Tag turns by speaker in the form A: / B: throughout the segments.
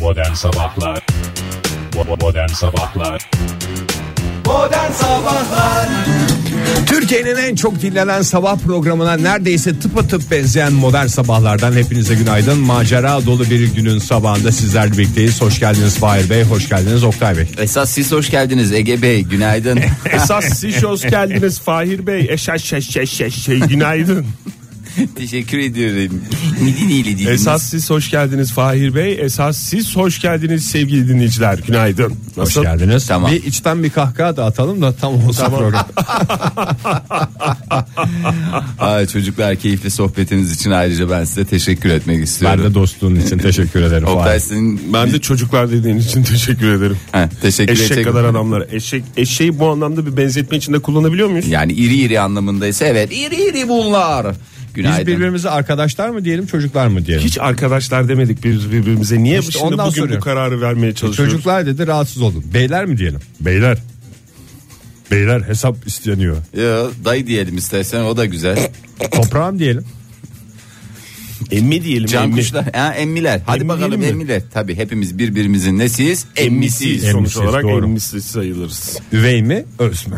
A: Modern Sabahlar Bo- Modern Sabahlar
B: Türkiye'nin en çok dinlenen sabah programına neredeyse tıpatıp benzeyen modern sabahlardan hepinize günaydın. Macera dolu bir günün sabahında sizlerle birlikteyiz. Hoş geldiniz Fahir Bey, hoş geldiniz Oktay Bey.
C: Esas siz hoş geldiniz Ege Bey günaydın.
D: Esas siz hoş geldiniz Fahir Bey. Eşeş şeş şeş şeş şey günaydın.
C: Teşekkür ediyorum. Nidin iyili değil.
D: Esas siz hoş geldiniz Fahir Bey. Esas siz hoş geldiniz sevgili dinleyiciler. Günaydın.
B: Hoş
D: Nasıl?
B: geldiniz.
C: Tamam.
B: Bir içten bir kahkaha da atalım da tam olsun program.
C: Aa, çocuklar keyifli sohbetiniz için ayrıca ben size teşekkür etmek
B: ben
C: istiyorum.
B: de dostluğun için teşekkür ederim.
C: Oktay
B: Fahir.
C: senin
D: Ben de çocuklar dediğin için teşekkür ederim.
C: Heh, teşekkür
D: Eşek
C: edecek-
D: kadar adamlar. Eşek eşeği bu anlamda bir benzetme içinde kullanabiliyor muyuz?
C: Yani iri iri anlamındaysa evet iri iri bunlar.
B: Biz
C: Günaydın.
B: birbirimize arkadaşlar mı diyelim çocuklar mı diyelim?
D: Hiç arkadaşlar demedik biz birbirimize. Niye
B: İşte
D: şimdi
B: ondan
D: bugün
B: soruyorum. E,
D: bu kararı vermeye çalışıyoruz?
B: Çocuklar dedi rahatsız oldum. Beyler mi diyelim? Beyler. Beyler hesap isteniyor.
C: Ya, dayı diyelim istersen o da güzel.
B: Toprağım diyelim.
D: Emmi diyelim.
C: Can
D: emmi.
C: kuşlar. Ha, emmiler. Hadi
D: Emmi diyelim
C: bakalım
D: mi?
C: emmiler. Tabii hepimiz birbirimizin nesiyiz? Emmisiyiz.
D: Sonuç
B: Emmisiz,
D: olarak
B: doğru.
D: emmisiz sayılırız.
B: Üvey mi öz mü?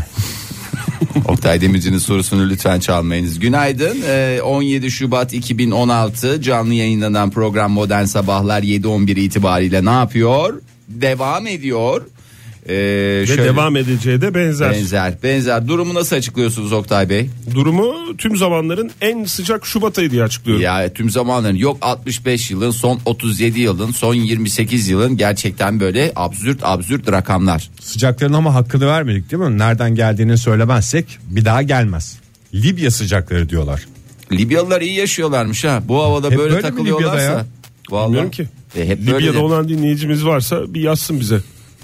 C: Oktay Demirci'nin sorusunu lütfen çalmayınız. Günaydın. Ee, 17 Şubat 2016 canlı yayınlanan program Modern Sabahlar 7.11 itibariyle ne yapıyor? Devam ediyor. Ee,
D: Ve
C: şöyle-
D: devam edeceği de benzer.
C: benzer. Benzer. Durumu nasıl açıklıyorsunuz Oktay Bey?
D: Durumu tüm zamanların en sıcak Şubat ayı diye açıklıyorum.
C: Ya tüm zamanların yok 65 yılın son 37 yılın son 28 yılın gerçekten böyle absürt absürt rakamlar.
B: Sıcakların ama hakkını vermedik değil mi? Nereden geldiğini söylemezsek bir daha gelmez. Libya sıcakları diyorlar.
C: Libyalılar iyi yaşıyorlarmış ha. Bu havada
B: Hep
C: böyle,
B: böyle mi
C: takılıyorlarsa.
B: Libya'da ya?
C: Vallahi.
D: Bilmiyorum ki.
C: E, hep
D: Libya'da
C: böyle de.
D: olan dinleyicimiz varsa bir yazsın bize.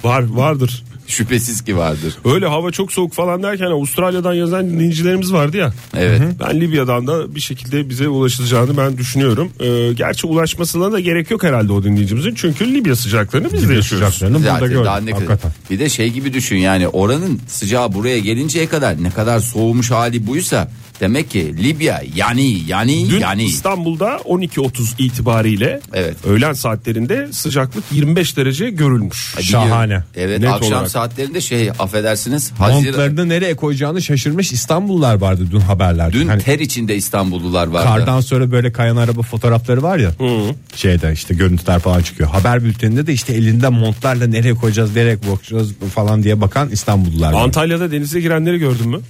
D: Var vardır.
C: Şüphesiz ki vardır.
D: Öyle hava çok soğuk falan derken Avustralya'dan yazan dinleyicilerimiz vardı ya.
C: Evet.
D: Ben Libya'dan da bir şekilde bize ulaşılacağını ben düşünüyorum. Ee, gerçi ulaşmasına da gerek yok herhalde o dinleyicimizin. Çünkü Libya sıcaklarını biz de yaşıyoruz.
B: Sıcaklarını burada
C: Zaten daha
B: gördük
C: ne
B: hakikaten.
C: kadar. Bir de şey gibi düşün yani oranın sıcağı buraya gelinceye kadar ne kadar soğumuş hali buysa demek ki Libya yani yani
D: Dün
C: yani
D: İstanbul'da 12.30 itibariyle
C: Evet.
D: öğlen saatlerinde sıcaklık 25 derece görülmüş.
C: Ay, biliyorum.
B: Şahane.
C: Evet
D: Net
C: akşam
D: olarak.
C: saatlerinde şey affedersiniz Haziran
B: Montlarını nereye koyacağını şaşırmış İstanbullular vardı dün haberlerde.
C: dün
B: Hani
C: ter içinde İstanbullular vardı.
B: kardan sonra böyle kayan araba fotoğrafları var ya. Şeyde işte görüntüler falan çıkıyor. Haber bülteninde de işte elinde montlarla nereye koyacağız, nereye koyacağız falan diye bakan İstanbullular var.
D: Antalya'da denize girenleri gördün mü?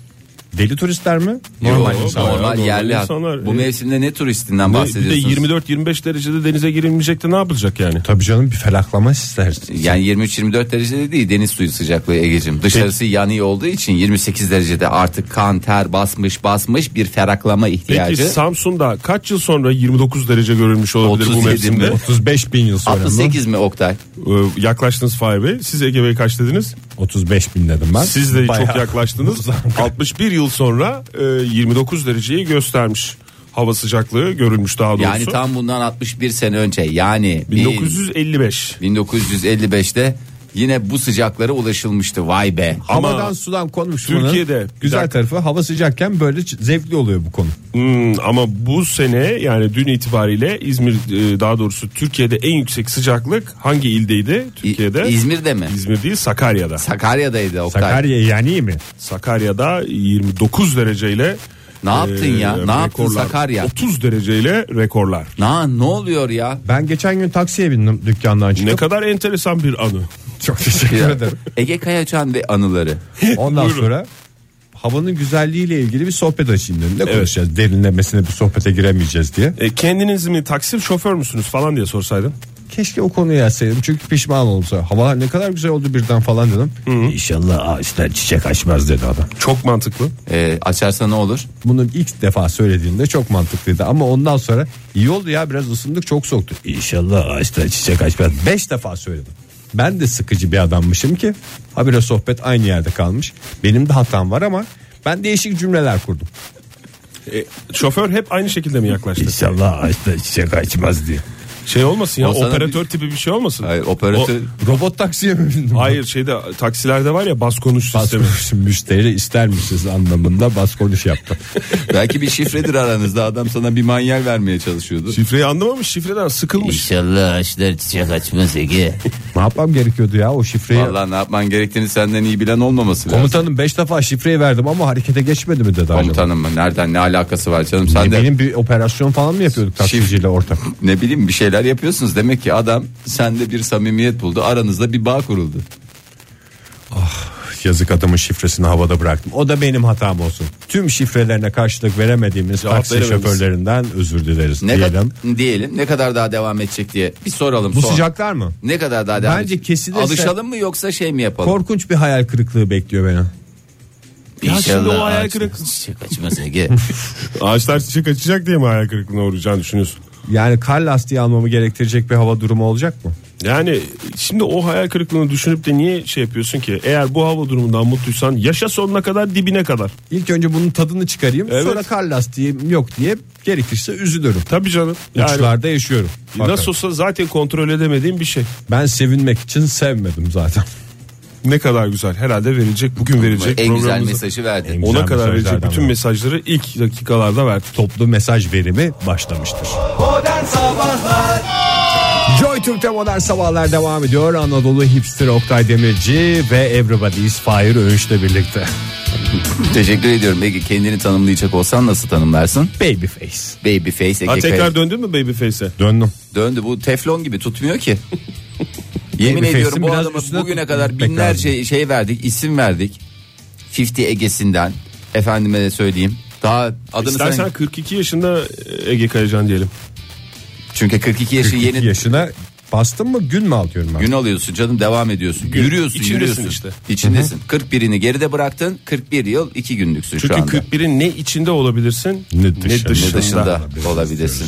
B: Deli turistler mi?
C: Yo,
B: Normal
C: normal
B: insanlar.
D: bayağı normal
C: yerli halk.
D: insanlar.
C: Bu
D: Evet.
C: mevsimde ne turistinden
D: Ne, Bir de
C: bahsediyorsunuz?
D: 24-25 derecede denize girilmeyecek de ne yapılacak yani?
B: Tabii canım bir felaklama istersin.
C: yani 23-24 derecede değil deniz suyu sıcaklığı Ege'cim. Dışarısı yanıyor olduğu için 28 derecede artık kan ter basmış basmış bir feraklama
D: Peki
C: ihtiyacı.
D: Samsun'da kaç yıl sonra 29 derece görülmüş olabilir
C: 37
D: bu mevsimde?
C: mi?
B: 35 bin yıl sonra mı?
C: 68 mi Oktay?
D: Ee, yaklaştınız Fahir Bey. Siz Ege Bey kaç dediniz?
B: 35 bin dedim ben.
D: Siz de
B: Bayağı
D: çok yaklaştınız. 61 yıl sonra e, 29 dereceyi göstermiş. Hava sıcaklığı görülmüş daha doğrusu.
C: Yani tam bundan 61 sene önce yani bin-
D: 1955.
C: 1955'te yine bu sıcaklara ulaşılmıştı vay be.
D: Ama
B: Havadan sudan konuşmanın
D: Türkiye'de- Bir
B: güzel
D: dakika.
B: tarafı hava sıcakken böyle ç- zevkli oluyor bu konu.
D: Hmm, ama bu sene yani dün itibariyle İzmir e, daha doğrusu Türkiye'de en yüksek sıcaklık hangi ildeydi?
C: İ-
D: Türkiye'de.
C: İzmir'de mi?
D: İzmir değil Sakarya'da.
C: Sakarya'daydı Oktay.
B: Sakarya yani iyi mi?
D: Sakarya'da 29 dereceyle
C: Ne yaptın ya? Ne yaptın Sakarya?
D: 30 dereceyle rekorlar.
C: Na ne oluyor ya?
B: Ben geçen gün taksiye bindim dükkandan çıkıp.
D: Ne kadar enteresan bir anı.
B: Çok teşekkür
C: Ya.
B: ederim.
C: Ege Kayacan ve anıları.
B: Ondan
D: Buyurun.
B: sonra havanın güzelliğiyle ilgili bir sohbet açayım dedim. Ne
D: Evet.
B: konuşacağız? Derinlemesine bir sohbete giremeyeceğiz diye.
D: E, kendiniz mi taksi şoför müsünüz falan diye sorsaydın.
B: Keşke o konuyu yazsaydım çünkü pişman olsa. Hava ne kadar güzel oldu birden falan dedim. İnşallah ağaçlar çiçek açmaz dedi adam.
D: Çok mantıklı.
C: Ee, açarsa ne olur?
B: Bunu ilk defa söylediğinde çok mantıklıydı ama ondan sonra iyi oldu ya biraz ısındık çok soğuktu. İnşallah ağaçta çiçek açmaz. Beş defa söyledim. Ben de sıkıcı bir adammışım ki habire sohbet aynı yerde kalmış. Benim de hatam var ama ben değişik cümleler kurdum.
D: E, şoför hep aynı şekilde mi yaklaştı?
B: İnşallah ağaçta çiçek açmaz diye.
D: Şey olmasın ya
C: O sana
D: operatör
C: bir-
D: tipi bir şey olmasın.
C: Hayır operatör
B: Robot taksiye mi bindin?
D: Hayır şeyde taksilerde var ya bas konuş
B: Bas
D: sistemi.
B: konuş, müşteri ister misiniz anlamında bas konuş yaptı.
C: belki bir şifredir aranızda adam sana bir manyel vermeye çalışıyordu.
D: Şifreyi anlamamış şifreden sıkılmış.
E: İnşallah ağaçlar çiçek açmaz Ege.
B: ne yapmam gerekiyordu ya o şifreyi?
C: Vallahi ne yapman gerektiğini senden iyi bilen olmaması lazım.
B: Komutanım 5 defa şifreyi verdim ama harekete geçmedi mi dedi acaba?
C: Komutanım mı? Nereden ne alakası var canım? Sen
B: E,
C: de
B: Benim bir operasyon falan mı yapıyorduk taksiciyle ortak?
C: ne bileyim bir şeyler yapıyorsunuz. Demek ki adam sende bir samimiyet buldu. Aranızda bir bağ kuruldu.
B: Yazık adamın şifresini havada bıraktım. O da benim hatam olsun. Tüm şifrelerine karşılık veremediğimiz
D: Cevap
B: taksi
D: verememiz.
B: şoförlerinden özür dileriz
C: Ne
B: diyelim.
C: Kadar, diyelim. Ne kadar daha devam edecek diye bir soralım.
B: Bu
C: sonra.
B: sıcaklar mı?
C: Ne kadar daha devam
B: Bence
C: edecek?
B: kesilirse-
C: Alışalım mı yoksa şey mi yapalım?
B: Korkunç bir hayal kırıklığı bekliyor beni.
D: Ya şimdi o
E: İnşallah
D: hayal
E: ağaçlar
D: kırıklığı-
C: Şey
E: Çiçek açmaz Ege.
D: Ağaçlar çiçek açacak diye mi hayal kırıklığına uğrayacağını düşünüyorsun?
B: Yani kar lastiği almamı gerektirecek bir hava durumu olacak mı?
D: Yani şimdi o hayal kırıklığını düşünüp de niye şey yapıyorsun ki? Eğer bu hava durumundan mutluysan yaşa sonuna kadar dibine kadar.
B: İlk önce bunun tadını çıkarayım.
D: Evet.
B: Sonra kar lastiğim yok diye gerekirse üzülürüm.
D: Tabii canım. Yani E,
B: Uçlarda yaşıyorum. Bakın,
D: nasıl olsa zaten kontrol edemediğim bir şey.
B: Ben sevinmek için sevmedim zaten.
D: Ne kadar güzel. Herhalde verilecek bugün verilecek
C: En güzel
D: programımızda.
C: mesajı verdin.
B: güzel
D: Ona kadar verecek
B: mesajlardan
D: bütün
B: biri.
D: mesajları ilk dakikalarda verdi.
B: Toplu mesaj verimi başlamıştır. Joy Türk'te modern sabahlar devam ediyor. Anadolu hipster Oktay Demirci ve Everybody's Fire Öğünç'le birlikte.
C: Teşekkür ediyorum. Ege kendini tanımlayacak olsan nasıl tanımlarsın?
B: Babyface.
C: Baby face.
D: Ha,
C: Ege
D: tekrar
C: face.
D: döndün mü Babyface'e?
B: Döndüm.
C: Döndü bu teflon gibi tutmuyor ki. Yemin
B: Babyface'in
C: ediyorum bu
B: biraz
C: adama
B: üstüne
C: bugüne
B: tutmak
C: kadar
B: lazım.
C: binlerce şey verdik isim verdik. 50 Ege'sinden efendime de söyleyeyim. Daha adını sen-
D: İstersen 42 yaşında e, Ege Kayacan diyelim.
C: Çünkü 42 yaşı yeni
B: Yaşına bastın mı gün mü alıyorum ben?
C: gün alıyorsun canım devam ediyorsun. Yürüyorsun
D: İçindesin
C: yürüyorsun.
D: işte.
C: İçindesin. 41'ini geride bıraktın 41 yıl 2 günlüksün
D: Çünkü
C: şu anda.
D: 41'in ne içinde olabilirsin
B: Ne dışında.
C: Ne dışında olabilirsin.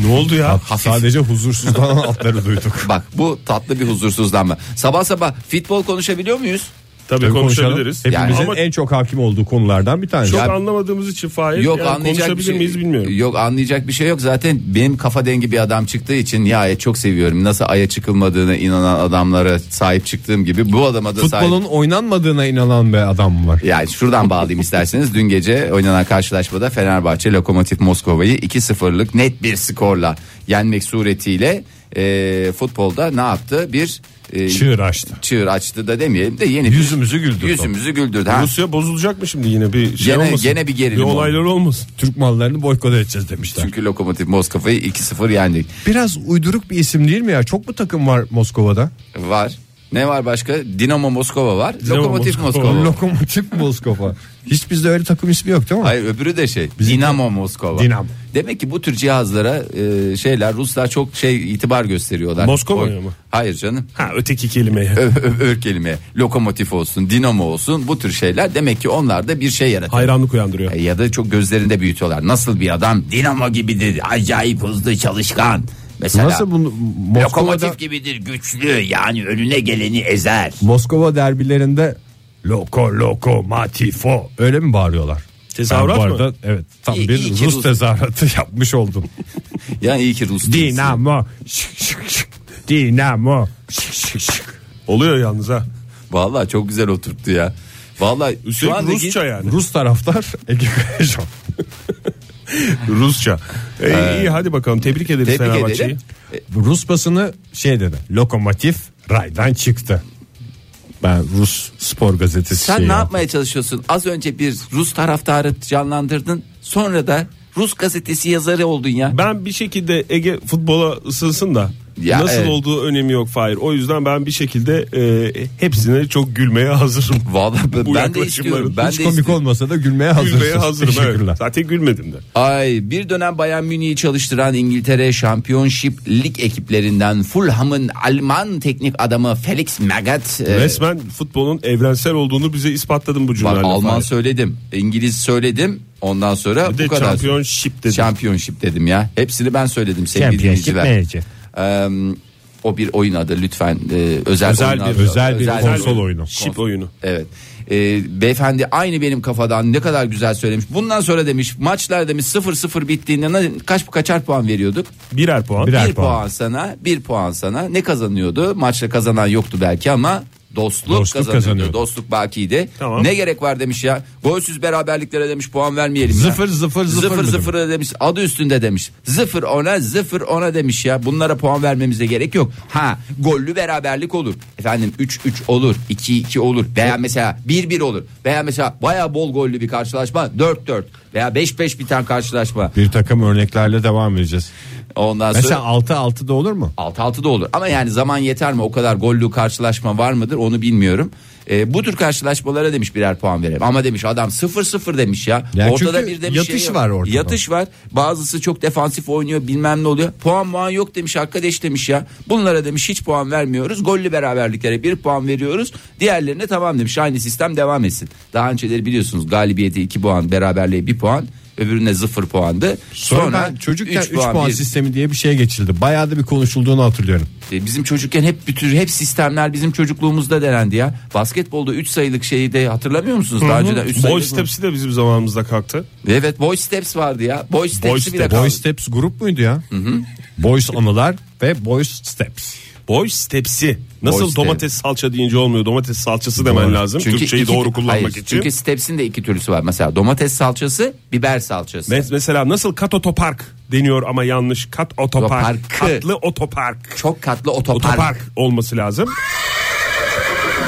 D: Ne oldu ya?
B: Sadece huzursuzlanan altları duyduk.
C: Bak bu tatlı bir huzursuzlanma. Sabah sabah futbol konuşabiliyor muyuz?
D: Tabii konuşabiliriz.
B: Konuşalım. Hepimizin
D: Yani. Ama
B: en çok hakim olduğu konulardan bir tanesi.
D: çok
B: Ya
D: anlamadığımız için Fahir.
C: Yok
D: yani
C: anlayacak bir
D: konuşabilir
C: şey
D: miyiz bilmiyorum.
C: Yok anlayacak bir şey yok. Zaten benim kafa dengi bir adam çıktığı için ya e, çok seviyorum. Nasıl aya çıkılmadığına inanan adamlara sahip çıktığım gibi bu adama da sahip.
B: Futbolun oynanmadığına inanan bir adam var.
C: Yani şuradan bağlayayım isterseniz. Dün gece oynanan karşılaşmada Fenerbahçe Lokomotiv Moskova'yı 2-0'lık net bir skorla yenmek suretiyle e, futbolda ne yaptı? Bir e,
B: Çığır açtı.
C: çığır açtı da demeyelim de yeni bir-
B: Yüzümüzü güldürdü.
C: Yüzümüzü güldürdü. Ha.
D: Rusya bozulacak mı şimdi yine bir şey
C: Gene-
D: olmasın?
C: gene bir gerilim
D: olaylar olmasın.
B: Türk mallarını boykot edeceğiz demişler.
C: Çünkü Lokomotiv Moskova'yı 2-0 yendik.
B: Biraz uyduruk bir isim değil mi ya? Çok mu takım var Moskova'da?
C: Var. Ne var başka? Dinamo Moskova var.
D: Dinamo
C: Lokomotiv
D: Moskova.
C: Moskova. var.
B: Lokomotiv Moskova. Hiç bizde öyle takım ismi yok değil mi?
C: Hayır öbürü de şey. Dinamo Moskova.
B: Dinamo.
C: Demek ki bu tür cihazlara e, şeyler Ruslar çok şey itibar gösteriyorlar.
D: Moskova'ya
C: O-
D: mı?
C: Hayır canım.
D: Ha öteki kelimeye.
C: Ö, ö, ö kelime. Lokomotif olsun, dinamo olsun bu tür şeyler demek ki onlar da bir şey yaratıyor.
D: Hayranlık uyandırıyor.
C: E, Ya da çok gözlerinde büyütüyorlar. Nasıl bir adam? Dinamo gibidir. Acayip hızlı, çalışkan. Mesela
B: Nasıl bunu Moskova'da
C: lokomotif gibidir, güçlü. Yani önüne geleni ezer.
B: Moskova derbilerinde loko lokomatifo öyle mi bağırıyorlar?
D: Tezahürat
B: Ben bu
D: mı?
B: arada, Evet tam
C: İyi-
B: bir
C: iyi ki
B: Rus
C: Rus-
B: tezahüratı yapmış oldum.
C: Yani iyi ki Rus. değilsin.
B: Dinamo şık şık şık Dinamo şık şık şık
D: Oluyor yalnız ha.
C: Vallahi çok güzel oturttu ya. Vallahi şu
D: Üstelik
C: andaki
D: Rusça yani.
B: Rus taraftar Ege Kayacan.
D: Rusça. E, iyi hadi bakalım tebrik ederiz
C: Ee, tebrik E,
D: Fenerbahçe'yi.
C: edelim.
B: Rus basını şey dedi. Lokomotif raydan çıktı. Ben Rus spor gazetesi
C: Sen
D: Şey
B: şeyi
C: ne
B: yaptım.
C: yapmaya çalışıyorsun? Az önce bir Rus taraftarı canlandırdın. Sonra da Rus gazetesi yazarı oldun ya.
D: Ben bir şekilde Ege futbola ısınsın da
C: Ya,
D: nasıl
C: evet.
D: olduğu önemi yok Fahir. O yüzden ben bir şekilde e, hepsine çok gülmeye hazırım.
C: Vallahi ben,
D: Bu
C: ben de
D: yaklaşımların
C: istiyorum. Ben
B: Hiç
C: de
B: komik
C: istiyorum.
B: olmasa da gülmeye hazırsın.
D: Gülmeye hazırım
B: Teşekkürler.
D: evet. Zaten gülmedim de.
C: Ay bir dönem Bayern Münih'i çalıştıran İngiltere Şampiyonşip Lig ekiplerinden Fulham'ın Alman teknik adamı Felix Magath. e,
D: Resmen futbolun evrensel olduğunu bize ispatladın bu
C: bak,
D: cümleyle.
C: Alman
D: Fahir.
C: söyledim. İngiliz söyledim. Ondan sonra
D: Bir
C: bu
D: de
C: kadar.
D: championship dedim.
C: Championship dedim ya. Hepsini ben söyledim sevgili
B: Championship
C: dinleyiciler.
B: manager.
C: Eee, O bir oyun adı lütfen e, özel,
B: Özel
C: oyun
B: bir-
C: adı.
B: özel bir konsol
C: oyun.
B: oyunu.
D: Şip oyunu.
C: Evet. E, beyefendi aynı benim kafadan ne kadar güzel söylemiş. Bundan sonra demiş maçlar demiş 0-0 bittiğinde ne- kaç kaçar puan veriyorduk?
D: Birer puan.
B: Birer.
C: bir puan.
B: puan.
C: sana, bir puan sana. Ne kazanıyordu? Maçta kazanan yoktu belki ama dostluk,
B: Dostluk
C: kazanıyordu.
B: kazanıyordu.
C: Dostluk bakiydi.
D: Tamam.
C: Ne gerek var demiş ya. Golsüz beraberliklere demiş puan vermeyelim ya.
B: Zıfır, zıfır, zıfır
C: Zıfır
B: mı
C: zıfıra demiş. Adı üstünde demiş. Zıfır ona zıfır ona demiş ya. Bunlara puan vermemize gerek yok. Ha gollü beraberlik olur. Efendim 3-3 olur. 2-2 olur. Veya mesela 1-1 olur. Veya mesela baya bol gollü bir karşılaşma 4-4. Veya 5-5 biten karşılaşma.
B: Bir takım örneklerle devam edeceğiz.
C: Ondan sonra...
B: Mesela 6-6 da olur mu?
C: 6-6 da olur ama yani zaman yeter mi o kadar gollü karşılaşma var mıdır onu bilmiyorum. E, bu tür karşılaşmalara demiş birer puan verelim ama demiş adam 0-0 demiş ya.
B: Ya
C: ortada
B: çünkü
C: bir demiş
B: yatış
C: şey yok.
B: var ortada.
C: Yatış var bazısı çok defansif oynuyor bilmem ne oluyor puan puan yok demiş arkadaş demiş ya. Bunlara demiş hiç puan vermiyoruz gollü beraberliklere bir puan veriyoruz diğerlerine tamam demiş aynı sistem devam etsin. Daha önceleri biliyorsunuz galibiyete 2 puan beraberliğe 1 puan öbürüne 0 puandı.
B: Sonra, ben çocukken 3 puan,
C: bir-
B: sistemi diye bir şey geçildi. Bayağı da bir konuşulduğunu hatırlıyorum.
C: e, bizim çocukken hep bütün hep sistemler bizim çocukluğumuzda denendi ya. Basketbolda 3 sayılık şeyi de hatırlamıyor musunuz? Daha önceden 3 sayılık.
D: Boy Steps'i de bizim zamanımızda kalktı.
C: Evet, boy steps vardı ya. Boy steps'i
D: Boy
C: bile
D: step-
C: kaldı.
B: Boy Steps grup muydu ya? Boys Anılar ve Boys Steps.
D: Boy Steps'i. Nasıl
C: Boy step.
D: domates salça deyince olmuyor. Domates salçası demen lazım. Türkçeyi
C: iki-
D: doğru kullanmak
C: Hayır,
D: için.
C: Çünkü steps'in de iki türlüsü var. Mesela domates salçası, biber salçası.
D: Mes- Mesela nasıl kat otopark deniyor ama yanlış. Kat otopark.
C: Otoparkı.
D: Katlı otopark.
C: Çok katlı otopark.
D: Otopark olması lazım.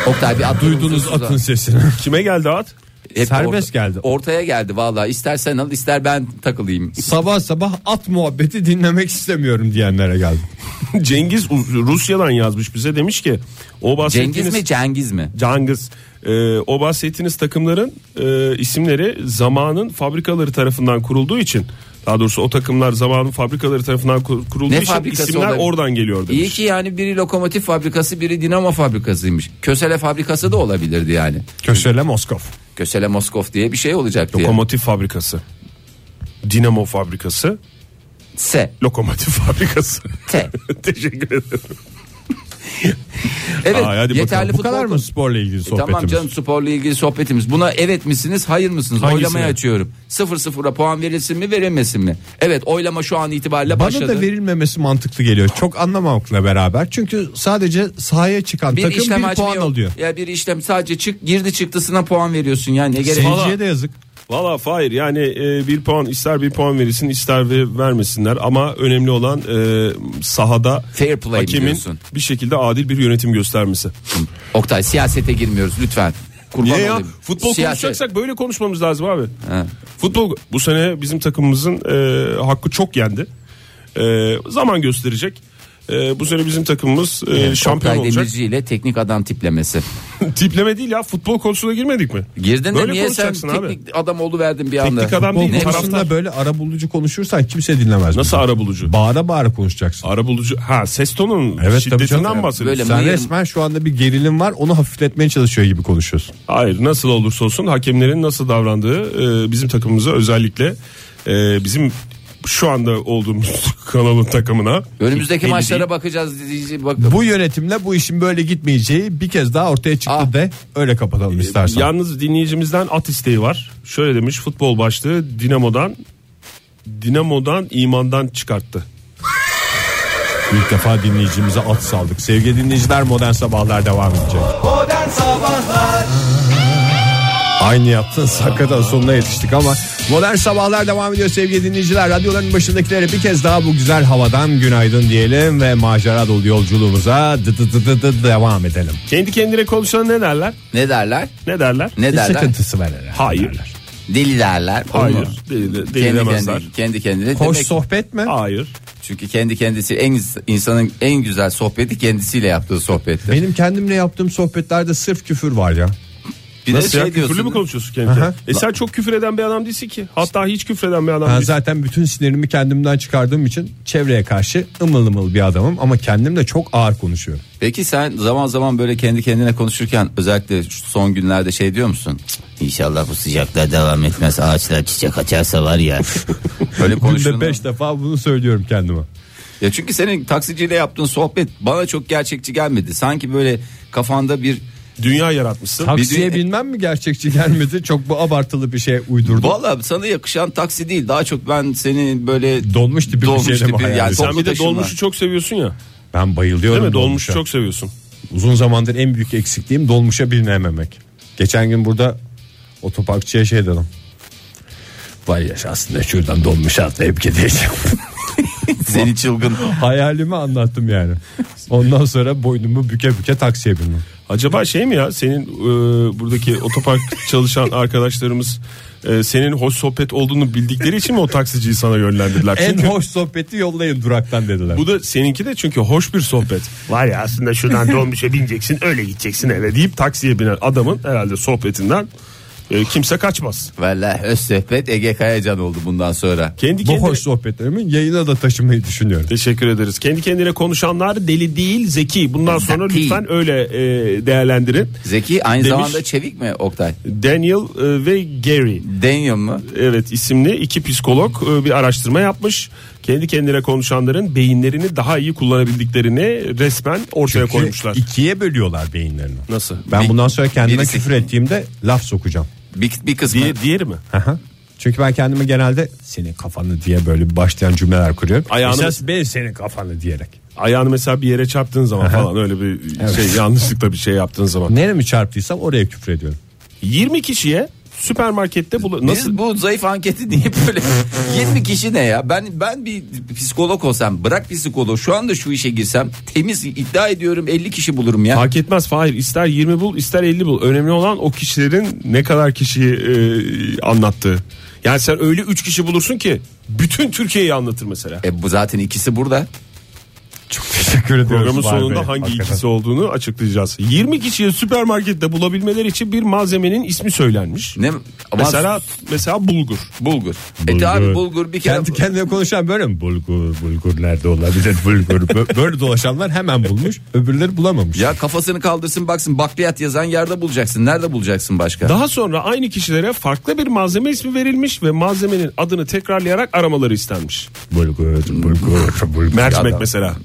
C: Oktay bir at
B: Duyduğunuz
C: uğultusu da-
B: atın sesini.
D: Kime geldi at?
C: Hep
B: Serbest geldi.
C: Ortaya geldi vallahi. İstersen al, ister ben takılayım.
B: sabah sabah at muhabbeti dinlemek istemiyorum diyenlere geldi.
D: Cengiz U- Rusya'dan yazmış bize demiş ki o bahsettiğiniz
C: Cengiz mi, Cengiz mi?
D: Cengiz e, o bahsettiğiniz takımların e, isimleri zamanın fabrikaları tarafından kurulduğu için daha doğrusu o takımlar zamanın fabrikaları tarafından kur- kurulduğu
C: Ne
D: için
C: fabrikası
D: isimler
C: olabilir?
D: oradan geliyor demiş.
C: İyi ki yani biri lokomotif fabrikası, biri dinamo fabrikasıymış. Kösele fabrikası da olabilirdi yani.
B: Kösele Moskov.
C: Kösele Moskov diye bir şey olacak diye.
D: Lokomotif fabrikası. Dinamo fabrikası,
C: S.
D: lokomotif fabrikası.
C: T.
D: Teşekkür ederim.
C: Evet.
D: Aa, hadi
C: yeterli
B: Bu
C: futbol
B: kadar mı
C: konusu.
B: sporla ilgili
C: E
B: sohbetimiz?
C: Tamam canım sporla ilgili sohbetimiz. Buna evet misiniz, hayır mısınız?
B: Hangisine?
C: Oylamayı açıyorum. 0-0'a puan verilsin mi, verilmesin mi? Evet, oylama şu an itibariyle
B: Bana
C: başladı.
B: da verilmemesi mantıklı geliyor. Çok anlamamakla beraber. Çünkü sadece sahaya çıkan takım bir
C: açma
B: puan
C: yok.
B: alıyor.
C: Ya bir işlem sadece çık girdi çıktısına puan veriyorsun yani ne gerek var?
B: Seyirciye de yazık.
D: Valla Fahir yani e, bir puan ister bir puan verilsin ister ve vermesinler ama önemli olan e, sahada
C: Fair play mi
D: hakemin
C: diyorsun?
D: bir şekilde adil bir yönetim göstermesi.
C: Oktay siyasete girmiyoruz lütfen. Kurban
D: Niye ya?
C: olayım.
D: Futbol
C: Siyaset.
D: konuşacaksak böyle konuşmamız lazım abi.
C: Ha.
D: Futbol bu sene bizim takımımızın e, hakkı çok yendi. E, zaman gösterecek. E, bu sene bizim takımımız e, şampiyon
C: Oktay
D: olacak.
C: Demirci ile teknik adam tiplemesi.
D: Tipleme değil ya futbol konusuna girmedik mi?
C: Girdin de
D: Böyle
C: niye sen
D: konuşacaksın abi.
C: teknik adam oldu verdin bir anda.
D: Teknik adam
B: Futbol
D: değil
B: konusunda
D: taraftar.
B: böyle ara bulucu konuşursan kimse dinlemez.
D: Nasıl
B: bizi.
D: arabulucu?
B: Bağıra bağıra konuşacaksın.
D: Arabulucu. Ha ses tonunun
B: Evet, tabii
D: şiddetinden
B: canım.
D: bahsediyorsun.
C: Böyle
B: Sen
C: mıyım?
B: resmen şu anda bir gerilim var onu hafifletmeye çalışıyor gibi konuşuyorsun.
D: Hayır nasıl olursa olsun hakemlerin nasıl davrandığı e, bizim takımımıza özellikle e, bizim şu anda olduğumuz kanalın takımına
C: Önümüzdeki
D: Belli
C: maçlara
D: değil.
C: bakacağız. dizi- Bak,
B: Bu yönetimle bu işin böyle gitmeyeceği bir kez daha ortaya çıktı
C: Ah.
B: de öyle kapatalım istersen.
D: E, Yalnız dinleyicimizden at isteği var. Şöyle demiş futbol başlığı Dinamo'dan Dinamo'dan imandan çıkarttı.
B: İlk defa dinleyicimize at saldık. Sevgili dinleyiciler modern sabahlar devam edecek. Aynı yaptınız hakikaten sonuna yetiştik ama modern sabahlar devam ediyor sevgili dinleyiciler. Radyoların başındakilere bir kez daha bu güzel havadan günaydın diyelim ve macera dolu yolculuğumuza dı dı dı dı dı devam edelim.
D: Kendi kendine konuşan ne derler?
C: Ne derler?
D: Ne derler?
C: Ne
B: Bir
C: derler?
B: sıkıntısı var herhalde.
D: Hayır.
C: Deli derler.
D: Hayır.
C: Olmaz.
D: Değil, değil
C: Kendi,
D: demezler.
C: kendi, kendi kendine
B: Hoş
C: demek.
B: sohbet mi?
D: Hayır.
C: Çünkü kendi kendisi en insanın en güzel sohbeti kendisiyle yaptığı sohbettir.
B: Benim kendimle yaptığım sohbetlerde sırf küfür var ya.
C: bir de
D: Nasıl
C: şey
D: ya küfürlü
C: diyorsun.
D: mü konuşuyorsun kendi kendine?
B: Aha.
D: E sen çok küfür eden bir adam değilsin ki. Hatta hiç küfür eden bir adam
B: Ben
D: değilsin.
B: zaten bütün sinirimi kendimden çıkardığım için çevreye karşı ımıl ımıl bir adamım ama kendim de çok ağır konuşuyorum.
C: Peki sen zaman zaman böyle kendi kendine konuşurken özellikle şu son günlerde şey diyor musun? Cık,
E: İnşallah bu sıcaklar devam etmez. Ağaçlar çiçek açarsa var ya.
C: Böyle
B: Günde
C: konuştuğunu.
B: 5 defa bunu söylüyorum kendime.
C: Ya çünkü senin taksiciyle yaptığın sohbet bana çok gerçekçi gelmedi. Sanki böyle kafanda bir
D: Dünya yaratmışsın.
B: Taksiye
C: Bir-
B: binmem mi gerçekçi gelmedi? Çok bu abartılı bir şey uydurdum.
C: Valla sana yakışan taksi değil. Daha çok ben seni böyle
B: Dolmuş tipi bir şeyle mi hayal
C: yani
B: ediyorsun?
C: toplu
D: Sen bir de
C: taşıma.
D: dolmuşu çok seviyorsun ya.
B: Ben bayılıyorum
D: Değil mi?
B: dolmuşa.
D: Dolmuşu çok seviyorsun.
B: Uzun zamandır en büyük eksikliğim dolmuşa binememek. Geçen gün burada otoparkçıya şey dedim. Vay yaş aslında şuradan dolmuşa atlayıp gideceğim.
C: seni çılgın.
B: Hayalimi anlattım yani. Ondan sonra boynumu büke büke taksiye bindim.
D: Acaba şey mi ya senin e, buradaki otopark çalışan arkadaşlarımız e, senin hoş sohbet olduğunu bildikleri için mi o taksiciyi sana yönlendirdiler?
B: En
D: Çünkü
B: hoş sohbeti yollayın duraktan dediler.
D: bu da seninki de çünkü hoş bir sohbet.
F: Var ya aslında şuradan dolmuşa bineceksin öyle gideceksin eve.
D: Ve deyip taksiye binen adamın herhalde sohbetinden e, kimse kaçmaz.
C: Valla öz sohbet Ege Kayacan oldu bundan sonra.
D: Kendi
B: Bu
D: kendine,
B: hoş sohbetlerimi yayına da taşımayı düşünüyorum.
D: Teşekkür ederiz. Kendi kendine konuşanlar deli değil zeki. Bundan sonra
C: Zeki.
D: lütfen öyle e, değerlendirin.
C: Zeki aynı
D: Demiş-
C: zamanda çevik mi Oktay?
D: Daniel e, ve Gary.
C: Deniyor mu?
D: Evet isimli iki psikolog e, bir araştırma yapmış. Kendi kendine konuşanların beyinlerini daha iyi kullanabildiklerini resmen ortaya koymuşlar.
B: İkiye bölüyorlar beyinlerini.
D: Nasıl?
B: Ben
C: Bir-
B: bundan sonra kendime
C: birisi-
B: küfür ettiğimde laf sokacağım.
C: Bir, bir kısmı.
D: Diye, diğeri mi?
B: Aha. Çünkü ben kendime genelde senin kafanı diye böyle bir başlayan cümleler kuruyorum.
D: Ayağını-
B: Esas ben senin kafanı diyerek.
D: Ayağını mesela bir yere çarptığın zaman falan öyle bir şey yanlışlıkla bir şey yaptığın zaman.
B: Nereye mi çarptıysam oraya küfür ediyorum.
D: 20 kişiye süpermarkette bulu- nasıl
C: Biz bu zayıf anketi niye böyle 20 kişi ne ya ben ben bir psikolog olsam bırak psikolog şu anda şu işe girsem temiz iddia ediyorum 50 kişi bulurum ya.
D: Fark etmez Fahir ister 20 bul ister 50 bul. Önemli olan o kişilerin ne kadar kişiyi e, anlattığı. Yani sen öyle 3 kişi bulursun ki bütün Türkiye'yi anlatır mesela.
C: E bu zaten ikisi burada.
B: Çok teşekkür ediyorum.
D: Programın
B: Fahir
D: sonunda
B: Bey.
D: hangi
B: Hakikaten.
D: ikisi olduğunu açıklayacağız. 20 kişiye süpermarkette bulabilmeleri için bir malzemenin ismi söylenmiş.
C: Ne ama
D: Mesela mesela bulgur.
C: bulgur. E de abi bulgur bir kere
B: Kendi kendine konuşan böyle mi? Bulgur, bulgur nerede olabilir? Bulgur. Bö- böyle dolaşanlar hemen bulmuş. Öbürleri bulamamış.
C: ya kafasını kaldırsın baksın bakliyat yazan yerde bulacaksın. Nerede bulacaksın başka?
D: Daha sonra aynı kişilere farklı bir malzeme ismi verilmiş ve malzemenin adını tekrarlayarak aramaları istenmiş.
B: Bulgur, bulgur, bulgur.
D: Mercimek
C: adam.
D: mesela.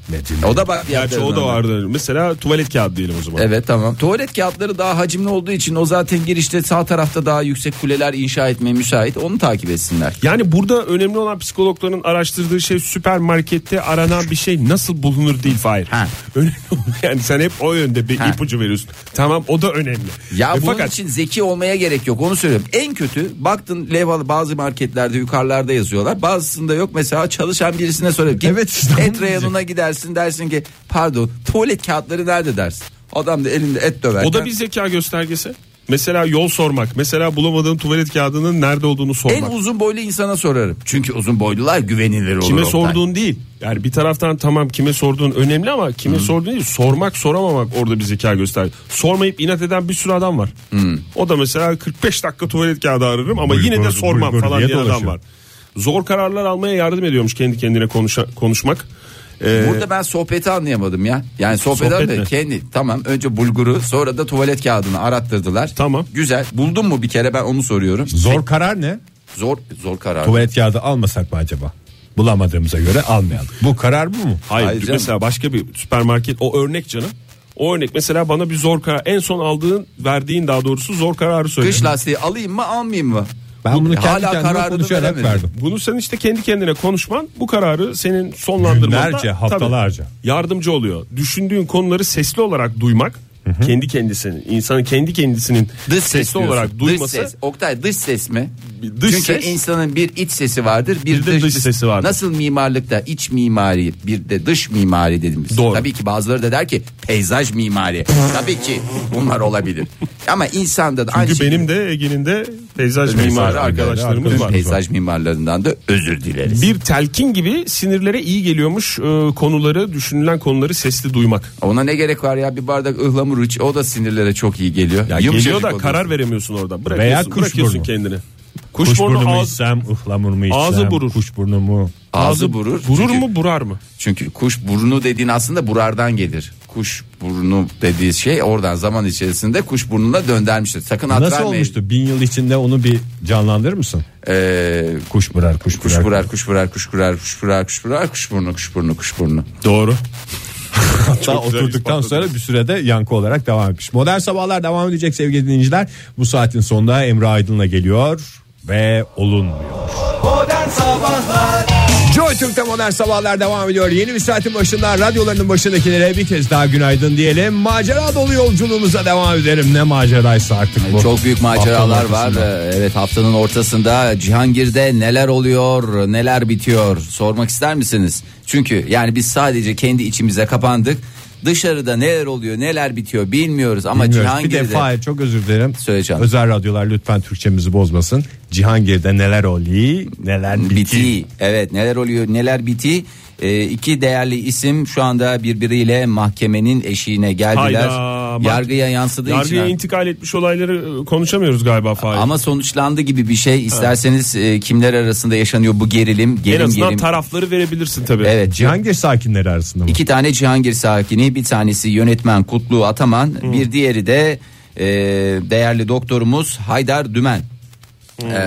C: o da bakliyat.
D: Gerçi o da
C: yazan.
D: vardı. Mesela tuvalet kağıdı diyelim o zaman.
C: Evet tamam. Tuvalet kağıtları daha hacimli olduğu için o zaten girişte sağ tarafta daha yüksek kuleler inşa etmeye müsait. Onu takip etsinler.
D: Yani burada önemli olan psikologların araştırdığı şey süpermarkette aranan bir şey nasıl bulunur değil Fahir.
C: Ha.
D: Önemli olan- yani sen hep o yönde bir
C: Ha.
D: ipucu veriyorsun. Tamam o da önemli.
C: Ya
D: E
C: bunun
D: fakat
C: için zeki olmaya gerek yok onu söylüyorum. En kötü baktın levhalı bazı marketlerde yukarılarda yazıyorlar. Bazısında yok mesela çalışan birisine soruyor. Git
B: Evet, işte onu
C: et reyonuna gidersin dersin ki pardon tuvalet kağıtları nerede dersin. Adam da elinde et döverken.
D: o da bir zeka göstergesi. Mesela yol sormak, mesela bulamadığın tuvalet kağıdının nerede olduğunu
C: En
D: sormak.
C: uzun boylu insana sorarım. Çünkü uzun boylular güvenilir olur.
D: Kime
C: Oktay.
D: sorduğun değil. Yani bir taraftan tamam kime sorduğun önemli ama kime sorduğun değil. Sormak soramamak orada bir zeka göster. Sormayıp inat eden bir sürü adam var. O da mesela 45 dakika tuvalet kağıdı ararım ama
B: Bulgur,
D: yine de sormam
B: bulgur
D: falan
B: diye
D: diye adam
B: dolaşıyor.
D: var. Zor kararlar almaya yardım ediyormuş kendi kendine konuşa, konuşmak. Ee,
C: Burada ben sohbeti anlayamadım ya. Yani sohbet,
D: Sohbet
C: anlay-
D: mi?
C: kendi tamam önce bulguru sonra da tuvalet kağıdını arattırdılar.
D: Tamam.
C: Güzel. Buldun mu bir kere ben onu soruyorum.
B: Zor karar ne?
C: Zor zor karar.
B: Tuvalet kağıdı almasak mı acaba? Bulamadığımıza göre almayalım. Bu karar bu mu?
D: Hayır,
C: Hayır canım.
D: mesela başka bir süpermarket o örnek canım. O örnek mesela bana bir zor karar en son aldığın verdiğin daha doğrusu zor kararı söyle.
C: Kış lastiği alayım mı almayayım mı?
B: Ben bunu kendi
C: Hala
B: kendime
C: kararını
B: konuşarak
C: veremedim.
B: verdim.
D: Bunu sen işte kendi kendine konuşman bu kararı senin sonlandırmanda
B: Günlerce,
D: tabii
B: haftalarca.
D: yardımcı oluyor. Düşündüğün konuları sesli olarak duymak kendi kendisinin insanın kendi kendisinin
C: Dış ses
D: sesli olarak
C: diyorsun.
D: duyması
C: Dış ses. Oktay dış ses mi?
D: Bir dış
C: Çünkü
D: ses.
C: insanın bir iç sesi vardır, bir,
D: Bir de dış sesi vardır.
C: Nasıl mimarlıkta iç mimari, bir de dış mimari dediğimiz.
D: Doğru.
C: Tabii ki bazıları da der ki peyzaj mimari. Tabii ki bunlar olabilir. Ama insanda da aynı
D: Çünkü
C: şekilde
D: benim de Ege'nin de peyzaj
C: Peyzaj
D: mimarı
C: mimarları,
D: arkadaşlarımız var.
C: peyzaj mimarlarından da özür dileriz.
D: Bir telkin gibi sinirlere iyi geliyormuş e, konuları, düşünülen konuları sesli duymak.
C: Ona ne gerek var ya bir bardak ıhlamur iç o da sinirlere çok iyi geliyor.
D: Ya
C: Yumuşacık
D: geliyor da
C: oluyor.
D: karar veremiyorsun orada. Bırakıyorsun,
B: kuş
D: bırakıyorsun
B: burnu.
D: kendini. Kuşburnu, ağız,
B: içsem, ıhlamur mu içsem,
D: Ağzı burur.
B: kuşburnu mu?
C: Ağzı burur.
D: Vurur
C: Çünkü-
D: mu burar mı?
C: Çünkü kuş burnu dediğin aslında burardan gelir. Kuş burnu dediği şey oradan zaman içerisinde kuş burnuna döndermiştir. Sakın at
B: Nasıl
C: vermeyin.
B: olmuştu? Bin yıl içinde onu bir canlandırır mısın?
C: Ee,
B: Kuş burar, kuş,
C: kuş
B: burar.
C: burar, kuş burar, kuş burar, kuş burar, kuş burar, kuş burnu, kuş burnu, kuş burnu.
B: Doğru. Hatta
D: Çok güzel
B: oturduktan
D: ispatladın.
B: sonra bir sürede yankı olarak devam etmiş. Modern Sabahlar devam edecek sevgili dinleyiciler. Bu saatin sonunda Emre Aydın'la geliyor ve olunmuyor. Joy Türk'te modern sabahlar devam ediyor. Yeni bir saatin başında radyolarının başındakilere bir kez daha günaydın diyelim. Macera dolu yolculuğumuza devam edelim. Ne maceraysa artık bu.
C: Çok büyük maceralar
B: Haftanın
C: var.
B: ortasında.
C: Ee, Evet haftanın ortasında Cihangir'de neler oluyor, neler bitiyor sormak ister misiniz? Çünkü yani biz sadece kendi içimize kapandık. Dışarıda neler oluyor, neler bitiyor bilmiyoruz ama
B: Bilmiyorum. Bir
C: Cihangir'de
B: defa çok özür dilerim.
C: Söyleyeceğim.
B: Özel radyolar lütfen Türkçemizi bozmasın. Cihangir'de neler oluyor, neler bitiyor.
C: Biti. Evet neler oluyor neler biti. Ee, iki değerli isim şu anda birbiriyle mahkemenin eşiğine geldiler.
D: Hayda, bak-
C: Yargıya yansıdığı
D: Yargıya
C: için.
D: intikal etmiş olayları e, konuşamıyoruz galiba Fahir.
C: Ama sonuçlandı gibi bir şey. İsterseniz e, kimler arasında yaşanıyor bu gerilim?
D: en
C: Gerim,
D: azından
C: gerim.
D: tarafları verebilirsin tabii.
C: Evet.
B: Cihangir sakinleri arasında mı?
C: İki tane Cihangir sakini, bir tanesi yönetmen Kutlu Ataman, bir diğeri de e, değerli doktorumuz Haydar Dümen. E,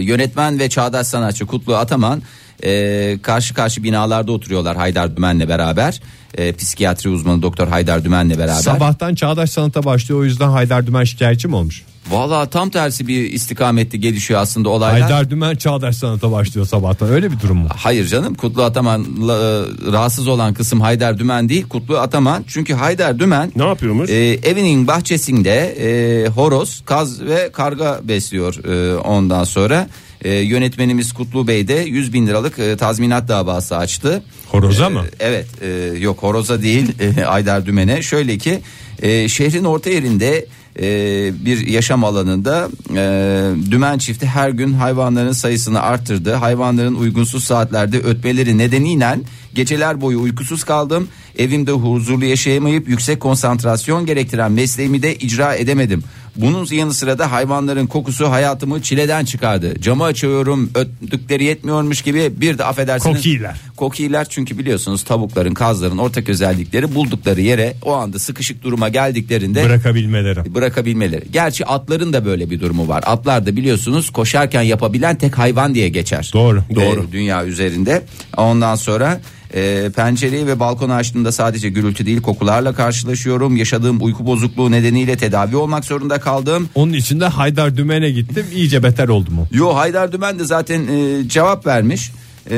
C: yönetmen ve çağdaş sanatçı Kutlu Ataman e, karşı karşı binalarda oturuyorlar Haydar Dümen'le beraber. E, psikiyatri uzmanı Doktor Haydar Dümen'le beraber.
B: Sabahtan Çağdaş Sanat'a başlıyor o yüzden Haydar Dümen şikayetçi mi olmuş?
C: Valla tam tersi bir istikamette gelişiyor aslında olaylar.
B: Haydar Dümen Çağdaş Sanat'a başlıyor sabahtan öyle bir durum mu?
C: Hayır canım Kutlu Ataman'la e, rahatsız olan kısım Haydar Dümen değil Kutlu Ataman. Çünkü Haydar Dümen
D: Ne yapıyormuş?
C: E, evinin bahçesinde e, horoz, kaz ve karga besliyor e, ondan sonra. E, yönetmenimiz Kutlu Bey de 100 bin liralık e, tazminat davası açtı.
B: Horoza mı?
C: E, Evet e, yok horoza değil e, Aydar Dümen'e şöyle ki e, şehrin orta yerinde e, bir yaşam alanında e, Dümen çifti her gün hayvanların sayısını arttırdı. Hayvanların uygunsuz saatlerde ötmeleri nedeniyle geceler boyu uykusuz kaldım. Evimde huzurlu yaşayamayıp yüksek konsantrasyon gerektiren mesleğimi de icra edemedim. Bunun yanı sıra da hayvanların kokusu hayatımı çileden çıkardı. Camı açıyorum öttükleri yetmiyormuş gibi bir de affedersiniz.
B: Kokiler.
C: Kokiler çünkü biliyorsunuz tavukların, kazların ortak özellikleri buldukları yere o anda sıkışık duruma geldiklerinde
B: Bırakabilmeleri.
C: bırakabilmeleri. Gerçi atların da böyle bir durumu var. Atlar da biliyorsunuz koşarken yapabilen tek hayvan diye geçer.
B: Doğru,
C: Ee,
B: doğru.
C: dünya üzerinde. Ondan sonra e, pencereyi ve balkonu açtığımda sadece gürültü değil kokularla karşılaşıyorum. Yaşadığım uyku bozukluğu nedeniyle tedavi olmak zorunda kaldım.
B: Onun için de Haydar Dümen'e gittim iyice beter oldu mu?
C: Yo Haydar Dümen de zaten e, cevap vermiş. E,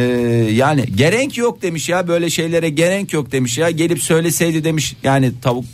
C: yani gerek yok demiş ya böyle şeylere gerek yok demiş ya gelip söyleseydi demiş yani tavuk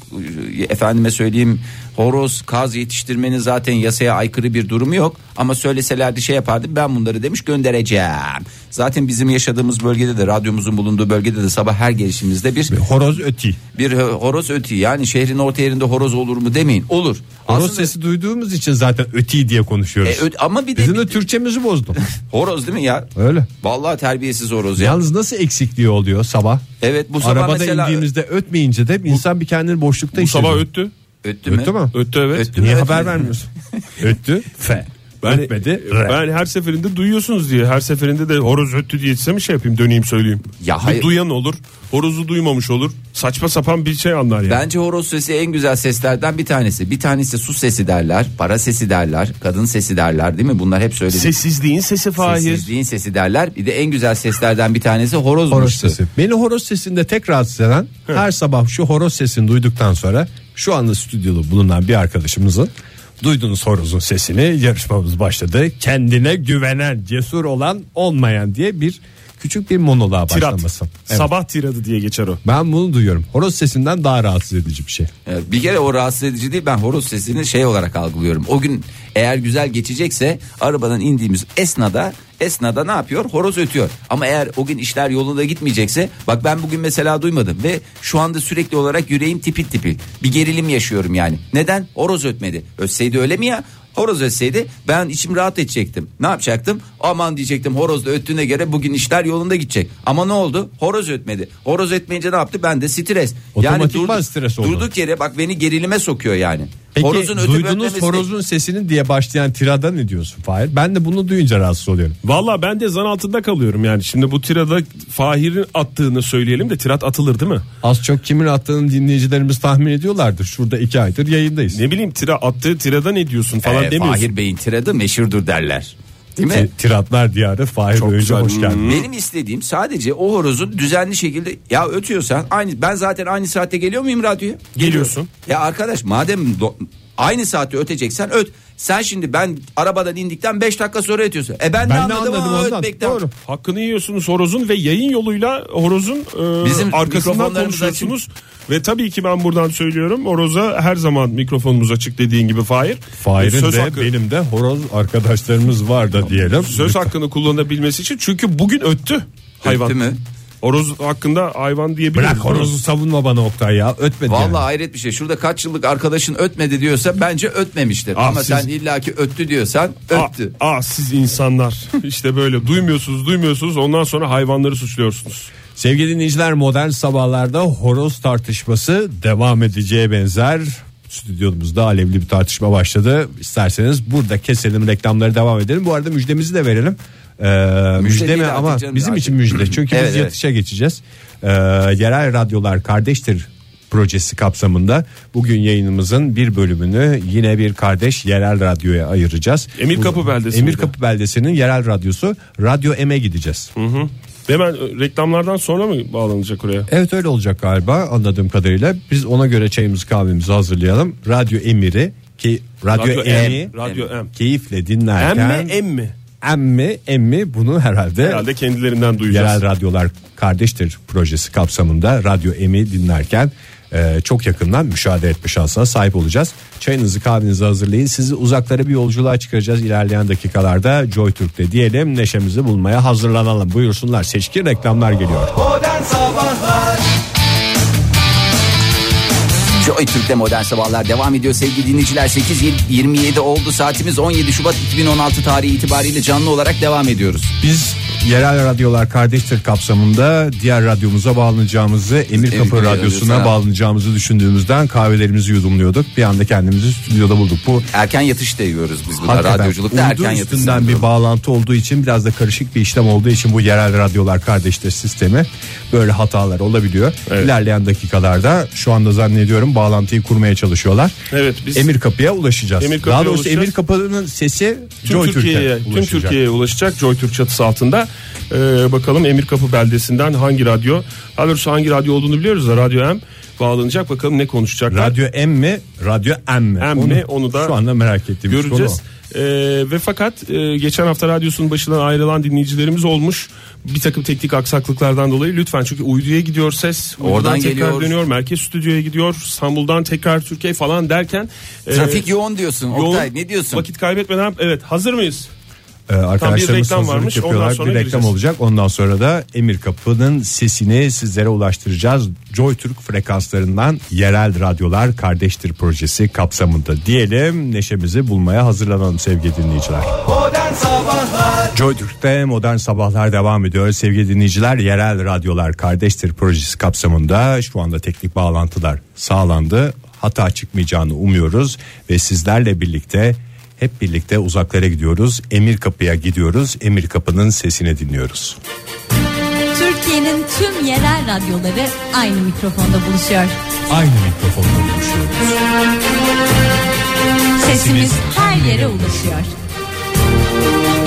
C: e, efendime söyleyeyim horoz kaz yetiştirmenin zaten yasaya aykırı bir durumu yok ama söyleselerdi şey yapardı ben bunları demiş göndereceğim zaten bizim yaşadığımız bölgede de radyomuzun bulunduğu bölgede de sabah her gelişimizde bir
B: Horoz öti.
C: bir horoz ötü yani şehrin orta yerinde horoz olur mu demeyin olur
B: Horoz
C: Aslında-
B: sesi duyduğumuz için zaten öti diye
C: E,
B: konuşuyoruz.
C: ö- ama bir de
B: Bizim de Türkçemizi bozdum.
C: horoz değil mi ya
B: Öyle.
C: Vallahi terbiyesiz horoz ya.
B: Yalnız nasıl eksikliği oluyor sabah?
C: Evet bu sabah
B: Arabada
C: mesela
B: indiğimizde ötmeyince de insan bir kendini boşlukta
D: Bu sabah
B: hissediyor.
D: öttü.
C: öttü mü?
B: Öttü mü?
D: Öttü evet.
C: Öttü.
B: Niye
C: Ötmedi.
B: haber vermiyorsun? Hani öttü. Fe.
D: Ben,
B: Ötmedi. re.
D: ben her seferinde duyuyorsunuz diye her seferinde de horoz öttü diye size mi şey yapayım döneyim söyleyeyim.
C: Ya
D: Bir
C: hayır.
D: duyan olur horozu duymamış olur saçma sapan bir şey anlar yani.
C: Bence horoz sesi en güzel seslerden bir tanesi. Bir tanesi su sesi derler, para sesi derler, kadın sesi derler değil mi? Bunlar hep söyledik.
D: Sessizliğin sesi Fahir.
C: Sessizliğin sesi derler. Bir de en güzel seslerden bir tanesi horozmuştu.
B: Horoz sesi. Beni horoz sesinde tek rahatsız eden her sabah şu horoz sesini duyduktan sonra şu anda stüdyoda bulunan bir arkadaşımızın duydunuz horozun sesini yarışmamız başladı. Kendine güvenen, cesur olan, olmayan diye bir küçük bir monoloğa
D: Tirat.
B: başlaması. Evet.
D: Sabah tiradı diye geçer o.
B: Ben bunu duyuyorum. Horoz sesinden daha rahatsız edici bir şey.
C: Evet, Ee, Bir kere o rahatsız edici değil ben horoz sesini şey olarak algılıyorum. O gün eğer güzel geçecekse arabadan indiğimiz esnada esnada ne yapıyor? Horoz ötüyor. Ama eğer o gün işler yolunda gitmeyecekse bak ben bugün mesela duymadım ve şu anda sürekli olarak yüreğim tipil tipil bir gerilim yaşıyorum yani. Neden? Horoz ötmedi. Ötseydi öyle mi ya? Horoz ötseydi ben içim rahat edecektim. Ne yapacaktım? Aman diyecektim horoz da öttüğüne göre bugün işler yolunda gidecek. Ama ne oldu? Horoz ötmedi. Horoz ötmeyince ne yaptı? Ben de stres.
B: Otomatikman stres oldu.
C: Durduk yere bak beni gerilime sokuyor yani.
B: Peki
C: Horozun ötüp
B: duydunuz
C: ötmemesi-
B: horozun sesini diye başlayan tirada ne diyorsun Fahir? Ben de bunu duyunca rahatsız oluyorum.
D: Valla ben de zan altında kalıyorum yani. Şimdi bu tirada Fahir'in attığını söyleyelim de tirat atılır değil mi?
B: Az çok kimin attığını dinleyicilerimiz tahmin ediyorlardır. Şurada iki aydır yayındayız.
D: Ne bileyim tira attığı tirada ne diyorsun falan
C: Ee,
D: demiyorsun.
C: Fahir Bey'in tiradı meşhurdur derler. Değil mi?
B: Ti- Tiratlar diyarı Fahir Öğüncü
D: güzel.
B: hoş geldin.
C: Benim istediğim sadece o horozun düzenli şekilde ya ötüyorsan aynı ben zaten aynı saatte geliyor muyum radyoya?
D: Geliyorsun.
C: Ya arkadaş madem do- aynı saatte öteceksen öt. Sen şimdi ben arabadan indikten 5 dakika sonra ötüyorsun. E ben, de
B: Ben de
C: anladım,
B: anladım
C: ama
B: ondan.
C: ötmekten.
B: Doğru.
D: Hakkını yiyorsunuz horozun ve yayın yoluyla horozun e,
C: Bizim
D: arkasından
C: mikrofonlarımız
D: konuşuyorsunuz. Ve tabii ki ben buradan söylüyorum horoza her zaman mikrofonumuz açık dediğin gibi Fahir. E,
B: Fahir'in
D: söz
B: de
D: hakkı,
B: benim de horoz arkadaşlarımız var da diyelim.
D: söz hakkını kullanabilmesi için çünkü bugün öttü hayvan.
C: mi?
D: Horoz hakkında hayvan diyebiliriz.
B: Bırak horozu savunma bana Oktay ya. Ötmedi
C: Vallahi
B: yani.
C: hayret bir şey. Şurada kaç yıllık arkadaşın ötmedi diyorsa bence ötmemiştir.
D: Ah,
C: ama
D: siz- Ah.
C: sen illaki öttü diyorsan
D: Aa,
C: öttü.
D: aa, siz insanlar işte böyle duymuyorsunuz duymuyorsunuz ondan sonra hayvanları suçluyorsunuz.
B: Sevgili dinleyiciler modern sabahlarda horoz tartışması devam edeceğe benzer. Stüdyomuzda alevli bir tartışma başladı. İsterseniz burada keselim reklamları devam edelim. Bu arada müjdemizi de verelim. Ee,
C: Müjde
B: müjde
C: değil
B: mi
C: artık
B: ama
C: canım,
B: bizim
C: artık.
B: için müjde. Çünkü
C: Evet,
B: biz
C: evet.
B: yatışa geçeceğiz. Ee, yerel radyolar kardeştir projesi kapsamında bugün yayınımızın bir bölümünü yine bir kardeş yerel radyoya ayıracağız.
D: Emirkapı
B: Bu-
D: beldesi
B: Emirkapı beldesinin yerel radyosu Radyo M'e gideceğiz.
D: Hemen e, reklamlardan sonra mı bağlanacak oraya?
B: Evet öyle olacak galiba anladığım kadarıyla. Biz ona göre çayımızı kahvemizi hazırlayalım. Radyo Emir'i ki Radyo,
D: Radyo M,
B: Em'i
D: Radyo M.
B: keyifle
D: M
B: dinlerken
D: mi M mi?
B: Emmi Emmi bunu herhalde,
D: Herhalde kendilerinden duyacağız.
B: yerel radyolar kardeştir projesi kapsamında Radyo Em'i dinlerken e, çok yakından müşahede etme şansına sahip olacağız. Çayınızı kahvenizi hazırlayın. Sizi uzaklara bir yolculuğa çıkaracağız ilerleyen dakikalarda Joy Türk'te diyelim neşemizi bulmaya hazırlanalım. Buyursunlar seçkin reklamlar geliyor.
C: Joy Türk'te modern sabahlar devam ediyor sevgili dinleyiciler 8.27 oldu saatimiz 17 Şubat 2016 tarihi itibariyle canlı olarak devam ediyoruz.
B: Biz yerel radyolar kardeştir kapsamında diğer radyomuza bağlanacağımızı Emir
C: Emirkapı
B: Kapı Radyosu'na
C: Radyosu'na.
B: bağlanacağımızı düşündüğümüzden kahvelerimizi yudumluyorduk. Bir anda kendimizi stüdyoda bulduk. Bu
C: Erken yatış da yiyoruz biz burada
B: hakikaten
C: radyoculukta
B: uydu
C: erken yatış.
B: üstünden bir bağlantı olduğu için biraz da karışık bir işlem olduğu için bu yerel radyolar kardeştir sistemi böyle hatalar olabiliyor. İlerleyen dakikalarda şu anda zannediyorum bağlantıyı kurmaya çalışıyorlar.
D: Evet, biz-
B: Emir Kapı'ya ulaşacağız.
D: Emir Kapı'ya
B: Daha doğrusu
D: ulaşacağız.
B: Emir Kapı'nın sesi
D: Tüm
B: Joy Türkiye'ye
D: Türkiye'ye tüm
B: ulaşacak.
D: Türkiye'ye ulaşacak Joy Türk çatısı altında. Ee, bakalım Emirkapı beldesinden hangi radyo? Daha doğrusu hangi radyo olduğunu biliyoruz da Radyo M bağlanacak. Bakalım ne konuşacaklar.
B: Radyo M mi? Radyo M mi?
D: M mi? Onu da
B: şu anda merak ettiğimiz
D: göreceğiz.
B: konu o.
D: Ee, ve fakat e, geçen hafta radyosunun başından ayrılan dinleyicilerimiz olmuş. Bir takım teknik aksaklıklardan dolayı lütfen çünkü uyduya gidiyor ses. Uydudan
C: Oradan
D: tekrar
C: geliyor.
D: dönüyor. Merkez stüdyoya gidiyor. İstanbul'dan tekrar Türkiye falan derken. e,
C: Trafik yoğun diyorsun
D: yoğun.
C: Oktay ne diyorsun?
D: Vakit kaybetmeden evet hazır mıyız?
B: Ee, arkadaşlarımız
D: reklam
B: hazırlık
D: varmış, ondan
B: yapıyorlar.
D: sonra
B: bir reklam
D: gireceğiz.
B: olacak. Ondan sonra da Emir Kapı'nın sesini sizlere ulaştıracağız. Joy Türk frekanslarından yerel radyolar kardeştir projesi kapsamında diyelim. Neşemizi bulmaya hazırlanalım sevgili dinleyiciler. Joy Türk'te modern sabahlar devam ediyor. Sevgili dinleyiciler yerel radyolar kardeştir projesi kapsamında şu anda teknik bağlantılar sağlandı. Hata çıkmayacağını umuyoruz ve sizlerle birlikte hep birlikte uzaklara gidiyoruz. Emir Kapı'ya gidiyoruz. Emir Kapı'nın sesini dinliyoruz.
G: Türkiye'nin tüm yerel radyoları aynı mikrofonda buluşuyor.
B: Aynı mikrofonla konuşuyoruz.
G: Sesimiz her yere ulaşıyor.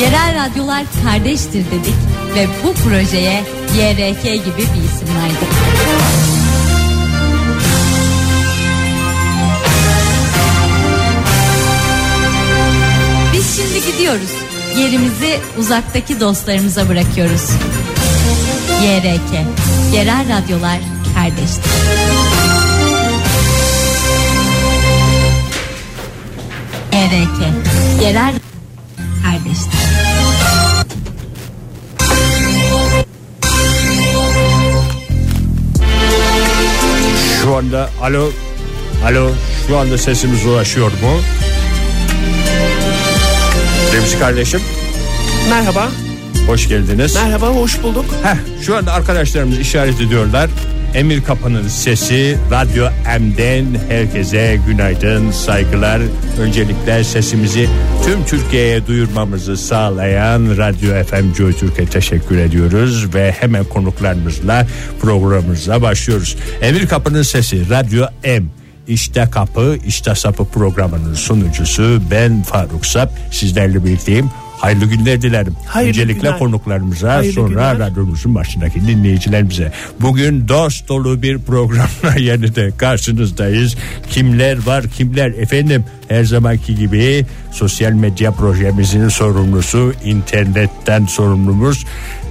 G: Yerel radyolar kardeştir dedik ve bu projeye YRK gibi bir isim verdik. Biz şimdi gidiyoruz. Yerimizi uzaktaki dostlarımıza bırakıyoruz. YRK, Yerel Radyolar Kardeştir. ERK Yerel Kardeşler
B: Şu anda alo alo şu anda sesimiz ulaşıyor mu? Demiş kardeşim
D: Merhaba.
B: hoş geldiniz.
D: Merhaba hoş bulduk.
B: Heh, şu anda arkadaşlarımız işaret ediyorlar. Emir Kapan'ın sesi Radyo M'den herkese günaydın, saygılar. Öncelikle sesimizi tüm Türkiye'ye duyurmamızı sağlayan Radyo FM Joy Türk'e teşekkür ediyoruz ve hemen konuklarımızla programımıza başlıyoruz. Emir Kapan'ın sesi Radyo M. İşte Kapı İşte Sapı programının sunucusu ben Faruk Sap sizlerle birlikteyim. Hayırlı günler dilerim. Öncelikle konuklarımıza sonra radyomuzun başındaki dinleyicilerimize. Bugün dost dolu bir programla yeniden karşınızdayız. Kimler var kimler efendim her zamanki gibi sosyal medya projemizin sorumlusu internetten sorumlumuz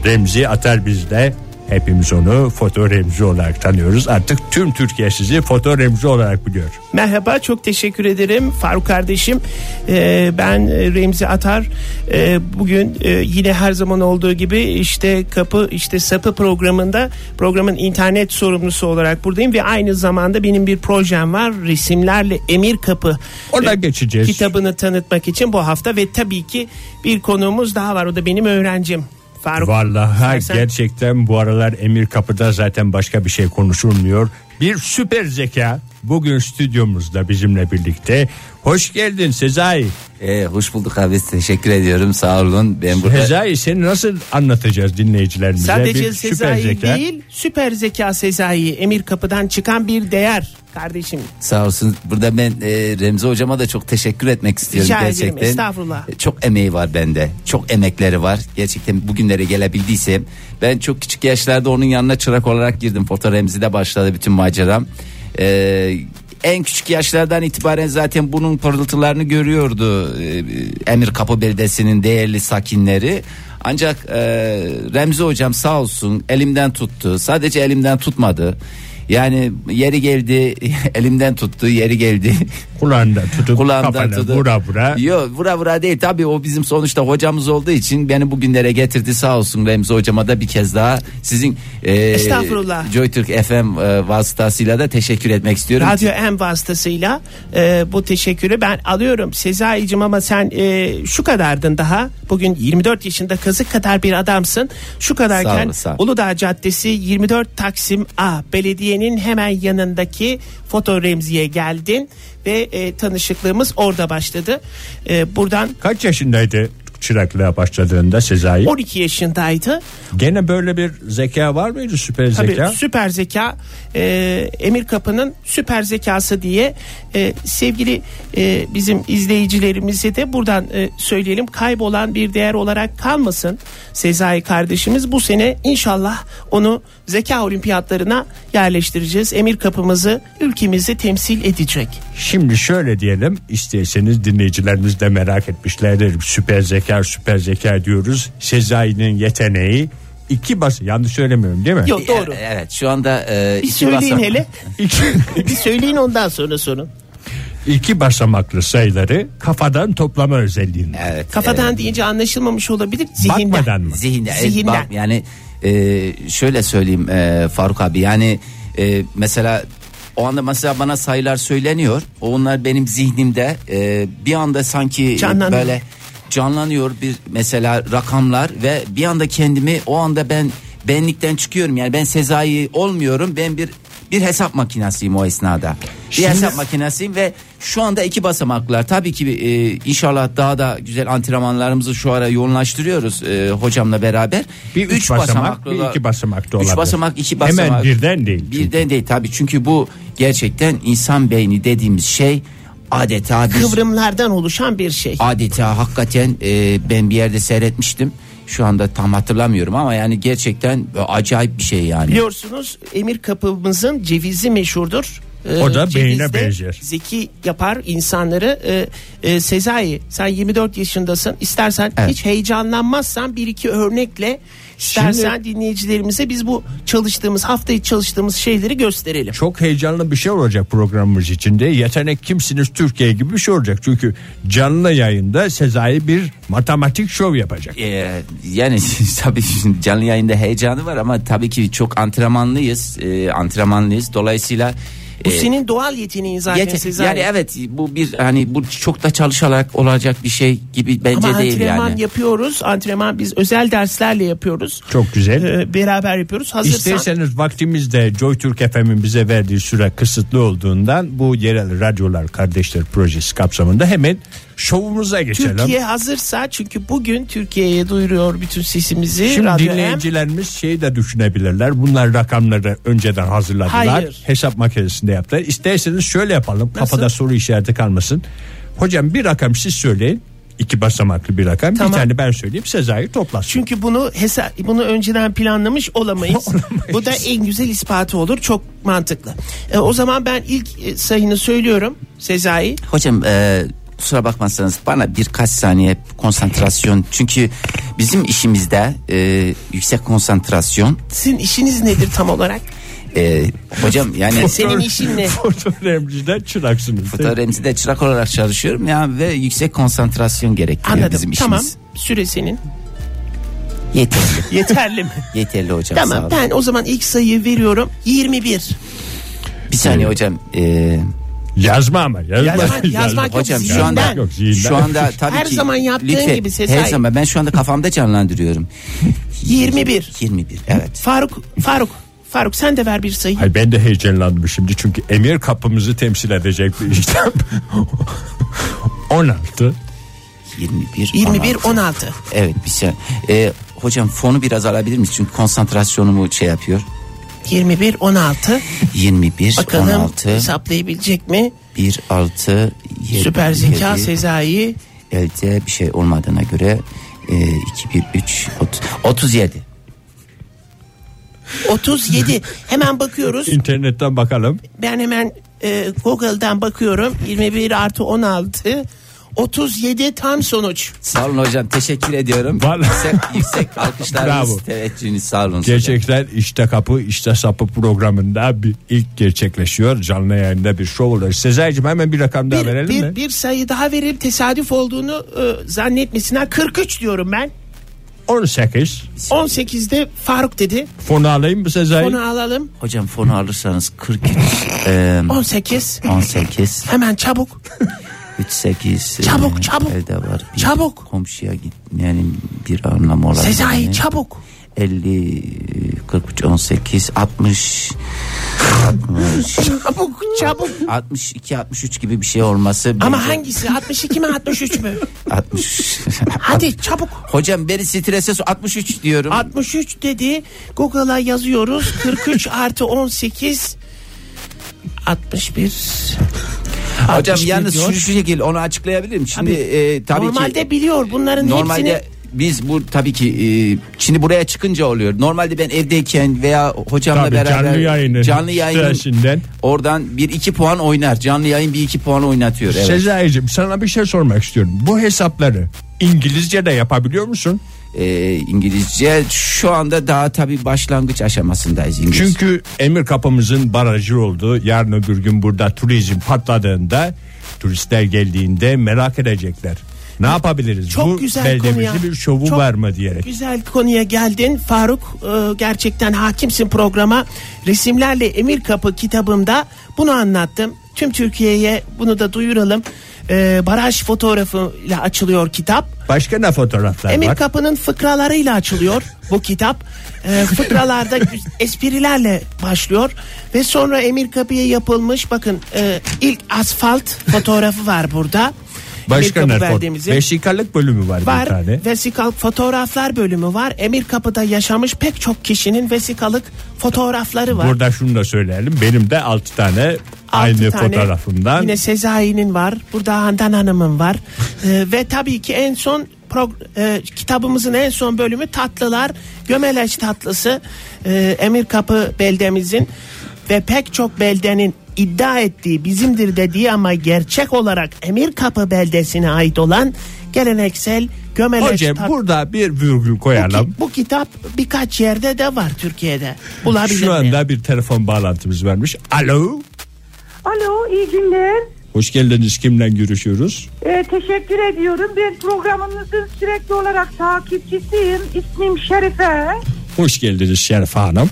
B: Remzi Atar bizde. Hepimiz onu foto remzi olarak tanıyoruz. Artık tüm Türkiye sizi foto remzi olarak biliyor.
H: Merhaba çok teşekkür ederim Faruk kardeşim. Ee, ben e, Remzi Atar. Ee, bugün e, yine her zaman olduğu gibi işte kapı işte sapı programında programın internet sorumlusu olarak buradayım ve aynı zamanda benim bir projem var resimlerle Emir Kapı
B: Ona
H: e,
B: geçeceğiz.
H: kitabını tanıtmak için bu hafta ve tabii ki bir konuğumuz daha var o da benim öğrencim. Faruk
B: Vallahi
H: istersen-
B: gerçekten bu aralar Emir Kapı'da zaten başka bir şey konuşulmuyor. Bir süper zeka bugün stüdyomuzda bizimle birlikte. Hoş geldin Sezai.
C: Ee, hoş bulduk abi teşekkür ediyorum sağ olun. Ben burada
B: Sezai seni nasıl anlatacağız dinleyicilerimize?
H: Sadece
B: bir süper
H: Sezai
B: zeka.
H: değil süper zeka Sezai Emir Kapı'dan çıkan bir değer kardeşim.
C: sağ olsun. Burada ben e, Remzi hocama da çok teşekkür etmek istiyorum
H: Rica ederim,
C: gerçekten.
H: estağfurullah.
C: E, Çok emeği var bende. Çok emekleri var. Gerçekten bugünlere gelebildiysem ben çok küçük yaşlarda onun yanına çırak olarak girdim. Foto Remzi'de başladı bütün maceram. E, en küçük yaşlardan itibaren zaten bunun pırıltılarını görüyordu e, Emir Kapı Beldesi'nin değerli sakinleri. Ancak e, Remzi hocam sağ olsun elimden tuttu. Sadece elimden tutmadı. Yani yeri geldi elimden tuttu yeri geldi
B: Kulağında tutup
C: kulağımdan
B: kafana
C: tuttu.
B: vura vura.
C: Yok vura vura değil tabii o bizim sonuçta hocamız olduğu için beni bugünlere getirdi sağ olsun Remzi hocama da bir kez daha sizin e,
H: Estağfurullah.
C: JoyTürk FM e, vasıtasıyla da teşekkür etmek istiyorum.
H: Radyo M vasıtasıyla e, bu teşekkürü ben alıyorum. Sezai'cim ama sen e, şu kadardın daha. Bugün 24 yaşında kazık kadar bir adamsın. Şu
C: Sağ
H: kadarken
C: ol, sağ ol.
H: Uludağ Caddesi 24 Taksim A belediyenin hemen yanındaki foto remziye geldin. Ve e, tanışıklığımız orada başladı. E, buradan
B: Kaç yaşındaydı çıraklığa başladığında Sezai?
H: 12 yaşındaydı.
B: Gene böyle bir zeka var mıydı süper
H: Tabii
B: zeka?
H: süper zeka e, Emir Kapı'nın süper zekası diye e, sevgili e, bizim izleyicilerimize de buradan e, söyleyelim kaybolan bir değer olarak kalmasın Sezai kardeşimiz bu sene inşallah onu zeka olimpiyatlarına yerleştireceğiz Emir Kapımızı ülkemizi temsil edecek
B: Şimdi şöyle diyelim isterseniz dinleyicilerimiz de merak etmişlerdir. Süper zeka süper zeka diyoruz. Sezai'nin yeteneği iki bas yanlış söylemiyorum değil mi?
H: yok doğru
C: E, Evet şu anda e,
H: bir
C: iki
H: söyleyin
C: basamak-
H: hele bir söyleyin ondan sonra sorun
B: İki basamaklı sayıları kafadan toplama özelliğinde.
C: Evet.
H: kafadan deyince anlaşılmamış olabilir zihinden
B: Bakmadan mı?
C: Zihinde. evet,
H: Zihinden.
C: bak, yani e, şöyle söyleyeyim e, Faruk abi yani e, mesela o anda mesela bana sayılar söyleniyor. Onlar benim zihnimde e, bir anda sanki
H: Canlandı.
C: böyle canlanıyor bir mesela rakamlar ve bir anda kendimi o anda ben benlikten çıkıyorum. Yani ben Sezai olmuyorum. Ben bir bir hesap makinesiyim o esnada. Bir hesap makinesiyim ve şu anda iki basamaklar. Tabii ki e, inşallah daha da güzel antrenmanlarımızı şu ara yoğunlaştırıyoruz e, hocamla beraber.
B: Bir üç basamak, bir iki basamak da olabilir.
C: Üç basamak, iki
B: Hemen
C: basamak.
B: birden değil çünkü.
C: Birden değil tabii çünkü bu gerçekten insan beyni dediğimiz şey adeta bir
H: kıvrımlardan oluşan bir şey
C: adeta hakikaten e, ben bir yerde seyretmiştim. Şu anda tam hatırlamıyorum ama yani gerçekten e, acayip bir şey yani.
H: Biliyorsunuz Emir Kapımızın cevizi meşhurdur. Ee,
B: O da
H: ceviz
B: beyine
H: de
B: benzer.
H: Zeki yapar insanları. Ee, e, Sezai sen 24 yaşındasın. İstersen
C: Evet.
H: hiç heyecanlanmazsan bir iki örnekle istersen dinleyicilerimize biz bu çalıştığımız haftayı çalıştığımız şeyleri gösterelim.
B: Çok heyecanlı bir şey olacak programımız içinde. Yetenek kimsiniz Türkiye gibi bir şey olacak. Çünkü canlı yayında Sezai bir matematik şov yapacak.
C: E, yani tabii şimdi canlı yayında heyecanı var ama tabii ki çok antrenmanlıyız. E, antrenmanlıyız. Dolayısıyla
H: Bu
C: e,
H: senin doğal yeteneğin zaten
C: yete-
H: Sezai.
C: yani evet bu bir hani bu çok da çalışarak olacak bir şey gibi bence
H: Ama
C: değil
H: antrenman
C: yani.
H: yapıyoruz. Antrenman biz özel derslerle yapıyoruz. yapıyoruz.
B: Çok güzel.
H: E, beraber yapıyoruz. Hazırsan
B: İsterseniz vaktimizde Joy Türk FM'in bize verdiği süre kısıtlı olduğundan bu yerel radyolar kardeşler projesi kapsamında hemen şovumuza geçelim.
H: Türkiye hazırsa çünkü bugün Türkiye'ye duyuruyor bütün sesimizi.
B: Şimdi
H: Radyo M.
B: dinleyicilerimiz şeyi de düşünebilirler. Bunlar rakamları önceden hazırladılar.
H: Hayır.
B: Hesap makinesinde yaptılar. İsterseniz şöyle yapalım. Kafada soru işareti kalmasın. Hocam bir rakam siz söyleyin. İki basamaklı bir rakam.
H: Tamam.
B: Bir tane ben söyleyeyim. Sezai toplasın.
H: Çünkü bunu hesa bunu önceden planlamış olamayız.
B: Olamayız.
H: Bu da en güzel ispatı olur. Çok mantıklı. E, o zaman ben ilk e, sayını söylüyorum. Sezai.
C: Hocam e, kusura bakmazsanız bana birkaç saniye konsantrasyon çünkü bizim işimizde e, yüksek konsantrasyon
H: Sizin işiniz nedir tam olarak?
C: e, hocam yani
H: Senin işin ne?
B: Fotoğrafçıdan çıraksınız.
C: fotoğrafçı de çırak olarak çalışıyorum ya ve yüksek konsantrasyon gerektiriyor
H: Anladım.
C: bizim işimiz.
H: Tamam. Süre senin.
C: Yeterli.
H: Yeterli mi?
C: Yeterli hocam. sağ
H: tamam.
C: olun.
H: Ben o zaman ilk sayıyı veriyorum. 21.
C: Bir saniye hocam. E,
B: Yazma ama. Yazma.
H: Yazmak- yazmak- Yok,
C: hocam şu
H: zihinden.
C: anda
B: Yok, zihinden.
C: şu anda tabii
H: Her
C: ki
H: zaman yaptığın
C: lütfen,
H: gibi Sezai.
C: Her zaman ben şu anda kafamda canlandırıyorum.
H: 21.
C: 21 evet.
H: Faruk Faruk Faruk sen de ver bir sayı.
B: Ay ben de heyecanlandım şimdi çünkü emir kapımızı temsil edecek bir işlem. 16.
C: 21
H: 21
C: 16.
H: 16.
C: Evet bir şey. Ee, hocam fonu biraz alabilir miyiz? Çünkü konsantrasyonumu şey yapıyor.
H: 21 16.
C: 21,
H: Bakalım
C: 16,
H: hesaplayabilecek mi?
C: 1, 6, 7,
H: Süper zeka Sezai.
C: Elde bir şey olmadığına göre e, 2, 1, 3, 30, 37.
H: 37. Hemen bakıyoruz.
B: İnternetten bakalım.
H: Ben hemen e, Google'dan bakıyorum. 21 artı 16. 37 tam sonuç.
C: Sağ olun hocam teşekkür ediyorum.
B: Vallahi-
C: Yüksek, yüksek alkışlarınız,
B: Bravo.
C: teveccühünüz sağ olun.
B: Gerçekler işte kapı işte sapı programında bir ilk gerçekleşiyor. Canlı yayında bir şov olur. Sezai'cim hemen bir rakam daha
H: Bir,
B: verelim
H: bir,
B: mi?
H: bir sayı daha verip tesadüf olduğunu e, zannetmesinler. 43 diyorum ben.
B: 18.
H: 18'de Faruk dedi.
B: Fonu alayım mı Sezai?
H: Onu alalım.
C: Hocam fonu alırsanız 43, e,
H: 18.
C: 18,
H: Hemen çabuk.
C: 38.
H: Çabuk, çabuk.
C: e, Evde var. Bir
H: Çabuk.
C: Komşuya git. Yani bir anlamı olabilir.
H: Sezai
C: Yani
H: çabuk.
C: 50, 43, 18, 60,
H: Çabuk çabuk.
C: 62, 63 gibi bir şey olması.
H: Ama
C: bence-
H: hangisi? 62 mi 63 mü?
C: 60.
H: Hadi çabuk.
C: Hocam beni strese so- 63 diyorum.
H: 63 dedi. Google'a yazıyoruz. 43 artı 18 61
C: Hocam
H: 61
C: yalnız
H: diyor.
C: şu, şu şekil onu açıklayabilir miyim? Şimdi e, tabii
H: Normalde
C: ki
H: biliyor bunların
C: normalde
H: hepsini.
C: biz bu tabii ki e, şimdi buraya çıkınca oluyor. Normalde ben evdeyken veya hocamla
B: Tabii,
C: beraber
B: canlı yayını.
C: canlı yayının
B: Stresinden.
C: oradan bir iki puan oynar. Canlı yayın bir iki puan oynatıyor. Evet.
B: Sezai'cim sana bir şey sormak istiyorum. Bu hesapları İngilizce de yapabiliyor musun?
C: Ee, İngilizce şu anda daha tabii başlangıç aşamasındayız İngilizce.
B: Çünkü emir kapımızın barajı oldu. Yarın öbür gün burada turizm patladığında turistler geldiğinde merak edecekler. Ne yapabiliriz?
H: Çok
B: Bu
H: güzel
B: beldemizde
H: konuya.
B: bir şovu
H: Çok
B: var mı diyerek.
H: Güzel konuya geldin Faruk e, gerçekten hakimsin programa resimlerle Emir Kapı kitabımda bunu anlattım tüm Türkiye'ye bunu da duyuralım E, baraj fotoğrafıyla açılıyor kitap
B: Başka ne fotoğraflar
H: Emir
B: var?
H: Kapı'nın fıkralarıyla açılıyor bu kitap. Ee, fıkralarda güz- esprilerle başlıyor ve sonra Emir Kapı'ya yapılmış bakın e, ilk asfalt fotoğrafı var burada.
B: Başka
H: Emir Kapı
B: ne fotoğraf?
H: verdiğimizin
B: Vesikalık bölümü var,
H: var.
B: bir tane.
H: Vesikalık fotoğraflar bölümü var. Emir Kapı'da yaşamış pek çok kişinin vesikalık fotoğrafları var.
B: Burada şunu da söyleyelim. Benim de 6 tane
H: Altı tane.
B: aynı fotoğrafımdan.
H: Yine Sezai'nin var. Burada Handan Hanım'ın var. Ee, ve tabii ki en son prog- e, kitabımızın en son bölümü tatlılar. Gömeleç tatlısı. Ee, Emir Kapı beldemizin ve pek çok beldenin iddia ettiği bizimdir dediği ama gerçek olarak Emir Kapı beldesine ait olan geleneksel gömeleç
B: Hocam
H: tat-
B: burada bir virgül
H: Bu, ki-
B: koyalım.
H: bu kitap birkaç yerde de var Türkiye'de. Bulabilir
B: Şu anda bir telefon bağlantımız varmış. Alo.
I: Alo iyi günler.
B: Hoş geldiniz. Kimle görüşüyoruz?
I: Ee, teşekkür ediyorum. Ben programınızın sürekli olarak takipçisiyim. İsmim Şerife.
B: Hoş geldiniz Şerif Hanım.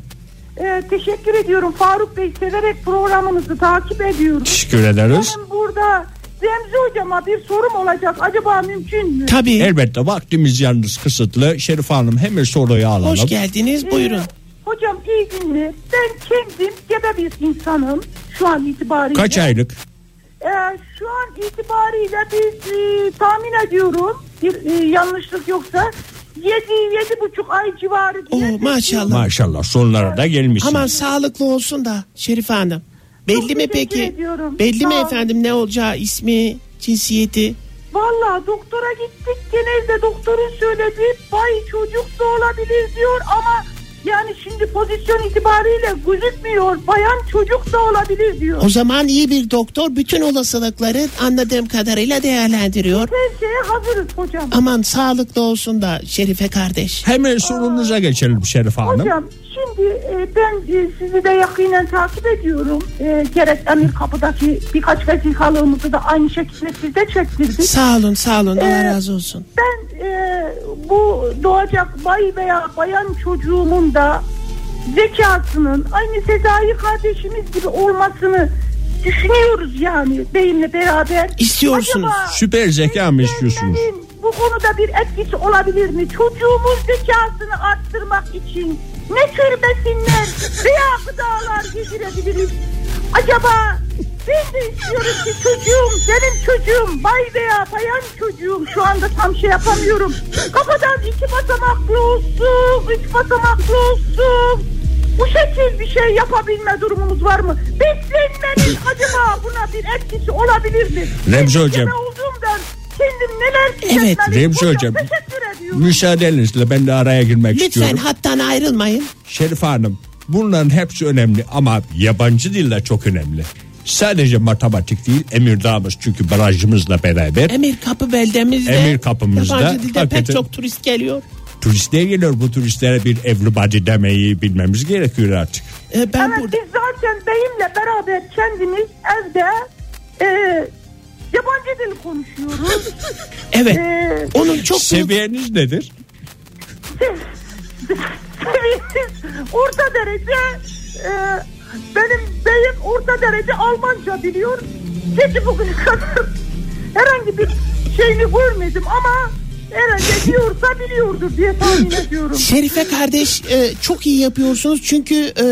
I: Ee, teşekkür ediyorum. Faruk Bey severek programınızı takip ediyorum.
B: Teşekkür ederiz.
I: Benim burada Remzi hocama bir sorum olacak. Acaba mümkün mü?
H: Tabii.
B: Elbette vaktimiz yalnız kısıtlı. Şerif Hanım hemen soruyu alalım.
H: Hoş geldiniz buyurun.
I: Ee, Hocam iyi günler. Ben kendim gebe bir insanım. Şu an itibariyle.
B: Kaç aylık?
I: Ee, şu an itibariyle biz e, tahmin ediyorum bir e, yanlışlık yoksa 7 yedi buçuk ay civarı diye.
H: Oo, maşallah.
B: Maşallah sonlara da gelmişsiniz.
H: Aman sağlıklı olsun da Şerife Hanım. Belli mi
I: teşekkür
H: peki?
I: ediyorum.
H: Belli mi
I: Sağ ol.
H: efendim ne olacağı ismi, cinsiyeti?
I: Valla doktora gittik genelde doktorun söylediği bay çocuk da olabilir diyor ama yani şimdi pozisyon itibariyle gözükmüyor bayan çocuk da olabilir diyor.
H: O zaman iyi bir doktor bütün olasılıkları anladığım kadarıyla değerlendiriyor.
I: Her şeye hazırız hocam.
H: Aman sağlıklı olsun da Şerife kardeş.
B: Hemen sorunuza geçelim Şerif Hanım.
I: Hocam şimdi e, ben e, sizi de yakinen takip ediyorum. E, gerek Emir Kapı'daki birkaç vesikalığımızı da aynı şekilde sizde çektirdik.
H: Sağ olun sağ olun Allah
I: Ee,
H: razı olsun.
I: Ben e, bu doğacak bay veya bayan çocuğumun da zekasının aynı Sezai kardeşimiz gibi olmasını düşünüyoruz yani beyimle beraber.
H: İstiyorsunuz.
I: Acaba
B: Süper zeka mı istiyorsunuz?
I: Benim bu konuda bir etkisi olabilir mi? Çocuğumun zekasını arttırmak için ne tür besinler veya gıdalar yedirebiliriz? Acaba ben de istiyorum ki çocuğum, benim çocuğum, bay veya bayan çocuğum şu anda tam şey yapamıyorum. Kafadan iki basamaklı olsun, üç basamaklı olsun. Bu şekil bir şey yapabilme durumumuz var mı? Beslenmenin acaba buna bir etkisi olabilir mi?
B: Remzi
I: Ben
B: Hocam.
I: gebe olduğumdan kendim neler
H: Evet,
I: hissetmeliyim?
B: Remzi
I: Hocam,
B: Hocam.
I: Teşekkür ediyorum.
B: Müsaadenizle ben de araya girmek
H: Lütfen
B: istiyorum.
H: hattan ayrılmayın.
B: Şerif Hanım bunların hepsi önemli ama yabancı diller çok önemli. Sadece matematik değil emirdağımız çünkü barajımızla beraber
H: Emir kapı beldemizde.
B: Emir kapımızda.
H: Yabancı dilde pek
B: Hakikaten.
H: çok turist geliyor.
B: turistler geliyor bu turistlere bir everybody demeyi bilmemiz gerekiyor artık.
H: Ee, ben
I: Evet
H: burada.
I: biz zaten beyimle beraber kendimiz evde e, yabancı dil konuşuyoruz.
H: Evet.
I: E,
H: Onun çok büyük
B: Seviyeniz nedir?
I: seviyemiz orta derece e, benim beyim orta derece Almanca biliyor. Peki bugüne kadar herhangi bir şeyini görmedim ama herhalde diyorsa biliyordur diye tahmin ediyorum.
H: Şerife kardeş e, çok iyi yapıyorsunuz çünkü e,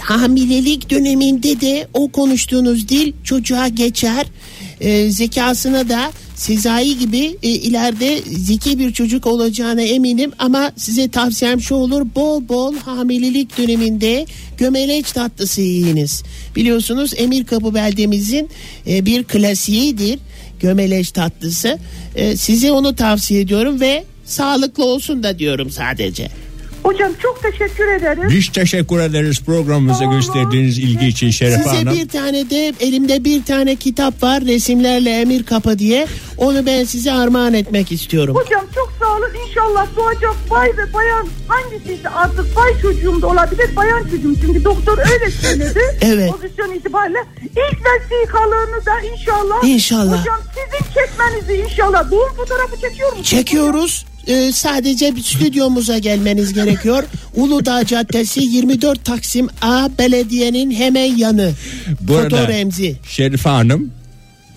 H: hamilelik döneminde de o konuştuğunuz dil çocuğa geçer. E, zekasına da Sezai gibi e, ileride zeki bir çocuk olacağına eminim ama size tavsiyem şu olur bol bol hamilelik döneminde gömeleç tatlısı yiyiniz. Biliyorsunuz Emir Kapı beldemizin e, bir klasiğidir gömeleç tatlısı. E, size onu tavsiye ediyorum ve sağlıklı olsun da diyorum sadece.
I: Hocam çok teşekkür ederim.
B: Biz teşekkür ederiz programımıza gösterdiğiniz ilgi için Şerif
H: Size
B: Hanım.
H: bir tane de elimde bir tane kitap var resimlerle Emir Kapı diye. Onu ben size armağan etmek istiyorum.
I: Hocam çok sağ olun. İnşallah doğacak bay ve bayan hangisiyse artık bay çocuğum da olabilir, bayan çocuğum. Çünkü doktor öyle söyledi.
H: Evet.
I: Pozisyon itibariyle. ilk vesikalığını da inşallah.
H: İnşallah.
I: Hocam sizin çekmenizi inşallah. Doğum fotoğrafı çekiyor musunuz?
H: Çekiyoruz. Ee, sadece bir stüdyomuza gelmeniz gerekiyor. Uludağ Caddesi 24 Taksim A Belediye'nin hemen yanı.
B: Bu arada-
H: Foto Remzi.
B: Şerife Hanım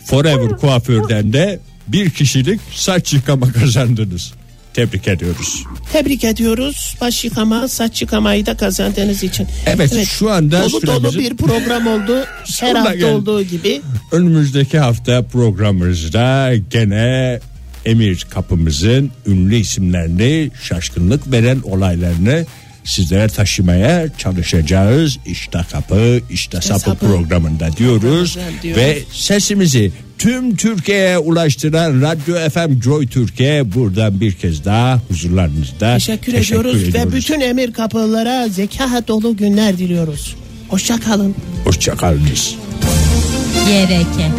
B: Forever kuaförden de bir kişilik saç yıkama kazandınız. Tebrik ediyoruz.
H: Tebrik ediyoruz. Baş yıkama, saç yıkamayı da kazandığınız için.
B: Evet, şu anda
H: dolu dolu
B: süremizin-
H: bir program oldu. Her
B: Sonuna
H: hafta
B: geldik.
H: olduğu gibi.
B: Önümüzdeki hafta programımızda gene Emir Kapımızın ünlü isimlerini şaşkınlık veren olaylarını sizlere taşımaya çalışacağız. İşte kapı, işte sapı,
H: sapı.
B: programında diyoruz.
H: Güzel diyoruz.
B: Ve sesimizi tüm Türkiye'ye ulaştıran Radyo FM Joy Türkiye buradan bir kez daha huzurlarınızda.
H: Teşekkür, ediyoruz,
B: ediyoruz.
H: ve bütün emir kapılara zeka dolu günler diliyoruz. Hoşça kalın.
B: Hoşçakalınız.
G: YRK.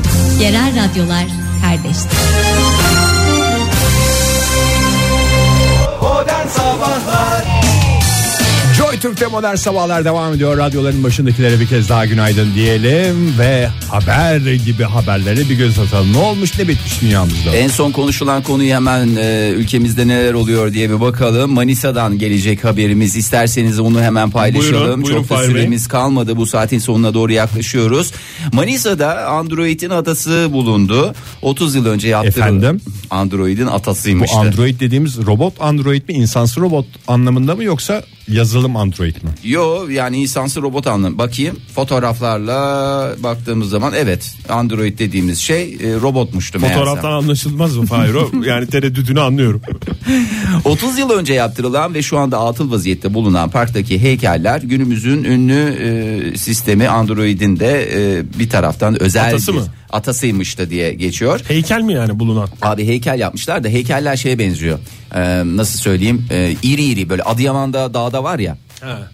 G: Yerel Radyolar Kardeşlik.
E: Modern Sabahlar
B: Joy Joy Türk'te modern sabahlar devam ediyor. Radyoların başındakilere bir kez daha günaydın diyelim ve haber gibi haberlere bir göz atalım. Ne olmuş ne bitmiş dünyamızda?
C: En son konuşulan konuyu hemen e, ülkemizde neler oluyor diye bir bakalım. Manisa'dan gelecek haberimiz. İsterseniz onu hemen paylaşalım.
D: Buyurun, buyurun
C: Çok da
D: Fahir Bey.
C: süremiz kalmadı. Bu saatin sonuna doğru yaklaşıyoruz. Manisa'da Android'in atası bulundu. 30 yıl önce yaptığı
B: Efendim?
C: Android'in
B: Bu
C: atasıymıştı.
B: Android dediğimiz robot Android mi insansı robot anlamında mı yoksa yazılım Android mi?
C: Yo yani insansı robot anlamı. Bakayım fotoğraflarla baktığımız zaman evet Android dediğimiz şey e, robotmuştu meğerse.
D: Fotoğraftan anlaşılmaz mı Fahir o? Yani tereddüdünü anlıyorum.
C: 30 yıl önce yaptırılan ve şu anda atıl vaziyette bulunan parktaki heykeller günümüzün ünlü e, sistemi Android'in de e, bir taraftan özel
D: Atası
C: bir-
D: mı?
C: atasıymış da diye geçiyor.
D: Heykel mi yani bulunan?
C: Abi heykel yapmışlar da heykeller şeye benziyor. E, nasıl söyleyeyim? E, iri iri böyle Adıyaman'da dağda var ya.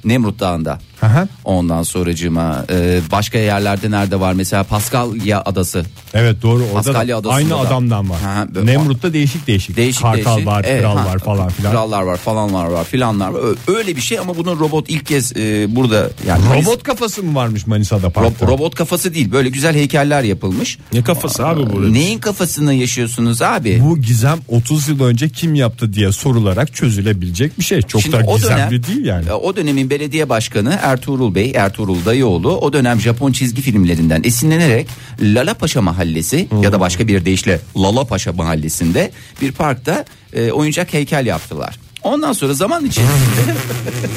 C: Nemrut Dağı'nda.
B: Aha.
C: Ondan sonracığıma e, başka yerlerde nerede var mesela Paskalya Adası.
B: Evet doğru orada
C: Paskalya
B: da
C: Adası'nda
B: aynı
C: da.
B: adamdan var.
C: Ha, böyle-
B: Nemrut'ta değişik değişik.
C: Değişik
B: Kartal
C: değişik.
B: var,
C: Evet,
B: kral
C: ha,
B: var falan filan.
C: Krallar var, falanlar var, filanlar var. Ö- Öyle bir şey ama bunun robot ilk kez e, burada yani
B: Robot kafası mı varmış Manisa'da parkta?
C: Ro- robot kafası değil. Böyle güzel heykeller yapılmış.
D: Ne kafası abi bu?
C: Neyin kafasını yaşıyorsunuz abi?
B: bu gizem 30 yıl önce kim yaptı diye sorularak çözülebilecek bir şey. Çok da gizemli değil yani.
C: e, O dönemin belediye başkanı Ertuğrul Bey, Ertuğrul Dayıoğlu o dönem Japon çizgi filmlerinden esinlenerek Lala Paşa Mahallesi
B: Hmm.
C: ya da başka bir deyişle Lala Paşa Mahallesi'nde bir parkta e, oyuncak heykel yaptılar. Ondan sonra zaman içerisinde
B: Hmm.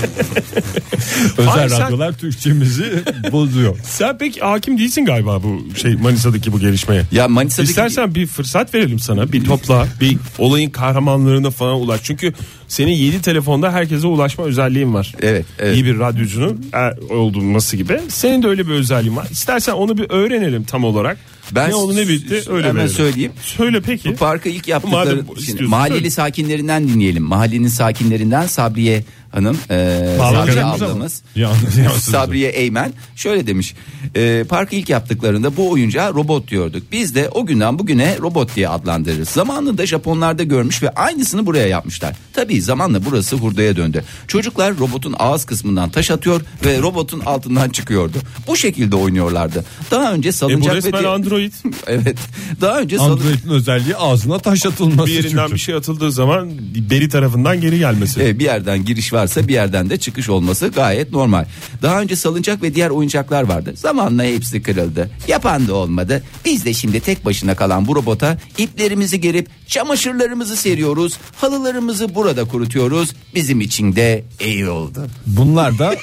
B: Özel
D: Ay sen-
B: radyolar Türkçemizi bozuyor.
D: Sen pek hakim değilsin galiba bu şey Manisa'daki bu gelişmeye.
C: ya Manisa'daki
D: İstersen bir fırsat verelim sana. Bir topla, bir olayın kahramanlarına falan ulaş. Çünkü senin 7 telefonda herkese ulaşma özelliğin var.
C: Evet, evet.
D: İyi bir radyocunun er, olması gibi. Senin de öyle bir özelliğin var. İstersen onu bir öğrenelim tam olarak.
C: Ben
D: ne oldu ne bitti
C: s-
D: öyle
C: hemen
D: verelim.
C: söyleyeyim.
D: Söyle peki.
C: Bu parkı ilk yaptıkları
D: Madem bu
C: Şimdi
D: istiyorsun,
C: mahalleli
D: söyle.
C: sakinlerinden dinleyelim. Mahallenin sakinlerinden Sabriye Hanım, e, Sabriye
B: Bağlanacağımız ama.
C: ablamız.
B: Yalnız- yalnız-
C: Sabriye Eymen şöyle demiş. E, parkı ilk yaptıklarında bu oyuncağa robot diyorduk. Biz de o günden bugüne robot diye adlandırırız. Zamanında Japonlarda görmüş ve aynısını buraya yapmışlar. Tabii zamanla burası hurdaya döndü. Çocuklar robotun ağız kısmından taş atıyor ve robotun altından çıkıyordu. Bu şekilde oynuyorlardı. Daha önce
D: E, bu
C: salıncak ve
D: resmen
C: diğer-
D: Android.
C: Evet. Daha önce salı-
B: Android'in özelliği ağzına taş atılması.
D: Bir yerinden
B: çünkü.
D: bir şey atıldığı zaman beri tarafından geri gelmesi.
C: E, bir yerden giriş varsa bir yerden de çıkış olması gayet normal. Daha önce salıncak ve diğer oyuncaklar vardı. Zamanla hepsi kırıldı. Yapan da olmadı. Biz de şimdi tek başına kalan bu robota iplerimizi gerip çamaşırlarımızı seriyoruz. Halılarımızı burada kurutuyoruz. Bizim için de iyi oldu.
B: Bunlar da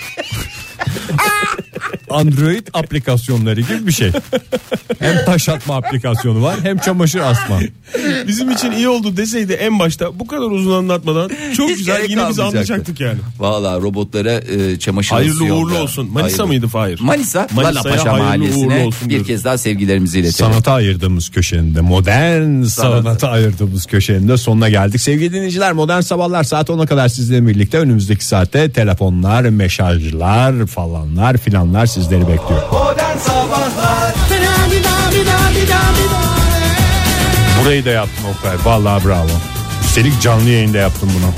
B: Android aplikasyonları gibi bir şey. Hem taş atma aplikasyonu var hem çamaşır asma.
D: Bizim için iyi oldu deseydi en başta bu kadar uzun anlatmadan çok
C: Hiç
D: güzel
C: gerek
D: yine biz
C: kalmayacaktı.
D: anlayacaktık yani.
C: Valla robotlara e, çamaşır
D: Hayırlı
C: asıyor
D: uğurlu
C: da.
D: olsun. Manisa
C: Hayırlı.
D: mıydı Fahir?
C: Manisa, Lala
D: Manisa'ya
C: Paşa
D: hayırlı uğurlu
C: Mahallesi'ne
D: olsun
C: bir
D: diyorum.
C: kez daha sevgilerimizi iletelim.
B: Sanata ayırdığımız köşeninde modern sanata ayırdığımız köşeninde sonuna geldik. Sevgili dinleyiciler modern sabahlar saat 10'a kadar sizlerle birlikte önümüzdeki saatte telefonlar, mesajlar falanlar filanlar sizleri bekliyor. Burayı da yaptım Oktay. Vallahi bravo. Üstelik canlı yayında yaptım bunu.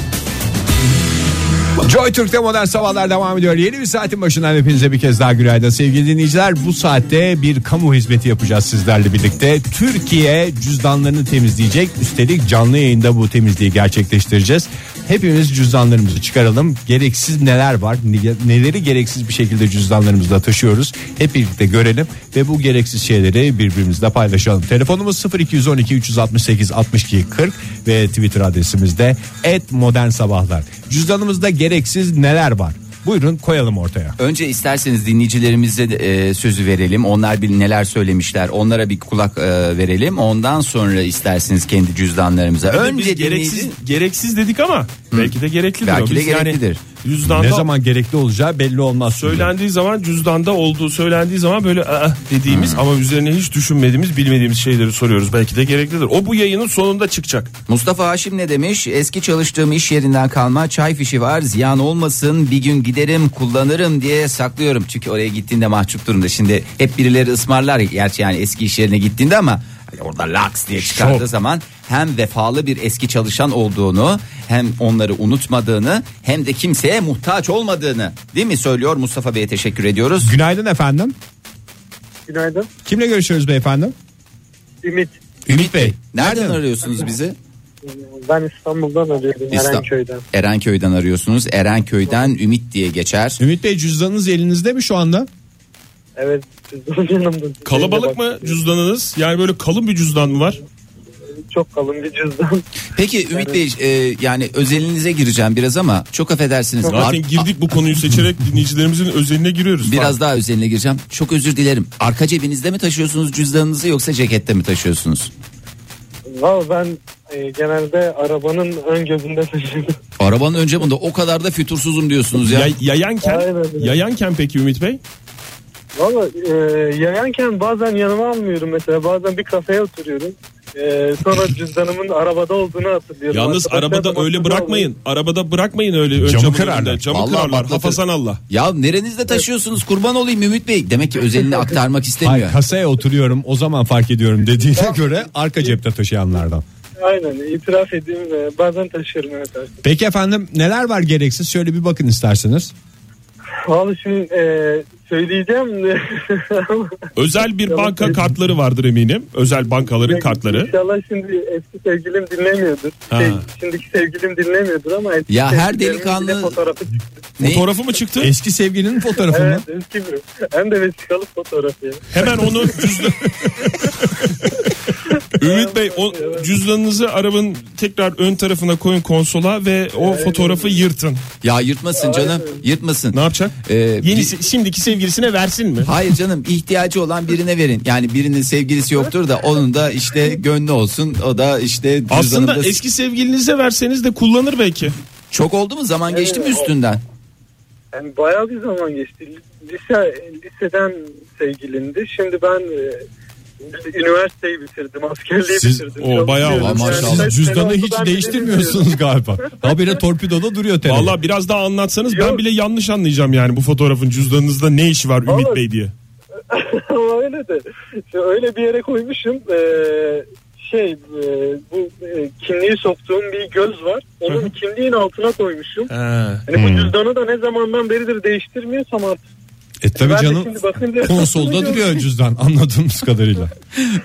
B: Joy Türk'te modern sabahlar devam ediyor. Yeni bir saatin başından hepinize bir kez daha günaydın. Sevgili dinleyiciler bu saatte bir kamu hizmeti yapacağız sizlerle birlikte. Türkiye cüzdanlarını temizleyecek. Üstelik canlı yayında bu temizliği gerçekleştireceğiz. Hepimiz cüzdanlarımızı çıkaralım. Gereksiz neler var? ne- Neleri gereksiz bir şekilde cüzdanlarımızda taşıyoruz? Hep birlikte görelim ve bu gereksiz şeyleri birbirimizle paylaşalım. Telefonumuz 0212 368 62 40 ve Twitter adresimizde et modern sabahlar. Cüzdanımızda gereksiz neler var? Buyurun koyalım ortaya.
C: Önce isterseniz dinleyicilerimize de, e, sözü verelim. Onlar bir neler söylemişler. Onlara bir kulak e, verelim. Ondan sonra isterseniz kendi cüzdanlarımıza.
D: Önce biz
C: Önce
D: gereksiz
C: gereksiz
D: gereksiz dedik ama belki de gereklidir.
C: Belki
D: o.
C: de
D: Biz
C: gereklidir.
D: Yani cüzdanda
B: Ne zaman gerekli olacağı belli olmaz.
D: söylendiği zaman cüzdanda olduğu söylendiği zaman böyle "Aa" dediğimiz ama üzerine hiç düşünmediğimiz bilmediğimiz şeyleri soruyoruz. Belki de gereklidir. O bu yayının sonunda çıkacak.
C: Mustafa Haşim ne demiş? Eski çalıştığım iş yerinden kalma çay fişi var. Ziyan olmasın. Bir gün giderim, kullanırım diye saklıyorum. Çünkü oraya gittiğinde mahcup durumda. Şimdi hep birileri ısmarlar. Gerçi yani eski iş yerine gittiğinde ama orada laks diye çıkardığı zaman hem vefalı bir eski çalışan olduğunu hem onları unutmadığını hem de kimseye muhtaç olmadığını değil mi söylüyor Mustafa Bey'e teşekkür ediyoruz.
B: Günaydın efendim.
J: Günaydın.
B: Kimle görüşüyoruz beyefendi?
J: Ümit.
B: Ümit Bey.
C: Nereden arıyorsunuz bizi?
J: Ben İstanbul'dan arıyorum
C: İsta-
J: Erenköy'den.
C: Erenköy'den arıyorsunuz. Erenköy'den Ümit diye geçer.
B: Ümit Bey cüzdanınız elinizde mi şu anda?
J: Evet cüzdanım yanımda.
D: Kalabalık mı cüzdanınız? Yani böyle kalın bir cüzdan mı var?
J: Çok kalın bir cüzdan.
C: Peki Ümit Bey e, yani özelinize gireceğim biraz ama çok affedersiniz.
D: Zaten
C: Ar-
D: girdik bu konuyu seçerek dinleyicilerimizin özeline giriyoruz.
C: Biraz daha özeline gireceğim. Çok özür dilerim. Arka cebinizde mi taşıyorsunuz cüzdanınızı yoksa cekette mi taşıyorsunuz?
J: Valla ben e, genelde arabanın ön gözünde taşıyorum.
C: Arabanın önce bunda o kadar da fütursuzum diyorsunuz ya.
D: Yay- yayanken-
J: Aynen öyle.
D: yayanken peki Ümit Bey?
J: Valla e, yayanken bazen yanıma almıyorum mesela. Bazen bir kafeye oturuyorum. E, sonra cüzdanımın arabada olduğunu hatırlıyorum.
D: Yalnız
J: Arkadaşlar
D: arabada
J: da
D: öyle
J: bakıyorlar.
D: bırakmayın. Arabada bırakmayın öyle ön
C: Camı
D: camın
C: kırarlar.
D: önünde. Camı
C: Vallahi
D: kırarlar.
C: patlatır.
D: Hafasan Allah.
C: Ya nerenizde taşıyorsunuz kurban olayım Ümit Bey. Demek ki özelini aktarmak
B: Hayır
C: istemiyor.
B: kasaya oturuyorum o zaman fark ediyorum dediğine göre arka cepte taşıyanlardan.
J: Aynen itiraf edeyim. e, bazen taşıyorum evet artık.
B: Peki efendim neler var gereksiz şöyle bir bakın isterseniz.
J: Valla şimdi e, söyleyeceğim de.
D: Özel bir banka kartları vardır eminim. Özel bankaların kartları.
J: İnşallah şimdi eski sevgilim dinlemiyordur.
D: Ha.
J: Şey, şimdiki sevgilim dinlemiyordur ama eski
D: Ya her
J: sevgililerimin
D: delikanlı-
J: bile fotoğrafı
D: Fotoğrafı mı çıktı?
B: Eski sevgilinin fotoğrafı mı?
J: evet, eski bir. Hem de vesikalık fotoğrafı.
D: Hemen onu cüzdan... Ümit Bey o cüzdanınızı arabanın tekrar ön tarafına koyun konsola ve o fotoğrafı yırtın.
C: Ya yırtmasın canım. Yırtmasın.
D: Ne yapacak?
C: Yenisi
D: şimdiki sevgilisine versin mi?
C: Ee, Hayır canım ihtiyacı olan birine verin. Yani birinin sevgilisi yoktur da onun da işte gönlü olsun. O da işte
D: Aslında
C: cüzdanında-
D: eski sevgilinize verseniz de kullanır belki.
C: Çok oldu mu zaman geçti mi üstünden?
J: Yani bayağı bir zaman geçti. Lise, liseden sevgilimdi. Şimdi ben e, üniversiteyi bitirdim. Askerliği
B: Siz
J: bitirdim.
B: o
J: Çok
B: bayağı
J: biliyorum.
B: var
J: Yani
B: maşallah.
J: kaç sene
B: Cüzdanı
J: oldu
B: hiç
J: ben
B: değiştirmiyorsunuz galiba. Habire torpidoda duruyor telefon.
D: Valla biraz daha anlatsanız ben bile yanlış anlayacağım yani bu fotoğrafın cüzdanınızda ne işi var Ümit
J: Vallahi-
D: Bey diye.
J: Ama öyle de işte öyle bir yere koymuşum Ee, şey e, bu e, kimliği soktuğum bir göz var onun kimliğin altına koymuşum hani bu cüzdanı da ne zamandan beridir değiştirmiyorsam artık
B: E tabii
J: Ben de
B: canım
J: şimdi bakınca-
B: konsolda duruyor cüzdan anladığımız kadarıyla.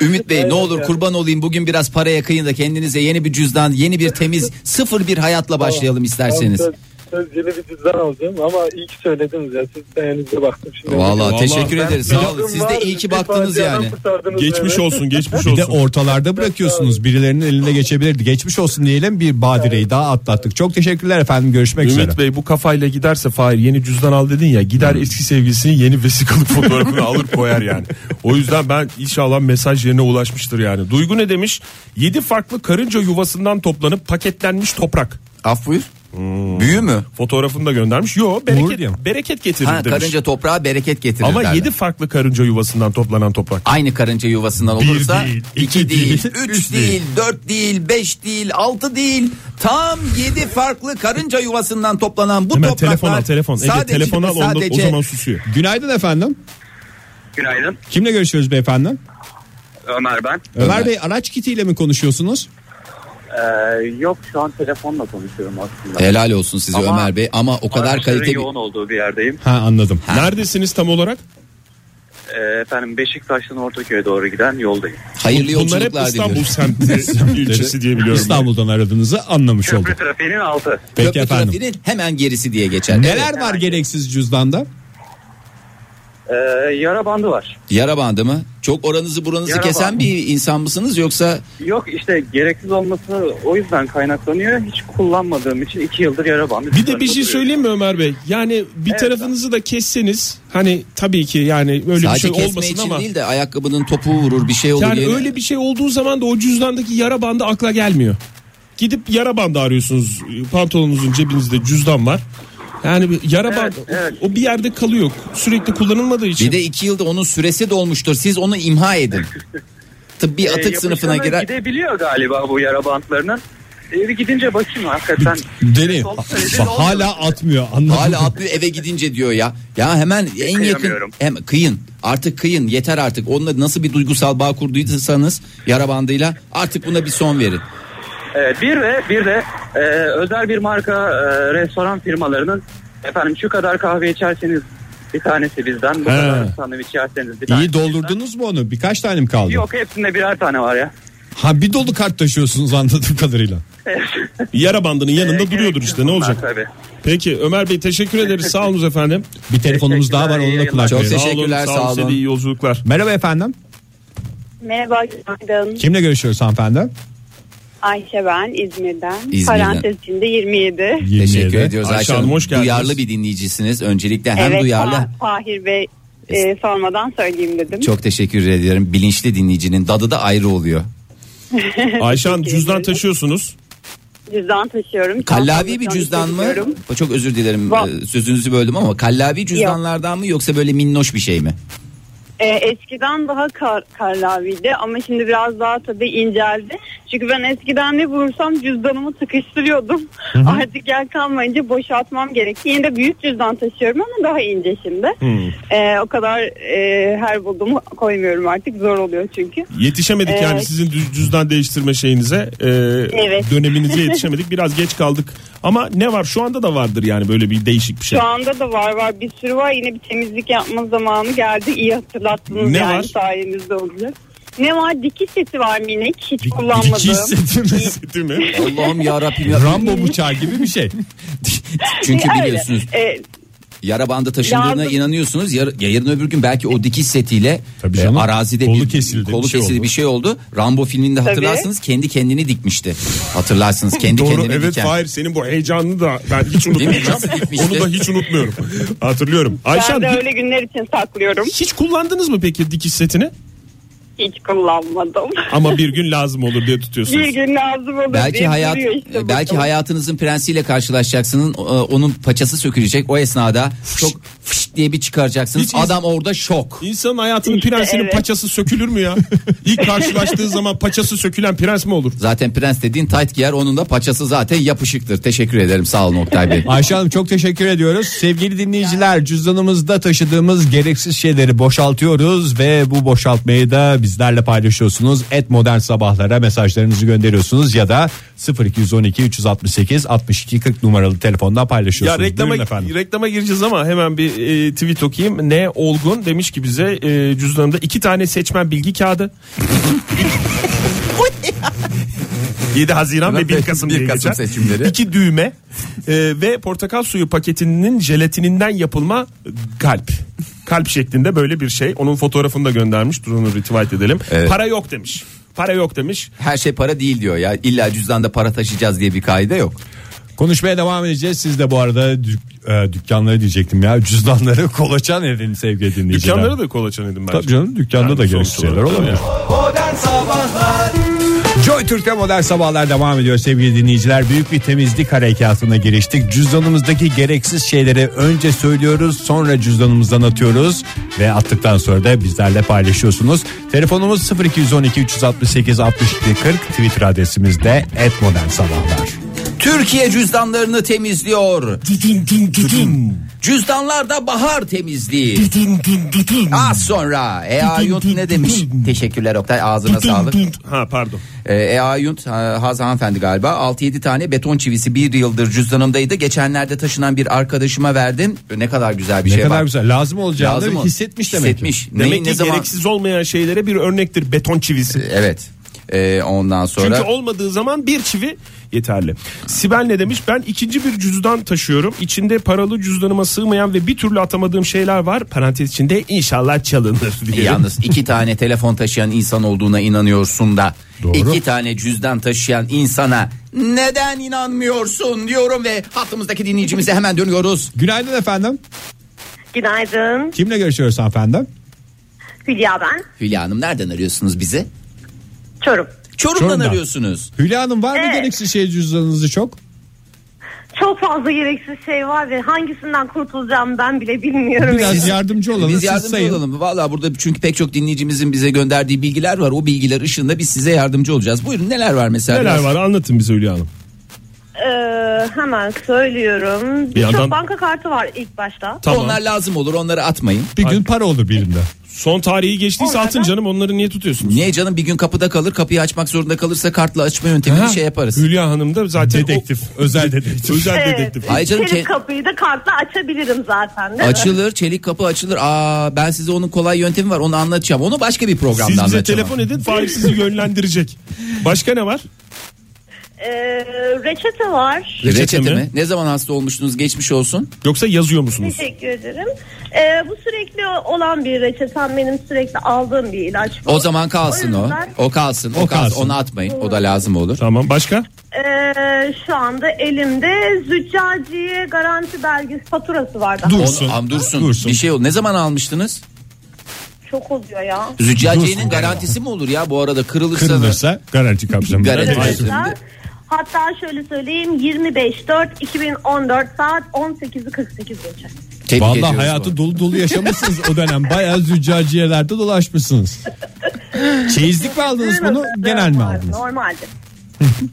C: Ümit Bey ne olur
J: ya.
C: kurban olayım bugün biraz para yakayın da kendinize yeni bir cüzdan, yeni bir temiz, sıfır bir hayatla başlayalım isterseniz.
J: Söz- söz yeni bir cüzdan alacağım ama iyi ki söylediniz ya siz sayenizde baktım şimdi.
C: Vallahi teşekkür
J: Ben-
C: ederiz. Sağ olun. Siz de iyi ki baktınız yani.
D: Geçmiş olsun, geçmiş
B: Bir de ortalarda bırakıyorsunuz. Birilerinin eline geçebilirdi. Geçmiş olsun diyelim bir badireyi daha atlattık. Çok teşekkürler efendim. Görüşmek üzere.
D: Ümit Bey bu kafayla giderse Fahir yeni cüzdan al dedin ya gider eski sevgilisinin yeni vesikalık fotoğrafını alır koyar yani. O yüzden ben inşallah mesaj yerine ulaşmıştır yani. Duygu ne demiş? 7 farklı karınca yuvasından toplanıp paketlenmiş toprak. Hmm.
C: Af buyur. Büyü mü?
D: Fotoğrafını da göndermiş. Yo bereket, bereket getirir
C: Ha,
D: demiş.
C: karınca toprağa bereket getirir
D: Ama
C: derler.
D: 7 farklı karınca yuvasından toplanan toprak.
C: Aynı karınca yuvasından
D: Bir
C: olursa
D: değil,
C: 2
D: iki
C: değil,
D: değil,
C: 3 değil, 4 değil, 5 değil, 6 değil. Tam 7 farklı karınca yuvasından toplanan bu
D: Hemen
C: topraklar
D: telefon al, telefon. Ege,
C: sadece
D: telefon al,
C: ve
D: onda- o
C: sadece
D: zaman susuyor.
B: Günaydın efendim.
K: Günaydın.
B: Kimle görüşüyoruz beyefendi?
K: Ömer ben.
B: Ömer, Bey araç kitiyle mi konuşuyorsunuz?
K: Ee, yok şu an telefonla konuşuyorum aslında.
C: Helal olsun size
K: Ama
C: Ömer Bey ama o kadar
K: araçların
C: kalite
K: yoğun olduğu bir yerdeyim.
B: Ha anladım.
D: Neredesiniz tam olarak?
K: Ee, efendim Beşiktaş'tan Ortaköy'e doğru giden yoldayım.
C: Hayırlı
D: Bunlar hep İstanbul semti ilçesi diye biliyorum.
B: İstanbul'dan aradığınızı anlamış
K: Köprü
B: olduk.
K: trafiğinin altı.
B: Peki
C: köprü
B: efendim.
C: trafiğinin hemen gerisi diye geçer.
B: Neler
C: Evet.
B: var gereksiz cüzdanda?
K: Ee, yara bandı var.
C: Yara bandı mı? Çok oranızı buranızı
K: Yara
C: kesen
K: bandı.
C: bir insan mısınız yoksa
K: Yok işte gereksiz olması o yüzden kaynaklanıyor. Hiç kullanmadığım için iki yıldır yara bandı.
D: Bir de bir şey söyleyeyim mi Ömer Bey? Yani bir tarafınızı da kesseniz hani tabii ki yani öyle
C: sadece
D: bir şey
C: kesme
D: olmasın
C: için
D: ama
C: değil de ayakkabının topuğu vurur bir şey olur
D: yani
C: diye.
D: öyle bir şey olduğu zaman da o cüzdandaki yara bandı akla gelmiyor. Gidip yara bandı arıyorsunuz. Pantolonunuzun cebinizde cüzdan var. Yani bir yara bandı o bir yerde kalıyor. Sürekli kullanılmadığı için.
C: Bir de iki yılda onun süresi dolmuştur. Siz onu
K: Ee,
C: imha edin. Tıbbi atık sınıfına girer.
K: Gidebiliyor galiba bu yara bantlarının. Eve Ee, gidince bakayım hakikaten.
L: Deneyim.
K: Sol
L: Bak,
K: söyledi, oldu.
L: hala atmıyor. Anladın
C: Hala
L: mı?
C: atlıyor eve gidince diyor ya. Ya hemen en yakın
K: Kıyamıyorum.
C: hem kıyın. Artık kıyın yeter artık. Onunla nasıl bir duygusal bağ kurduysanız yara bandıyla artık buna bir son verin.
K: Ee, bir de bir de e, özel bir marka e, restoran firmalarının efendim şu kadar kahve içerseniz bir tanesi bizden, bu kadar sandviç yerseniz bir tanesi.
B: İyi doldurdunuz mu onu? Birkaç tane mi kaldı?
K: Yok hepsinde birer tane var ya.
B: Ha bir dolu kart taşıyorsunuz anladığım kadarıyla.
D: Yara bandının yanında duruyordur işte ne olacak?
K: Tabii.
D: Peki Ömer Bey teşekkür ederiz. Sağ olunuz efendim.
B: Bir telefonumuz daha var onunla kulak
D: Çok
B: verin.
D: teşekkürler. Sağ olun. Sağ olun. Size de iyi yolculuklar.
B: Merhaba efendim.
M: Merhaba günaydın.
B: Kimle görüşüyoruz hanımefendi?
M: Ayşe ben İzmir'den.
C: İzmir'den.
M: Parantez içinde 27.
C: Teşekkür ediyoruz
D: Ayşe
C: Ayşe
D: Hanım,
C: Hanım.
D: hoş geldiniz.
C: Duyarlı bir dinleyicisiniz. Öncelikle hem
M: evet,
C: duyarlı.
M: Fa- Fahir Bey e, sormadan söyleyeyim dedim.
C: Çok teşekkür ediyorum. Bilinçli dinleyicinin dadı da ayrı oluyor.
D: Ayşe Hanım cüzdan taşıyorsunuz.
M: cüzdan taşıyorum.
C: Kallavi bir cüzdan mı?
M: taşıyorum.
C: Çok özür dilerim
M: Va-
C: e, sözünüzü böldüm ama kallavi cüzdanlardan mı yoksa böyle minnoş bir şey mi?
M: E, eskiden daha kar, karlaviydi ama şimdi biraz daha tabii inceldi. Çünkü ben eskiden ne bulursam cüzdanımı sıkıştırıyordum. Artık yer kalmayınca boşaltmam gerekti. Yine de büyük cüzdan taşıyorum ama daha ince şimdi.
D: Hmm.
M: E, o kadar e, her bulduğumu koymuyorum artık zor oluyor çünkü.
D: Yetişemedik
M: Evet.
D: yani sizin düz- cüzdan değiştirme şeyinize e, döneminize yetişemedik biraz geç kaldık ama ne var şu anda da vardır yani böyle bir değişik bir şey.
M: Şu anda da var var bir sürü var. Yine bir temizlik yapma zamanı geldi. İyi hatırlattınız
D: Ne
M: yani
D: var?
M: sayenizde olacak. Ne var? Dikiş seti var minik. Hiç kullanmadım.
B: Dikiş seti mi? seti
D: mi?
C: Allah'ım yarabbim. ya.
B: Rambo bıçağı gibi bir şey.
C: Çünkü
M: Öyle.
C: biliyorsunuz
M: E,
C: yara bandı taşındığına
M: Yardım-
C: inanıyorsunuz. Yar, ya yarın öbür gün belki o dikiş setiyle e,
B: canım.
C: arazide
B: Kolu
C: bir
B: kesildi,
C: kolu
B: bir şey
C: kesildi
B: oldu.
C: bir şey oldu. Rambo filminde hatırlarsınız kendi kendini dikmişti. Hatırlarsınız kendi
D: Doğru
C: kendini
D: evet
C: diken.
D: Fahir senin bu heyecanını da ben hiç
C: mi?
D: unutmayacağım.
C: Nasıl gitmişti?
D: Onu da hiç unutmuyorum. Hatırlıyorum. Ayşe
M: ben de
D: Hanım
M: öyle günler için saklıyorum.
D: hiç kullandınız mı peki dikiş setini?
M: Hiç kullanmadım.
D: Ama bir gün lazım olur diye tutuyorsunuz.
M: bir gün lazım olur
C: Belki
M: diye
C: hayat
M: duruyor işte
C: belki
M: bakalım.
C: hayatınızın prensiyle karşılaşacaksınız. O- Onun paçası sökülecek. O esnada çok fış diye bir çıkaracaksınız.
D: Hiç iz-
C: Adam orada şok.
D: İnsanın hayatının
M: İşte
D: prensinin
M: evet.
D: paçası sökülür mü ya? İlk karşılaştığı zaman paçası sökülen prens mi olur?
C: Zaten prens dediğin tayt giyer. Onun da paçası zaten yapışıktır. Teşekkür ederim. Sağ olun Oktay Bey.
B: Ayşe Hanım çok teşekkür ediyoruz. Sevgili dinleyiciler cüzdanımızda taşıdığımız gereksiz şeyleri boşaltıyoruz ve bu boşaltmayı da bizlerle paylaşıyorsunuz. Et modern sabahlara mesajlarınızı gönderiyorsunuz ya da 0212 368 62 40 numaralı telefondan
D: Ya
B: paylaşıyorsunuz.
D: reklama
B: Buyurun efendim.
D: reklama gireceğiz ama hemen bir e, tweet okuyayım. Ne Olgun demiş ki bize e, cüzdanında iki tane seçmen bilgi kağıdı. 7 Haziran ve 1 Kasım,
C: 1
D: diye
C: Kasım
D: geçer.
C: seçimleri.
D: İki düğme e, ve portakal suyu paketinin jelatininden yapılma kalp. Kalp şeklinde böyle bir şey. Onun fotoğrafını da göndermiş. Dur onu retweet edelim.
C: Evet.
D: Para yok demiş. Para yok demiş.
C: Her şey para değil diyor ya. İlla cüzdanda para taşıyacağız diye bir kaide yok.
B: Konuşmaya devam edeceğiz. Siz de bu arada dük- e, dükkanları diyecektim ya cüzdanları kolaçan edin sevgili dinleyiciler.
D: Dükkanlara da kolaçan edin bence.
B: Tabii canım dükkanda
D: Yani
B: da gereksiz
D: sonuç olarak
B: şeyler olur
D: tabii.
B: ya. Joy Türk'te modern sabahlar devam ediyor sevgili dinleyiciler. Büyük bir temizlik harekatına giriştik. Cüzdanımızdaki gereksiz şeyleri önce söylüyoruz sonra cüzdanımızdan atıyoruz. Ve attıktan sonra da bizlerle paylaşıyorsunuz. Telefonumuz 0212 368 62 40 Twitter adresimiz de et modern sabahlar.
C: Türkiye cüzdanlarını temizliyor. Cüzdanlarda bahar temizliği. Az sonra E.A. Yunt ne demiş? Teşekkürler Oktay ağzına sağlık.
D: Ha pardon.
C: Ee, E.A. Yunt ha- Haz hanımefendi galiba 6-7 tane beton çivisi bir yıldır cüzdanımdaydı. Geçenlerde taşınan bir arkadaşıma verdim. Ne kadar güzel bir
B: ne
C: şey
B: kadar
C: var.
B: güzel lazım olacağını
C: Lazım ol-
B: hissetmiş demek.
C: Hissetmiş.
B: ki.
C: Neyi
D: Demek
C: ne
D: ki
C: zaman?
D: gereksiz olmayan şeylere bir örnektir beton çivisi.
C: Evet. Ee, ondan sonra
D: Çünkü olmadığı zaman bir çivi yeterli. Sibel ne demiş? Ben ikinci bir cüzdan taşıyorum. İçinde paralı cüzdanıma sığmayan ve bir türlü atamadığım şeyler var. Parantez içinde inşallah çalınır
B: şey.
D: diye.
C: Yalnız iki tane telefon taşıyan insan olduğuna inanıyorsun da iki tane cüzdan taşıyan insana neden inanmıyorsun diyorum ve hattımızdaki dinleyicimize hemen dönüyoruz.
B: Günaydın efendim.
N: Günaydın.
B: Kimle görüşüyoruz hanımefendi?
N: Hülya ben.
C: Hülya Hanım nereden arıyorsunuz bizi?
N: Çorum.
C: Çorum'dan,
B: Çorum'dan.
C: arıyorsunuz.
B: Hülya Hanım var mı
N: Evet.
B: gereksiz şey cüzdanınızı çok?
N: Çok fazla gereksiz şey var ve hangisinden kurtulacağım ben bile bilmiyorum.
C: Biz-
N: Yani.
C: Biz yardımcı olalım. Valla burada çünkü pek çok dinleyicimizin bize gönderdiği bilgiler var. O bilgiler ışığında biz size yardımcı olacağız. Buyurun neler var mesela?
D: Neler
C: Biraz-
D: var anlatın bize Hülya Hanım.
N: Ee, hemen söylüyorum. Birçok
C: yandan-
N: banka kartı var ilk başta.
C: Onlar lazım olur onları atmayın.
D: Bir gün para olur birinde. Son tarihi geçtiyse atın canım onları niye tutuyorsunuz?
C: Niye canım bir gün kapıda kalır kapıyı açmak zorunda kalırsa kartla açma yöntemini şey yaparız.
D: Hülya Hanım da zaten dedektif.
B: özel dedektif.
D: özel
N: Evet,
D: dedektif.
C: Hayır canım,
N: çelik
C: ke-
N: kapıyı da kartla açabilirim zaten değil mi?
C: Açılır çelik kapı açılır. Aa ben size onun kolay yöntemi var onu anlatacağım. Onu başka bir programda
D: Siz bize
C: anlatacağım.
D: telefon edin Fahri sizi yönlendirecek. Başka ne var?
N: Ee, reçete var.
C: Reçete, mi? Ne zaman hasta olmuştunuz geçmiş olsun.
D: Yoksa yazıyor musunuz?
N: Teşekkür ederim. Ee, bu sürekli olan bir reçetem benim sürekli aldığım bir ilaç bu.
C: O zaman kalsın o.
N: yüzden,
C: O kalsın. O,
D: O
C: kalsın.
D: kalsın.
C: Onu atmayın. O da lazım olur.
D: Tamam başka?
N: ee, şu anda elimde züccaciye garanti belgesi faturası var. daha.
C: Onu- am, dursun. Bir şey ol. Ne zaman almıştınız?
N: Çok oluyor ya.
C: Züccaciye'nin garantisi mi olur ya bu arada kırılırsa?
O: Kırılırsa garanti kapsamında.
C: Garanti
N: Hatta- Hatta şöyle söyleyeyim 25-4-2014 saat 18.48 geçe.
O: Vallahi hayatı dolu dolu yaşamışsınız o dönem. Bayağı züccaciyelerde dolaşmışsınız. Çeyizlik mi aldınız bunu? Genel mi aldınız?
N: Normalde.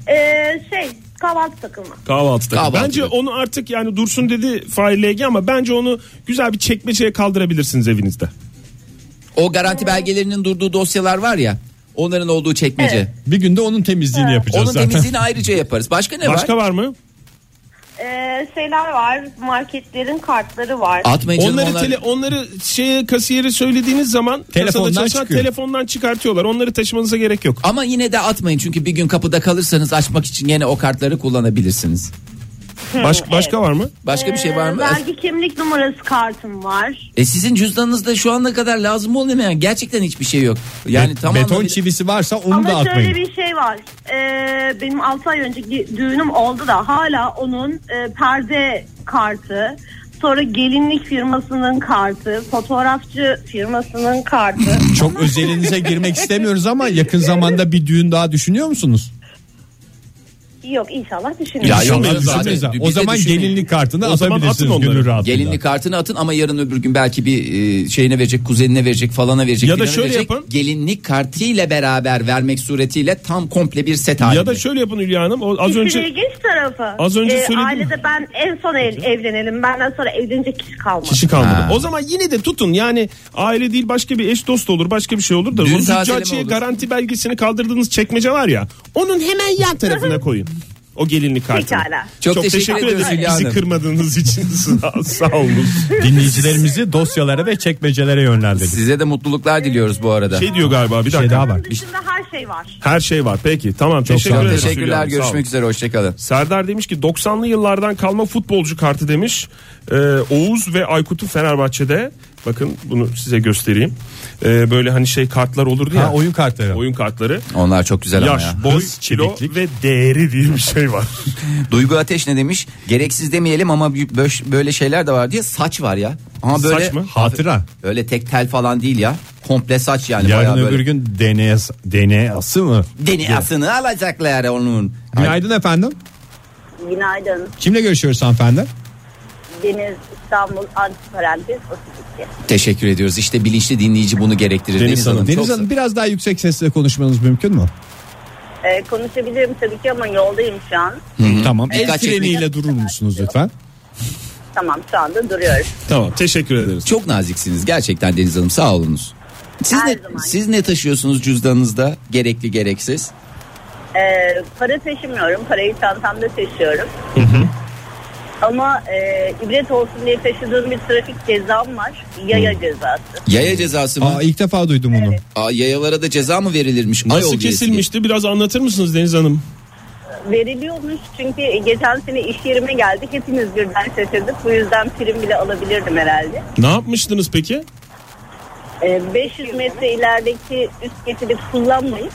N: ee, şey kahvaltı takımı.
D: Kahvaltı takımı.
N: Kahvaltı
D: Bence onu artık yani dursun dedi Fahri LG ama bence onu güzel bir çekmeceye kaldırabilirsiniz evinizde.
C: O garanti belgelerinin durduğu dosyalar var ya. Onların olduğu çekmece.
O: Bir günde onun temizliğini yapacağız
C: Onun
O: zaten.
C: temizliğini ayrıca yaparız. Başka ne var?
O: Başka
D: var mı?
N: Ee, şeyler var marketlerin kartları var.
D: onları tele- onları şeye kasiyere söylediğiniz zaman
C: Telefondan
D: telefondan çalışan
C: çıkıyor.
D: telefondan çıkartıyorlar. Onları taşımanıza gerek yok.
C: Ama yine de atmayın çünkü bir gün kapıda kalırsanız açmak için yine o kartları kullanabilirsiniz.
N: Hı,
C: Baş-
N: evet.
C: başka var mı? Başka bir şey var mı?
N: Ee, vergi kimlik numarası kartım var.
C: E sizin cüzdanınızda şu ana kadar lazım olmayan gerçekten hiçbir şey yok. Yani
O: Be-
C: tamam
O: beton çivisi varsa onu da
N: Ama şöyle
O: atmayın.
N: bir şey var. Ee, benim 6 ay önceki düğünüm oldu da hala onun e, perde kartı, sonra gelinlik firmasının kartı, fotoğrafçı firmasının kartı.
O: Çok özelinize girmek istemiyoruz ama yakın zamanda bir düğün daha düşünüyor musunuz?
N: Yok inşallah
C: Ya
N: düşünüyorum.
C: yok
O: Düşünmeyiz
C: zaten.
O: zaten.
C: Biz
O: O
C: de
O: zaman
C: düşünmeyin.
O: gelinlik kartını atabilirsiniz gönül rahatlığıyla.
C: Gelinlik kartını atın ama yarın öbür gün belki bir e, şeyine verecek, kuzenine verecek, falana verecek.
D: Ya da
C: filana
D: şöyle
C: verecek.
D: yapın.
C: Gelinlik kartıyla beraber vermek suretiyle tam komple bir set halinde.
D: Ya da şöyle yapın Hülya Hanım. O az
N: İşin
D: önce
C: şey-
N: ilginç tarafı.
D: Az önce
N: Ee,
D: söyledim.
N: Ailede ben en son ev- evlenelim. Benden sonra evlenecek kişi kalmadı.
D: kişi kalmadı.
C: Ha.
D: O zaman yine de tutun. Yani aile değil başka bir eş dost olur, başka bir şey olur da
C: Düğün
D: o
C: tazeleme
D: züccaciye
C: olur.
D: garanti belgesini kaldırdığınız çekmece var ya. Onun hemen yan tarafına koyun. O gelinlik kartı.
N: Pekala.
D: Çok, teşekkür, ederiz
O: Hülya
D: bizi
O: Hanım.
D: kırmadığınız için. Sağ, sağ olun.
O: Dinleyicilerimizi dosyalara ve çekmecelere yönlendirdik.
C: Size de mutluluklar diliyoruz bu arada.
D: Şey diyor galiba bir, dakika.
O: daha var.
N: Dışında her şey var.
D: Her şey var. Peki tamam.
C: Çok
D: teşekkür
C: sağ olun.
D: ederiz
C: Teşekkürler,
D: Hülya Hanım, sağ olun.
C: görüşmek üzere, hoşçakalın.
D: Serdar demiş ki 90'lı yıllardan kalma futbolcu kartı demiş. Ee, Oğuz ve Aykut'u Fenerbahçe'de. Bakın bunu size göstereyim. Ee, böyle hani şey kartlar olurdu ya.
O: Ha, oyun kartları.
D: Oyun kartları.
C: Onlar çok güzel ama
D: Yaş,
C: ya.
D: boy, kilo ve değeri diye bir şey var.
C: Duygu Ateş ne demiş? Gereksiz demeyelim ama bü- böş- böyle şeyler de var diye saç var ya. Ama böyle
O: Saç mı? Hatıra.
C: Öyle tek tel falan değil ya. Komple saç yani
O: Yarın
C: bayağı
O: öbür
C: böyle.
O: gün DNA'sı DNA'sı mı?
C: DNA'sını alacaklar onun.
O: Günaydın efendim.
P: Günaydın.
O: Kimle görüşüyoruz hanımefendi?
P: Deniz İstanbul Antiparalpiz 32.
C: Teşekkür ediyoruz. İşte bilinçli dinleyici bunu gerektirir. Deniz, Hanım.
O: Deniz
C: çok-
O: Hanım biraz daha yüksek sesle konuşmanız mümkün mü?
P: Ee, konuşabilirim tabii ki ama yoldayım şu an.
O: Tamam. El
P: Birkaç
O: freniyle durur musunuz lütfen?
P: Tamam şu anda duruyoruz.
D: Tamam teşekkür ederiz.
C: Çok naziksiniz gerçekten Deniz Hanım sağ olunuz. Siz ne, siz ne taşıyorsunuz cüzdanınızda gerekli gereksiz?
P: Ee, para taşımıyorum. Parayı çantamda taşıyorum. Ama e, ibret olsun diye taşıdığım bir trafik cezam var. Yaya cezası.
C: Yaya cezası mı?
O: Aa, ilk defa duydum bunu.
C: Aa, yayalara da ceza mı verilirmiş? Ayol
D: Nasıl
C: diyesi
D: kesilmişti biraz anlatır mısınız Deniz Hanım?
P: Veriliyormuş çünkü geçen sene iş yerime geldik. Hepimiz birden şaşırdık. Bu yüzden prim bile alabilirdim herhalde.
D: Ne yapmıştınız peki?
P: Ee, 500 metre ilerideki üst geçidi kullanmayıp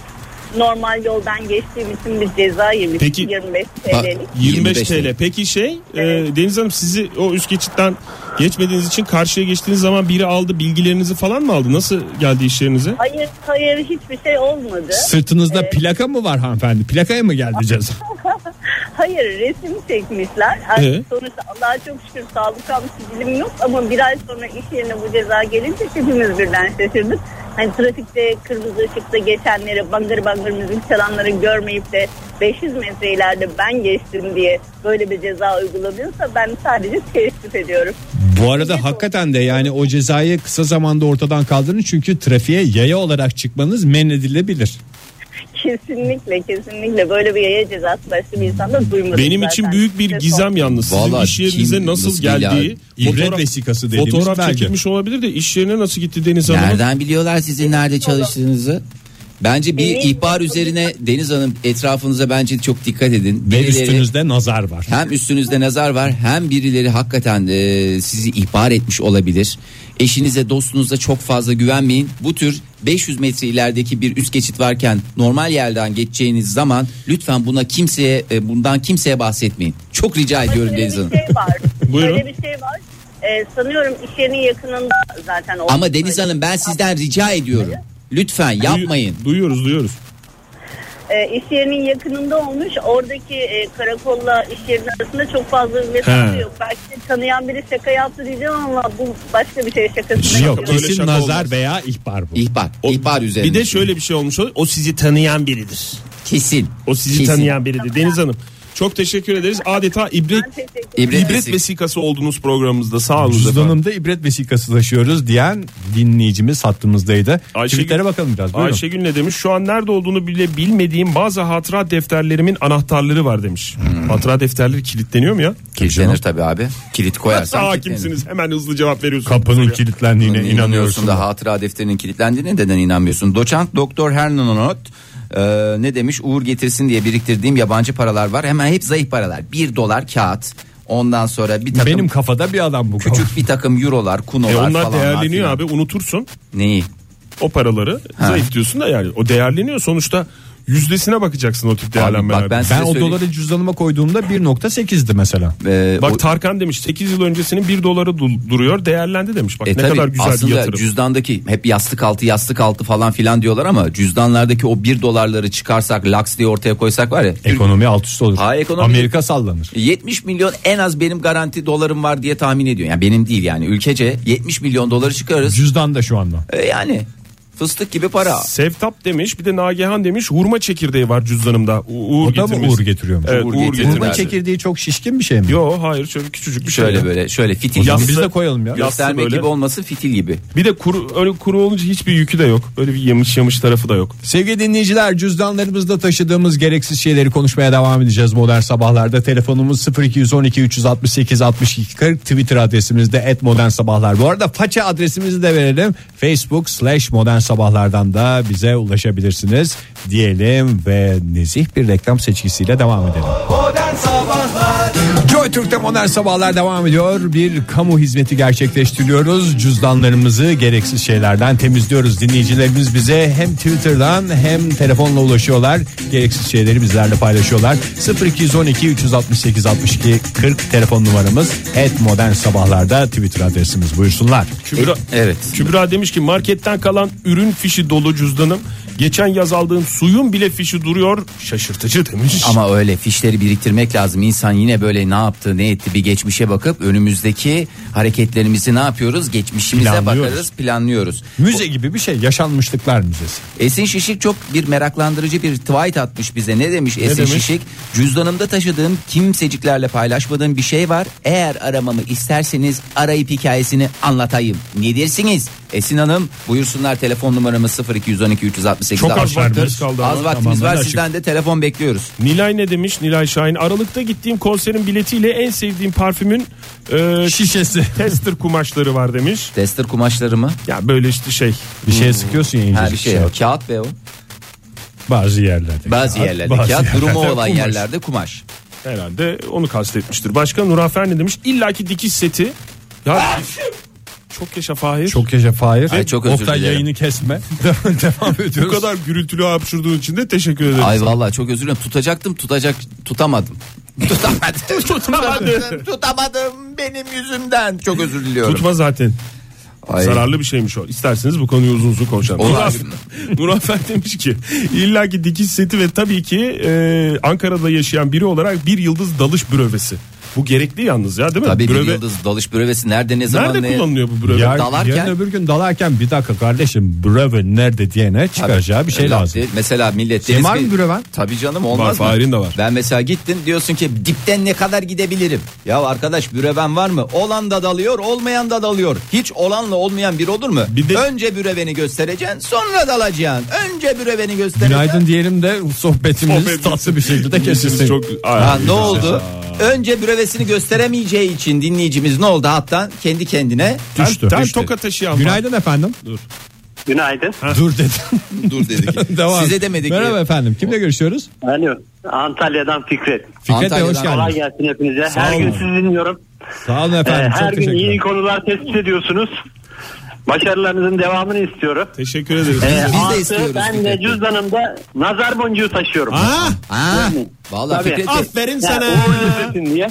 P: normal yoldan geçtiğim için bir ceza yemiştim.
D: Peki.
P: 25
D: Bak,
P: TL'lik.
D: 25 TL. Peki şey e, Deniz Hanım sizi o üst geçitten geçmediğiniz için karşıya geçtiğiniz zaman biri aldı bilgilerinizi falan mı aldı? Nasıl geldi iş yerinize?
P: Hayır hayır hiçbir şey olmadı.
O: Sırtınızda plaka mı var hanımefendi? Plakaya mı geldi ceza?
P: Hayır resim çekmişler. Yani
D: Ee?
P: Sonuçta Allah'a çok şükür sabıkam sicilim yok ama bir ay sonra iş yerine bu ceza gelince hepimiz birden şaşırdık. Hani trafikte kırmızı ışıkta geçenleri bangır bangır müzik çalanları görmeyip de 500 metre ileride ben geçtim diye böyle bir ceza uygulanıyorsa ben sadece teessüf ediyorum.
B: Bu arada hakikaten de yani o cezayı kısa zamanda ortadan kaldırın çünkü trafiğe yaya olarak çıkmanız men edilebilir.
P: Kesinlikle kesinlikle böyle bir yaya cezası başka bir insanda duymadım.
D: Benim için
P: zaten.
D: büyük bir
P: Size
D: gizem
P: son-
D: yalnız. Sizin
B: Vallahi
D: iş yerinize
B: kim-
D: nasıl,
B: nasıl
D: geldiği
B: ila- ibret vesikası dediğimiz
D: fotoğraf
B: belge.
D: çekilmiş olabilir de iş yerine nasıl gitti Deniz Hanım?
C: Nereden biliyorlar sizin nerede çalıştığınızı? Bence bir ihbar üzerine Deniz Hanım etrafınıza bence çok dikkat edin.
B: Ve üstünüzde nazar var.
C: Hem üstünüzde nazar var hem birileri hakikaten e, sizi ihbar etmiş olabilir. Eşinize dostunuza çok fazla güvenmeyin. Bu tür 500 metre ilerideki bir üst geçit varken normal yerden geçeceğiniz zaman lütfen buna kimseye e, bundan kimseye bahsetmeyin. Çok rica ediyorum Deniz Hanım.
P: şey var.
C: Buyurun.
P: Böyle bir şey var. Ee, sanıyorum iş yerinin yakınında zaten oldu.
C: Ama Deniz Hanım ben sizden rica ediyorum. Lütfen yapmayın.
D: Duyuyoruz duyuyoruz.
P: Ee, iş yerinin yakınında olmuş. Oradaki e, karakolla iş yerinin arasında çok fazla bir mesafe
B: He.
P: yok. Belki de tanıyan biri şaka yaptı diyeceğim ama bu başka bir şey şakası.
B: Yok kesin nazar veya ihbar bu.
C: İhbar. ihbar üzerine.
D: Bir de şöyle bir şey olmuş olur. O sizi tanıyan biridir.
C: Kesin.
D: O sizi
C: Kesin.
D: tanıyan biridir. Deniz Hanım çok teşekkür ederiz. Adeta ibret
C: ibret,
D: vesikası. olduğunuz programımızda. Sağ olun.
B: Cüzdanımda ibret vesikası taşıyoruz diyen dinleyicimiz hattımızdaydı.
D: Ayşegül-
B: Tweetlere bakalım biraz. Buyurun.
D: Ayşegül ne demiş? Şu an nerede olduğunu bile bilmediğim bazı hatıra defterlerimin anahtarları var demiş.
B: Hmm.
D: Hatıra defterleri kilitleniyor mu ya?
C: Kilitlenir tabii abi. Kilit
D: Nasıl
C: koyarsan
D: hakimsiniz? Hemen hızlı cevap veriyorsunuz.
B: Kapının
D: Soruya.
B: kilitlendiğine
C: Bunun inanıyorsun da hatıra defterinin kilitlendiğine neden inanmıyorsun? Doçent Doktor Hernanot e, ne demiş? Uğur getirsin diye biriktirdiğim yabancı paralar var. Hemen hep zayıf paralar. Bir dolar kağıt. Ondan sonra bir takım
B: Benim kafada bir adam bu.
C: küçük bir takım eurolar, kunolar
D: E
C: falan.
D: onlar değerleniyor abi unutursun.
C: Neyi?
D: O paraları zayıf diyorsun da yani o değerleniyor sonuçta yüzdesine bakacaksın o tip değerlenmelerde.
B: ben, o doları cüzdanıma koyduğumda 1.8'di mesela.
C: Ee,
D: Bak Tarkan demiş 8 yıl öncesinin 1 doları du- duruyor değerlendi demiş. Bak
C: E
D: ne
C: tabii,
D: kadar güzel bir
C: aslında
D: yatırım.
C: cüzdandaki hep yastık altı yastık altı falan filan diyorlar ama cüzdanlardaki o 1 dolarları çıkarsak laks diye ortaya koysak var ya.
B: Ekonomi alt üst olur.
C: Ha, ekonomi-
B: Amerika sallanır.
C: 70 milyon en az benim garanti dolarım var diye tahmin ediyor. Yani benim değil yani ülkece 70 milyon doları çıkarırız.
B: Cüzdan da şu anda.
C: E yani fıstık gibi para.
D: Sevtap demiş bir de Nagihan demiş hurma çekirdeği var cüzdanımda. U- Uğur
B: O da mı
D: getirmiş.
B: Uğur getiriyormuş?
D: Evet,
C: Uğur
D: Uğur,
C: getiriyor.
D: getirmiş.
B: Hurma çekirdeği çok şişkin bir şey mi?
D: Yo hayır şöyle küçücük bir şey.
C: Şöyle böyle şöyle fitil.
B: O zaman
C: gibi.
B: biz de koyalım ya.
C: Gösterme
D: böyle.
C: gibi olması fitil gibi.
D: Bir de kuru, öyle kuru olunca hiçbir yükü de yok. Böyle bir yamış yamış tarafı da yok.
B: Sevgili dinleyiciler cüzdanlarımızda taşıdığımız gereksiz şeyleri konuşmaya devam edeceğiz modern sabahlarda. Telefonumuz 0212 368 62 40 Twitter adresimiz de et modern sabahlar. Bu arada faça adresimizi de verelim. Facebook slash modern sabahlardan da bize ulaşabilirsiniz diyelim ve nezih bir reklam seçkisiyle devam edelim. Joy Türk'te modern sabahlar devam ediyor. Bir kamu hizmeti gerçekleştiriyoruz. Cüzdanlarımızı gereksiz şeylerden temizliyoruz. Dinleyicilerimiz bize hem Twitter'dan hem telefonla ulaşıyorlar. Gereksiz şeyleri bizlerle paylaşıyorlar. 0212 368 62 40 telefon numaramız. Et modern sabahlarda Twitter adresimiz buyursunlar.
D: Kübra,
C: E, evet.
D: Kübra demiş ki marketten kalan ürün fişi dolu cüzdanım. Geçen yaz aldığım suyun bile fişi duruyor. Şaşırtıcı demiş.
C: Ama öyle fişleri biriktirmek lazım. İnsan yine böyle ne yaptı ne etti bir geçmişe bakıp önümüzdeki hareketlerimizi ne yapıyoruz? Geçmişimize
B: Planlıyoruz.
C: bakarız planlıyoruz.
B: Müze gibi bir şey. Yaşanmışlıklar müzesi.
C: Esin Şişik çok bir meraklandırıcı bir tweet atmış bize. Ne demiş Esin
B: demiş?
C: Şişik? Cüzdanımda taşıdığım kimseciklerle paylaşmadığım bir şey var. Eğer aramamı isterseniz arayıp hikayesini anlatayım. Ne dersiniz? Esin Hanım buyursunlar telefon numaramız 0212 368
D: Çok az
C: 60.
D: vaktimiz kaldı ama
C: şey Az vaktimiz
D: tamamen
C: var
D: açık.
C: sizden de telefon bekliyoruz.
D: Nilay ne demiş? Nilay Şahin Aralık'ta gittiğim konserin biletiyle en sevdiğim parfümün e,
B: şişesi.
D: Tester kumaşları var demiş.
C: Tester kumaşları mı?
D: Ya böyle işte şey.
B: Bir şeye sıkıyorsun ya
C: Ha
B: incecik
C: bir şey o kağıt ve o.
B: Bazı yerlerde.
C: Bazı yerlerde
B: bazı
C: kağıt, durumu
B: yerlerde
C: olan
B: kumaş.
C: yerlerde kumaş.
D: Herhalde onu kastetmiştir. Başka Nurafer ne demiş? İllaki dikiş seti. Ya çok yaşa Fahir.
B: Çok yaşa Fahir.
C: Ay, çok özür
B: Oktay
C: dilerim.
B: yayını kesme. Devam
D: Bu
B: ediyoruz.
D: kadar gürültülü hapşurduğun için de teşekkür ederim.
C: Ay vallahi çok özür dilerim. Tutacaktım tutacak tutamadım. Tutamadım. tutamadım. Tutamadım benim yüzümden. Çok özür diliyorum.
D: Tutma zaten. Ay. Zararlı bir şeymiş o. İsterseniz bu konuyu uzun uzun konuşalım.
Q: Olur.
D: Murat, Murat demiş ki illa ki dikiş seti ve tabii ki e, Ankara'da yaşayan biri olarak bir yıldız dalış brövesi. Bu gerekli yalnız ya değil mi?
C: Tabii
D: Bröve-
C: bir yıldız dalış brövesi nerede ne zaman
D: Nerede
C: ne?
D: kullanılıyor bu bröve?
C: Yar-
B: Yarın
C: dalarken
B: öbür gün dalarken bir dakika kardeşim bravo nerede diyene çıkaracağı bir şey
C: Öyle
B: lazım.
C: değil. Mesela millet
B: Senin var mı
C: breven? Tabii canım olmaz
B: Var,
C: mı?
B: Fahir'in
C: de var. Ben mesela gittin diyorsun ki dipten ne kadar gidebilirim? Ya arkadaş büreven var mı? Olan da dalıyor olmayan da dalıyor. Hiç olanla olmayan bir olur mu? Önce büreveni göstereceksin sonra dalacaksın. Önce büreveni göstereceksin.
B: Günaydın diyelim de sohbetimiz
C: Sohbetimiz-
B: tatlı bir şekilde kesilsin.
D: Çok...
C: Ha, ne oldu? Önce bürevesini gösteremeyeceği için dinleyicimiz ne oldu? Hatta kendi kendine
B: Düştü. Günaydın efendim.
R: Günaydın.
B: Dur dedim.
C: Dur dedik.
B: Devam.
R: Size demedik
B: Merhaba
R: ya.
B: efendim. Kimle görüşüyoruz?
R: Alo. Antalya'dan Fikret.
B: Fikret Bey, Antalya'dan. hoş geldiniz.
R: Kolay gelsin hepinize.
B: Sağ
R: her gün
B: olun.
R: sizi dinliyorum.
B: Sağ olun efendim.
R: Ee,
B: Çok
R: her gün
B: teşekkürler.
R: iyi konular tespit ediyorsunuz. Başarılarınızın devamını istiyorum.
D: Teşekkür ederiz.
R: Ee,
C: Biz de
R: artı
C: istiyoruz
R: Ben
C: Fikret
R: de
C: Bey.
R: cüzdanımda nazar boncuğu taşıyorum.
C: Aa, aa.
R: Yani,
C: Vallahi
R: tabii.
C: Fikret Bey. Aferin sana.
R: Uğur getirsin diye.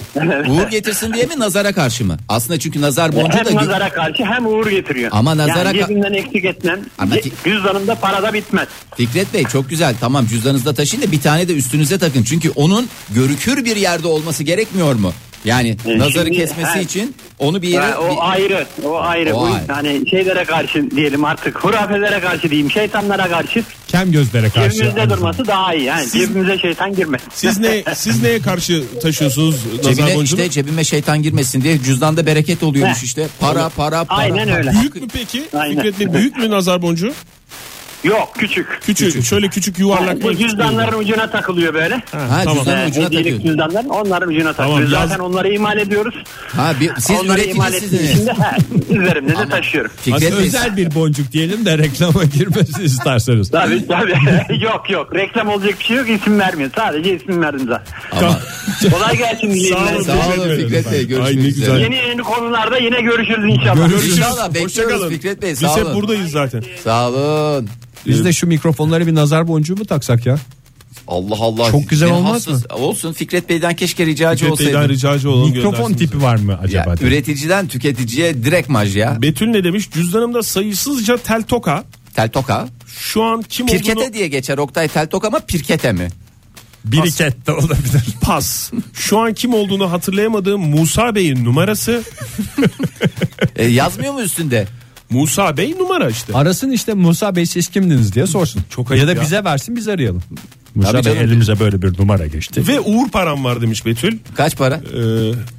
C: Uğur getirsin diye mi nazara karşı mı? Aslında çünkü nazar boncuğu da
R: hem nazara karşı hem uğur getiriyor.
C: Ama nazara
R: yani
C: ka-
R: cebimden eksik etmem.
C: Ama
R: Ye-
C: ki-
R: Cüzdanımda parada bitmez.
C: Fikret Bey çok güzel tamam cüzdanınızda taşıyın da bir tane de üstünüze takın. Çünkü onun görükür bir yerde olması gerekmiyor mu? Yani
R: Ee,
C: nazarı
R: şimdi-
C: kesmesi
R: he.
C: için onu bir yere...
R: Ha, o
C: bir-
R: ayrı, o ayrı.
C: O
R: Bu
C: ayrı.
R: yani şeylere karşı diyelim artık, hurafelere karşı diyeyim, şeytanlara karşı
B: Kem gözlere karşı.
R: cebimizde durması daha iyi. Yani cebimize şeytan girmez.
D: Siz ne siz neye karşı taşıyorsunuz nazar
C: Cebine,
D: boncuğunu?
C: işte cebime şeytan girmesin diye cüzdanda bereket oluyormuş
R: Heh.
C: işte. Para para para. para.
D: Büyük mü peki? Fikret Bey büyük mü nazar boncuğu?
R: Yok küçük.
D: Küçük, şöyle küçük
R: Yani
D: yuvarlak.
R: bu
D: böyle küçük
R: cüzdanların
D: yuvarlak.
R: ucuna takılıyor böyle.
D: Ha, tamam. cüzdanın
R: Ee,
D: ucuna
R: hediyelik
D: takıyor.
R: cüzdanların onların ucuna
D: Tamam,
R: takılıyor.
D: yaz-
R: Zaten onları imal ediyoruz.
C: Ha, bir, siz üreticisiniz.
R: Şimdi, ha, üzerimde de taşıyorum.
B: Aslında özel bir boncuk diyelim de reklama girmesi isterseniz.
R: Tabii tabii. yok yok. Reklam olacak bir şey yok. İsim vermiyor. Sadece isim verdim zaten. Kolay gelsin.
C: Sağ olun,
R: dinleyenler.
C: Sağ olun Fikret Bey görüşmek üzere.
R: Yeni yeni konularda yine görüşürüz inşallah.
C: İnşallah bekliyoruz Fikret Bey sağ olun.
D: buradayız zaten.
C: Sağ olun.
B: Biz de şu mikrofonlara bir nazar boncuğu mu taksak ya?
C: Allah Allah.
B: Çok güzel
C: Ne
B: olmaz mı?
C: hassas- Olsun Fikret Bey'den keşke ricacı
D: Fikret
C: olsaydı.
D: Bey'den ricacı olalım,
B: Mikrofon tipi var mı acaba? diye.
C: Üreticiden tüketiciye direkt maj ya.
D: Betül ne demiş? Cüzdanımda sayısızca tel toka.
C: Tel toka.
D: Şu an kim
C: Pirkete
D: olduğunu...
C: diye geçer Oktay Tel toka ama pirkete mi?
D: Biriket de olabilir. Pas. Şu an kim olduğunu hatırlayamadığım Musa Bey'in numarası.
C: E, yazmıyor mu üstünde?
D: Musa Bey numara işte.
B: Arasın işte Musa Bey siz kimdiniz diye sorsun.
D: Çok
B: ya
D: ayıp
B: da
D: ya.
B: bize versin biz arayalım. Musa
D: Tabii
B: Bey
D: canım.
B: elimize böyle bir numara geçti.
D: Ve uğur param var demiş Betül. Ee,
C: Kaç para?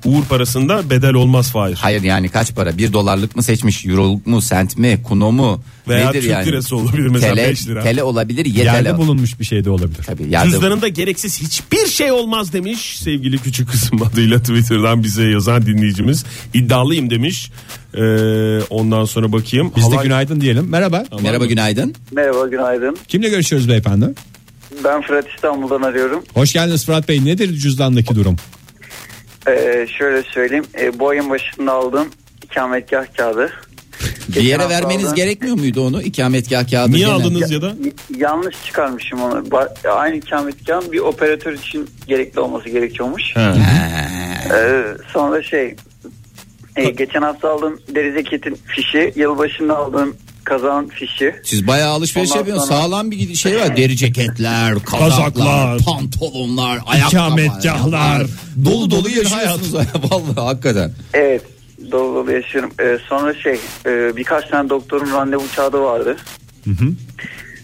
D: uğur parasında bedel olmaz Fahir.
C: Hayır yani kaç para? Bir dolarlık mı seçmiş? Euroluk mu? Sent mi? Kuno mu?
D: Veya
C: Nedir
D: Türk
C: yani?
D: lirası olabilir mesela
C: tele,
D: beş lira.
C: Tele olabilir.
B: Yerde
C: Yetele.
B: bulunmuş bir şey de olabilir. Tabii
C: yerde-
D: Cüzdanında gereksiz hiçbir şey olmaz demiş sevgili küçük kızım adıyla Twitter'dan bize yazan dinleyicimiz. İddialıyım demiş. Ee, ondan sonra bakayım.
B: Biz de günaydın diyelim. Merhaba.
C: Merhaba günaydın.
S: Merhaba günaydın.
B: Kimle görüşüyoruz beyefendi?
S: Ben Fırat İstanbul'dan arıyorum.
B: Hoş geldiniz Fırat Bey. Nedir cüzdandaki durum?
S: Ee, şöyle söyleyeyim. Ee, bu ayın başında aldığım ikametgah kağıdı.
C: Bir yere
S: Geçen
C: vermeniz
S: hafta aldım.
C: gerekmiyor muydu onu? İkametgah kağıdı. gene.
S: Y- Yanlış çıkarmışım onu. Ba- Aynı ikametgahın bir operatör için gerekli olması gerekiyormuş. Ee, sonra şey... e, geçen hafta aldığım deri ceketin fişi, yılbaşında aldığım kazağın fişi.
C: Siz bayağı alışveriş
S: Ondan
C: yapıyorsunuz.
S: sonra-
C: Sağlam bir şey var. Deri ceketler, kazaklar,
S: Kazaklar,
C: pantolonlar, ayakkabılar.
S: ikametgahlar.
C: Dolu dolu yaşıyorsunuz. Vallahi hakikaten.
S: Evet dolu dolu yaşıyorum. Ee, sonra şey e, birkaç tane doktorun randevu kağıdı vardı.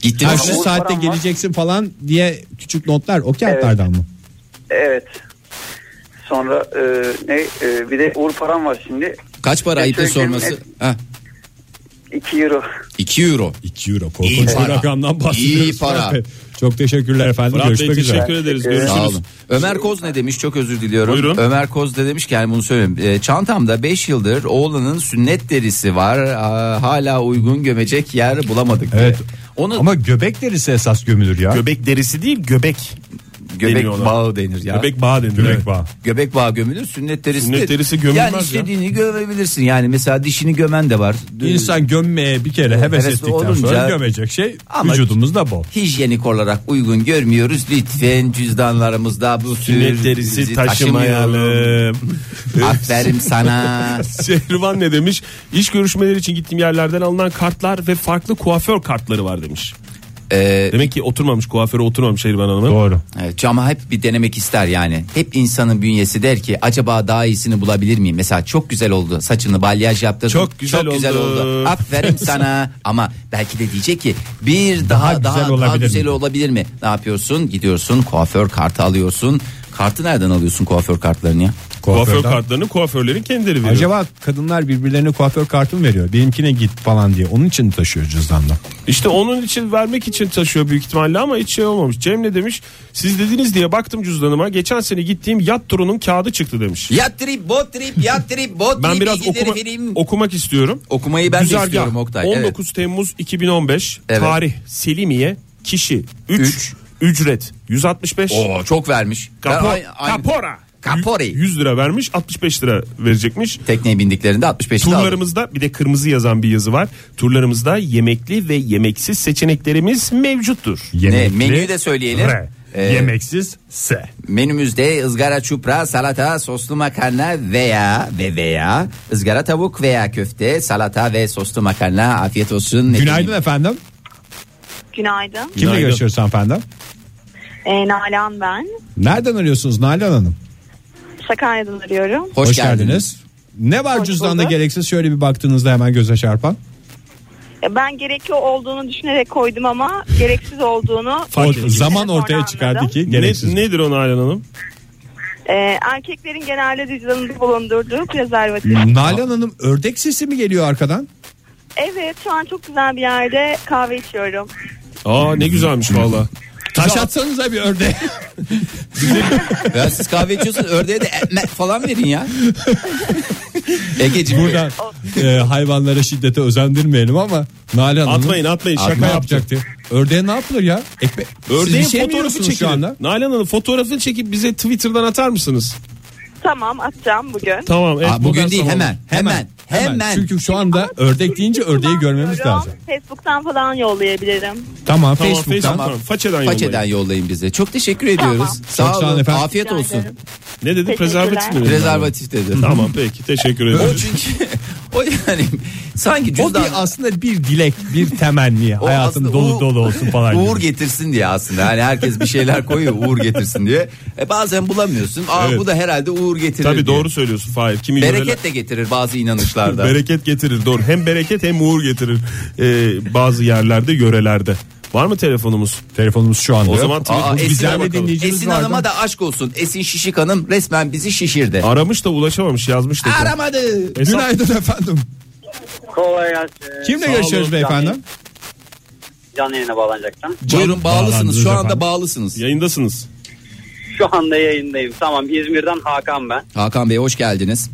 C: Gittiniz
B: Her
S: mi?
B: şu
S: Uğur
B: saatte
S: param var.
B: geleceksin falan diye küçük notlar o kağıtlardan mı?
S: Evet. Sonra e, ne e, bir de uğur param var şimdi.
C: Kaç para
S: Ya
C: ayıptır
S: şöyle
C: sorması?
S: bir-
C: Ha.
S: 2 euro.
C: 2 euro.
B: 2 euro
C: İyi
B: korkunç bir
C: para.
B: rakamdan bahsediyoruz.
C: İyi para.
B: Fırat Bey. Çok teşekkürler efendim.
C: Fırat Bey,
B: Görüşmek üzere.
C: teşekkür ederiz. Görüşürüz. Sağ olun. Ömer Koz ne demiş? Çok özür diliyorum. Ömer Koz da demiş ki yani bunu söyleyeyim. Ee, çantamda 5 yıldır oğlanın sünnet derisi var. Aa, hala uygun gömecek yer bulamadık. Evet. Onu
B: Ama göbek derisi esas gömülür ya.
D: Göbek derisi değil göbek.
C: Göbek
D: deniyor ona.
C: bağı denir ya.
D: Göbek bağı denir.
C: Göbek
D: evet.
C: bağı. Göbek bağı gömülür. Sünnet derisi
D: Sünnet
C: de-
D: derisi gömülmez
C: Yani
D: ya.
C: istediğini gömebilirsin. Yani mesela dişini gömen de var.
B: İnsan gömmeye bir kere heves
C: Hevesli
B: ettikten
C: olunca-
B: sonra gömecek şey
C: Ama-
B: vücudumuzda bu.
C: Hijyenik olarak uygun görmüyoruz. Lütfen cüzdanlarımızda bu
D: Sünnet derisi taşımayalım.
C: Aferin sana.
D: Şehrivan ne demiş? İş görüşmeleri için gittiğim yerlerden alınan kartlar ve farklı kuaför kartları var demiş.
C: Ee,
D: Demek ki oturmamış kuaföre oturmamış Şehrivan Hanım'ın.
B: Doğru.
C: Evet, ama hep bir denemek ister yani. Hep insanın bünyesi der ki acaba daha iyisini bulabilir miyim? Mesela çok güzel oldu. Saçını balyaj yaptırdın.
D: Çok güzel oldu.
C: Aferin sana. Ama belki de diyecek ki bir daha daha daha güzel, olabilir, mi? olabilir mi? Ne yapıyorsun? Gidiyorsun kuaför kartı alıyorsun. Kartı nereden alıyorsun kuaför kartlarını ya?
D: Kuaför kartlarını kuaförlerin kendileri veriyor.
B: Acaba kadınlar birbirlerine kuaför kartı mı veriyor? Benimkine git falan diye. Onun için mi taşıyor cüzdanda.
D: İşte onun için vermek için taşıyor büyük ihtimalle ama hiç şey olmamış. Cem ne demiş? Siz dediniz diye baktım cüzdanıma. Geçen sene gittiğim yat turunun kağıdı çıktı demiş.
C: Yat trip, bot trip, yat trip, bot
D: Ben
C: trip,
D: biraz
C: bilgileri
D: okuma,
C: vereyim.
D: okumak istiyorum.
C: Okumayı ben de istiyorum Oktay, evet.
D: 19 Temmuz 2015
C: Evet.
D: tarih Selimiye kişi 3 ücret 165.
C: Oo, çok vermiş.
D: Kapo,
C: Ben aynı- aynı-
D: kapora.
C: Kapori.
D: 100 lira vermiş 65 lira verecekmiş.
C: Tekneye bindiklerinde 65 lira
D: Turlarımızda bir de kırmızı yazan bir yazı var. Turlarımızda yemekli ve yemeksiz seçeneklerimiz mevcuttur.
C: ne, menüyü de söyleyelim. Ee,
B: Yemeksiz S.
C: Menümüzde ızgara çupra, salata, soslu makarna veya ve veya ızgara tavuk veya köfte, salata ve soslu makarna. Afiyet olsun. Ne
B: Günaydın
C: diyeyim?
B: efendim.
O: Günaydın.
B: Kimle görüşüyoruz hanımefendi?
O: Ee, Nalan ben.
B: Nereden arıyorsunuz Nalan Hanım?
O: Sakarya'dan arıyorum.
B: Ne var
O: Hoş
B: cüzdanda
O: bulduk.
B: gereksiz? Şöyle bir baktığınızda hemen göze çarpan.
O: Ya Ben gerekli olduğunu düşünerek koydum ama gereksiz olduğunu
B: O zaman ortaya çıkardı ki gereksiz.
D: nedir o Nalan Hanım?
O: Ee, erkeklerin genelde cüzdanında bulundurduğu prezervatif.
B: Nalan Hanım ördek sesi mi geliyor arkadan?
O: Evet şu an çok güzel bir yerde kahve içiyorum.
D: Aa ne güzelmiş valla.
B: Taş atsanıza bir ördeğe.
C: Ya siz kahve içiyorsun ördeğe de ekmek falan verin ya. Egeciğim.
B: Buradan e, hayvanlara şiddete özendirmeyelim ama Nalan Hanım.
D: Atmayın, atmayın, şaka
B: ne
D: yaptım.
B: yapacaktı? Ördeğe ne yapılır ya? Ekmek.
D: Ördeğin
B: Siz bir şey mi
D: fotoğrafı
B: yiyorsunuz şu
D: çekilir.
B: anda?
D: Nalan Hanım fotoğrafını çekip bize Twitter'dan atar mısınız?
O: Tamam atacağım bugün.
D: Tamam.
B: Aa,
D: modern
B: bugün değil
D: sabah.
B: hemen, hemen, hemen, Çünkü şu anda ördek deyince ördeği görmemiz lazım.
O: Facebook'tan falan yollayabilirim.
B: Tamam,
C: Tamam,
B: Facebook'tan.
C: Facebook'tan. Tamam.
D: Façeden,
C: Façeden yollayın bize. Çok teşekkür
O: Tamam.
C: ediyoruz.
O: Çok
C: Sağ
B: sağ
C: olun.
B: olun efendim.
C: Afiyet
O: Rica
C: olsun.
O: ederim.
D: Ne dedi? Prezervatif mi dedi?
C: Prezervatif dedi.
D: Tamam peki teşekkür
C: O
D: ederim.
C: çünkü o yani sanki
B: O
C: cüzdan
B: bir aslında bir dilek, bir temenni.
C: O
B: Hayatın
C: aslında
B: dolu
C: uğur-
B: dolu olsun falan. gibi.
C: Uğur getirsin diye aslında. Hani herkes bir şeyler koyuyor uğur getirsin diye. E bazen bulamıyorsun. Aa
D: Evet.
C: bu da herhalde uğur getirir
D: Tabii
C: diye.
D: doğru söylüyorsun Fahir. Kimi yöreler-
C: Bereket de getirir bazı inanışlarda.
D: Bereket getirir doğru. Hem bereket hem uğur getirir Ee, bazı yerlerde yörelerde. Var mı telefonumuz?
B: Telefonumuz şu anda.
D: O
B: yok.
D: zaman
C: Aa,
D: tweetimiz
C: Esin,
D: bizden
C: Hanım-
D: bakalım.
C: Esin Hanım'a da aşk olsun. Esin Şişik Hanım resmen bizi şişirdi.
D: Aramış da ulaşamamış yazmış da.
C: Aramadı.
D: Esas-
B: Günaydın efendim.
R: Kolay gelsin.
B: Kimle
R: Sağ
B: görüşüyoruz
R: olun.
B: beyefendi?
R: Canlı yayına bağlanacaktım.
C: Buyurun bağlısınız. Şu anda bağlısınız.
D: Yayındasınız.
R: Şu anda yayındayım. Tamam İzmir'den Hakan ben.
C: Hakan Bey hoş geldiniz.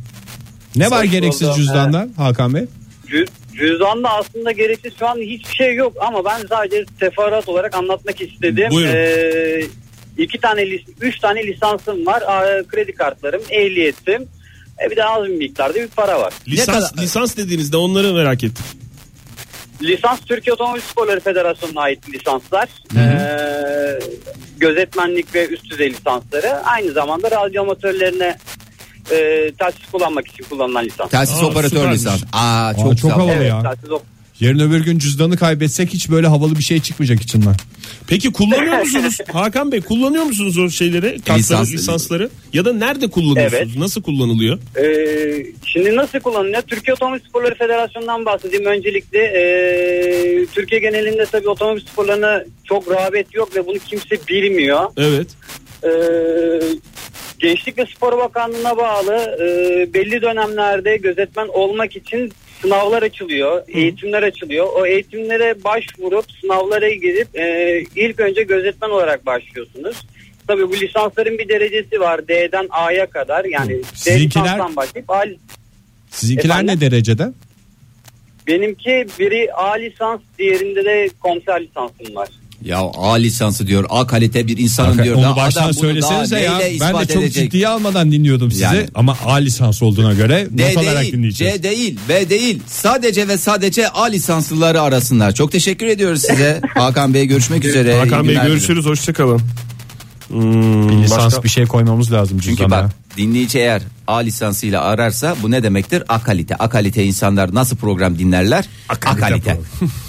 B: Ne var
R: Hoş
B: gereksiz
R: buldum.
B: cüzdanda Hakan Bey?
R: Cü- Cüzdanda aslında gereksiz şu an hiçbir şey yok ama ben sadece teferruat olarak anlatmak istedim.
D: Buyurun.
R: Ee, iki tane, lis- üç tane lisansım var. Aa, kredi kartlarım, ehliyetim. E bir de az bir miktarda bir para var.
D: Lisans, lisans dediğinizde onları merak ettim.
R: Lisans Türkiye Otomobil Sporları Federasyonu'na ait lisanslar. Ee, gözetmenlik ve üst düzey lisansları. Aynı zamanda radyo amatörlerine e, telsiz kullanmak için kullanılan lisans.
C: Telsiz operatör lisans. Aa çok,
B: Aa, çok
C: sağ olun.
B: havalı
R: Evet,
B: ya.
R: telsiz op-
B: Yarın öbür gün cüzdanı kaybetsek hiç böyle havalı bir şey çıkmayacak içinden.
D: Peki kullanıyor musunuz? Hakan Bey kullanıyor musunuz o şeyleri? Kartları,
B: Lisans-
D: lisansları? Ya da nerede kullanıyorsunuz?
R: Evet.
D: Nasıl kullanılıyor?
R: Ee, şimdi nasıl kullanılıyor? Türkiye Otomobil Sporları Federasyonu'ndan bahsedeyim öncelikle. Ee, Türkiye genelinde tabii otomobil sporlarına çok rağbet yok ve bunu kimse bilmiyor.
D: Evet.
R: Ee, Gençlik ve Spor Bakanlığı'na bağlı e, belli dönemlerde gözetmen olmak için sınavlar açılıyor, eğitimler açılıyor. O eğitimlere başvurup sınavlara girip e, ilk önce gözetmen olarak başlıyorsunuz. Tabii bu lisansların bir derecesi var. D'den A'ya kadar yani D
B: Sizinkiler-
R: lisanstan başlayıp A,
B: Sizinkiler
R: Efendim?
B: ne derecede?
R: benimki biri A lisans diğerinde de komiser lisansım var.
C: Ya A lisansı diyor. A kalite bir insanım
B: Hakikaten
C: diyor.
B: Onu
C: Daha
B: baştan
C: adam bunu
B: söylesenize
C: daha
B: ya.
C: neyle
B: Ben de
C: ispat
B: çok
C: edecek?
B: ciddiye almadan dinliyordum sizi.
C: Yani.
B: Ama A lisans olduğuna göre
C: D
B: not olarak
C: değil,
B: dinleyeceğiz.
C: C değil, B değil. Sadece ve sadece A lisanslıları arasınlar. Çok teşekkür ediyoruz size. Hakan Bey görüşmek üzere.
D: Hakan
C: İyi
D: Bey
C: günler
D: görüşürüz hoşçakalın.
B: Bir lisans
C: Hmm, başka-
B: bir şey koymamız lazım
C: Çünkü bak dinleyici eğer A lisansıyla ararsa bu ne demektir? A kalite. A kalite insanlar nasıl program dinlerler? A kalite.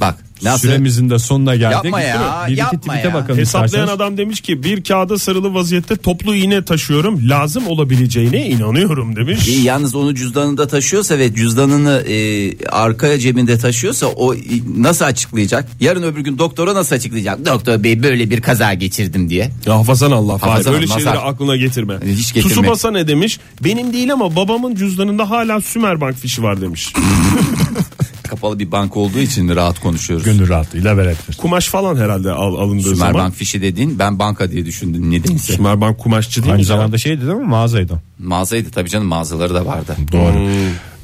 C: bak nasıl?
B: Süremizin de sonuna geldik.
C: Yapma ya,
B: Bir iki
C: yapma
B: tweet'e
C: ya.
B: bakalım
D: Hesaplayan
B: isterseniz.
D: adam demiş ki bir kağıda sarılı vaziyette toplu iğne taşıyorum. Lazım olabileceğine inanıyorum demiş.
C: İyi, yalnız onu cüzdanında taşıyorsa ve cüzdanını e, arka cebinde taşıyorsa o e, nasıl açıklayacak? Yarın öbür gün doktora nasıl açıklayacak? Doktor bey böyle bir kaza geçirdim diye.
D: Ya hafazan Allah. Fahir,
C: Hafazan
D: Böyle
C: Allah,
D: şeyleri
C: nazar.
D: aklına getirme.
C: Hiç getirme.
D: Tsubasa ne demiş? Benim değil ama babamın cüzdanında hala Sümerbank fişi var demiş.
C: Kapalı bir bank olduğu için rahat konuşuyoruz.
B: Gönül rahatlığıyla verebiliriz.
D: Kumaş falan herhalde al, alındığı zaman.
C: Sümerbank fişi dediğin ben banka diye düşündüm nedense.
D: Sümerbank kumaşçı değil
B: Aynı
D: mi?
B: zamanda şeydi değil mi mağazaydı.
C: Mağazaydı tabii canım mağazaları da vardı. Hmm.
B: Doğru.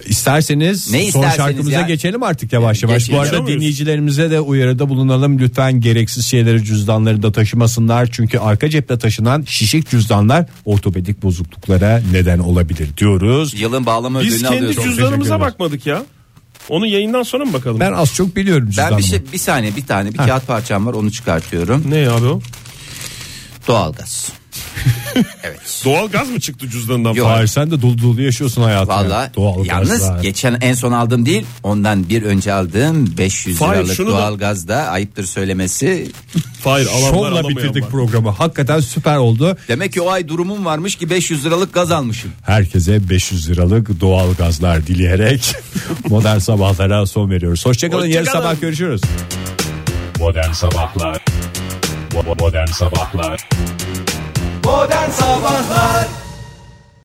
B: İsterseniz
C: Ne
B: son
C: isterseniz
B: şarkımıza
C: ya.
B: geçelim artık yavaş yavaş.
C: Geçelim.
B: Bu arada
C: Geçiyor muyuz?
B: dinleyicilerimize de uyarıda bulunalım. Lütfen gereksiz şeyleri cüzdanlarında taşımasınlar. Çünkü arka cepte taşınan şişik cüzdanlar ortopedik bozukluklara neden olabilir diyoruz.
C: Yılın bağlama ödülünü
D: Biz kendi
C: alıyoruz.
D: cüzdanımıza bakmadık ya. Onu yayından sonra mı bakalım?
B: Ben az çok biliyorum
C: Ben
B: cüzdanımı.
C: bir şey bir saniye bir tane bir
B: Ha.
C: kağıt parçam var onu çıkartıyorum.
D: Ne abi o?
C: Doğalgaz.
D: Doğal gaz mı çıktı cüzdanından?
C: Yok.
B: Hayır sen de dolu dolu yaşıyorsun hayatını.
C: Valla
B: Doğal
C: yalnız
B: gazlar.
C: geçen en son aldığım değil ondan bir önce aldığım 500
B: Fahir,
C: liralık
B: şunu da-
C: doğalgazda ayıptır söylemesi.
D: Hayır
B: Şovla bitirdik programı. Hakikaten süper oldu.
C: Demek ki o ay durumum varmış ki 500 liralık gaz almışım.
B: Herkese 500 liralık doğal gazlar dileyerek modern sabahlara son veriyoruz. Hoşçakalın. Yarın
T: Hoşçakalın.
B: sabah görüşürüz.
T: Modern Sabahlar Bo- bo- Modern Sabahlar
E: Modern Sabahlar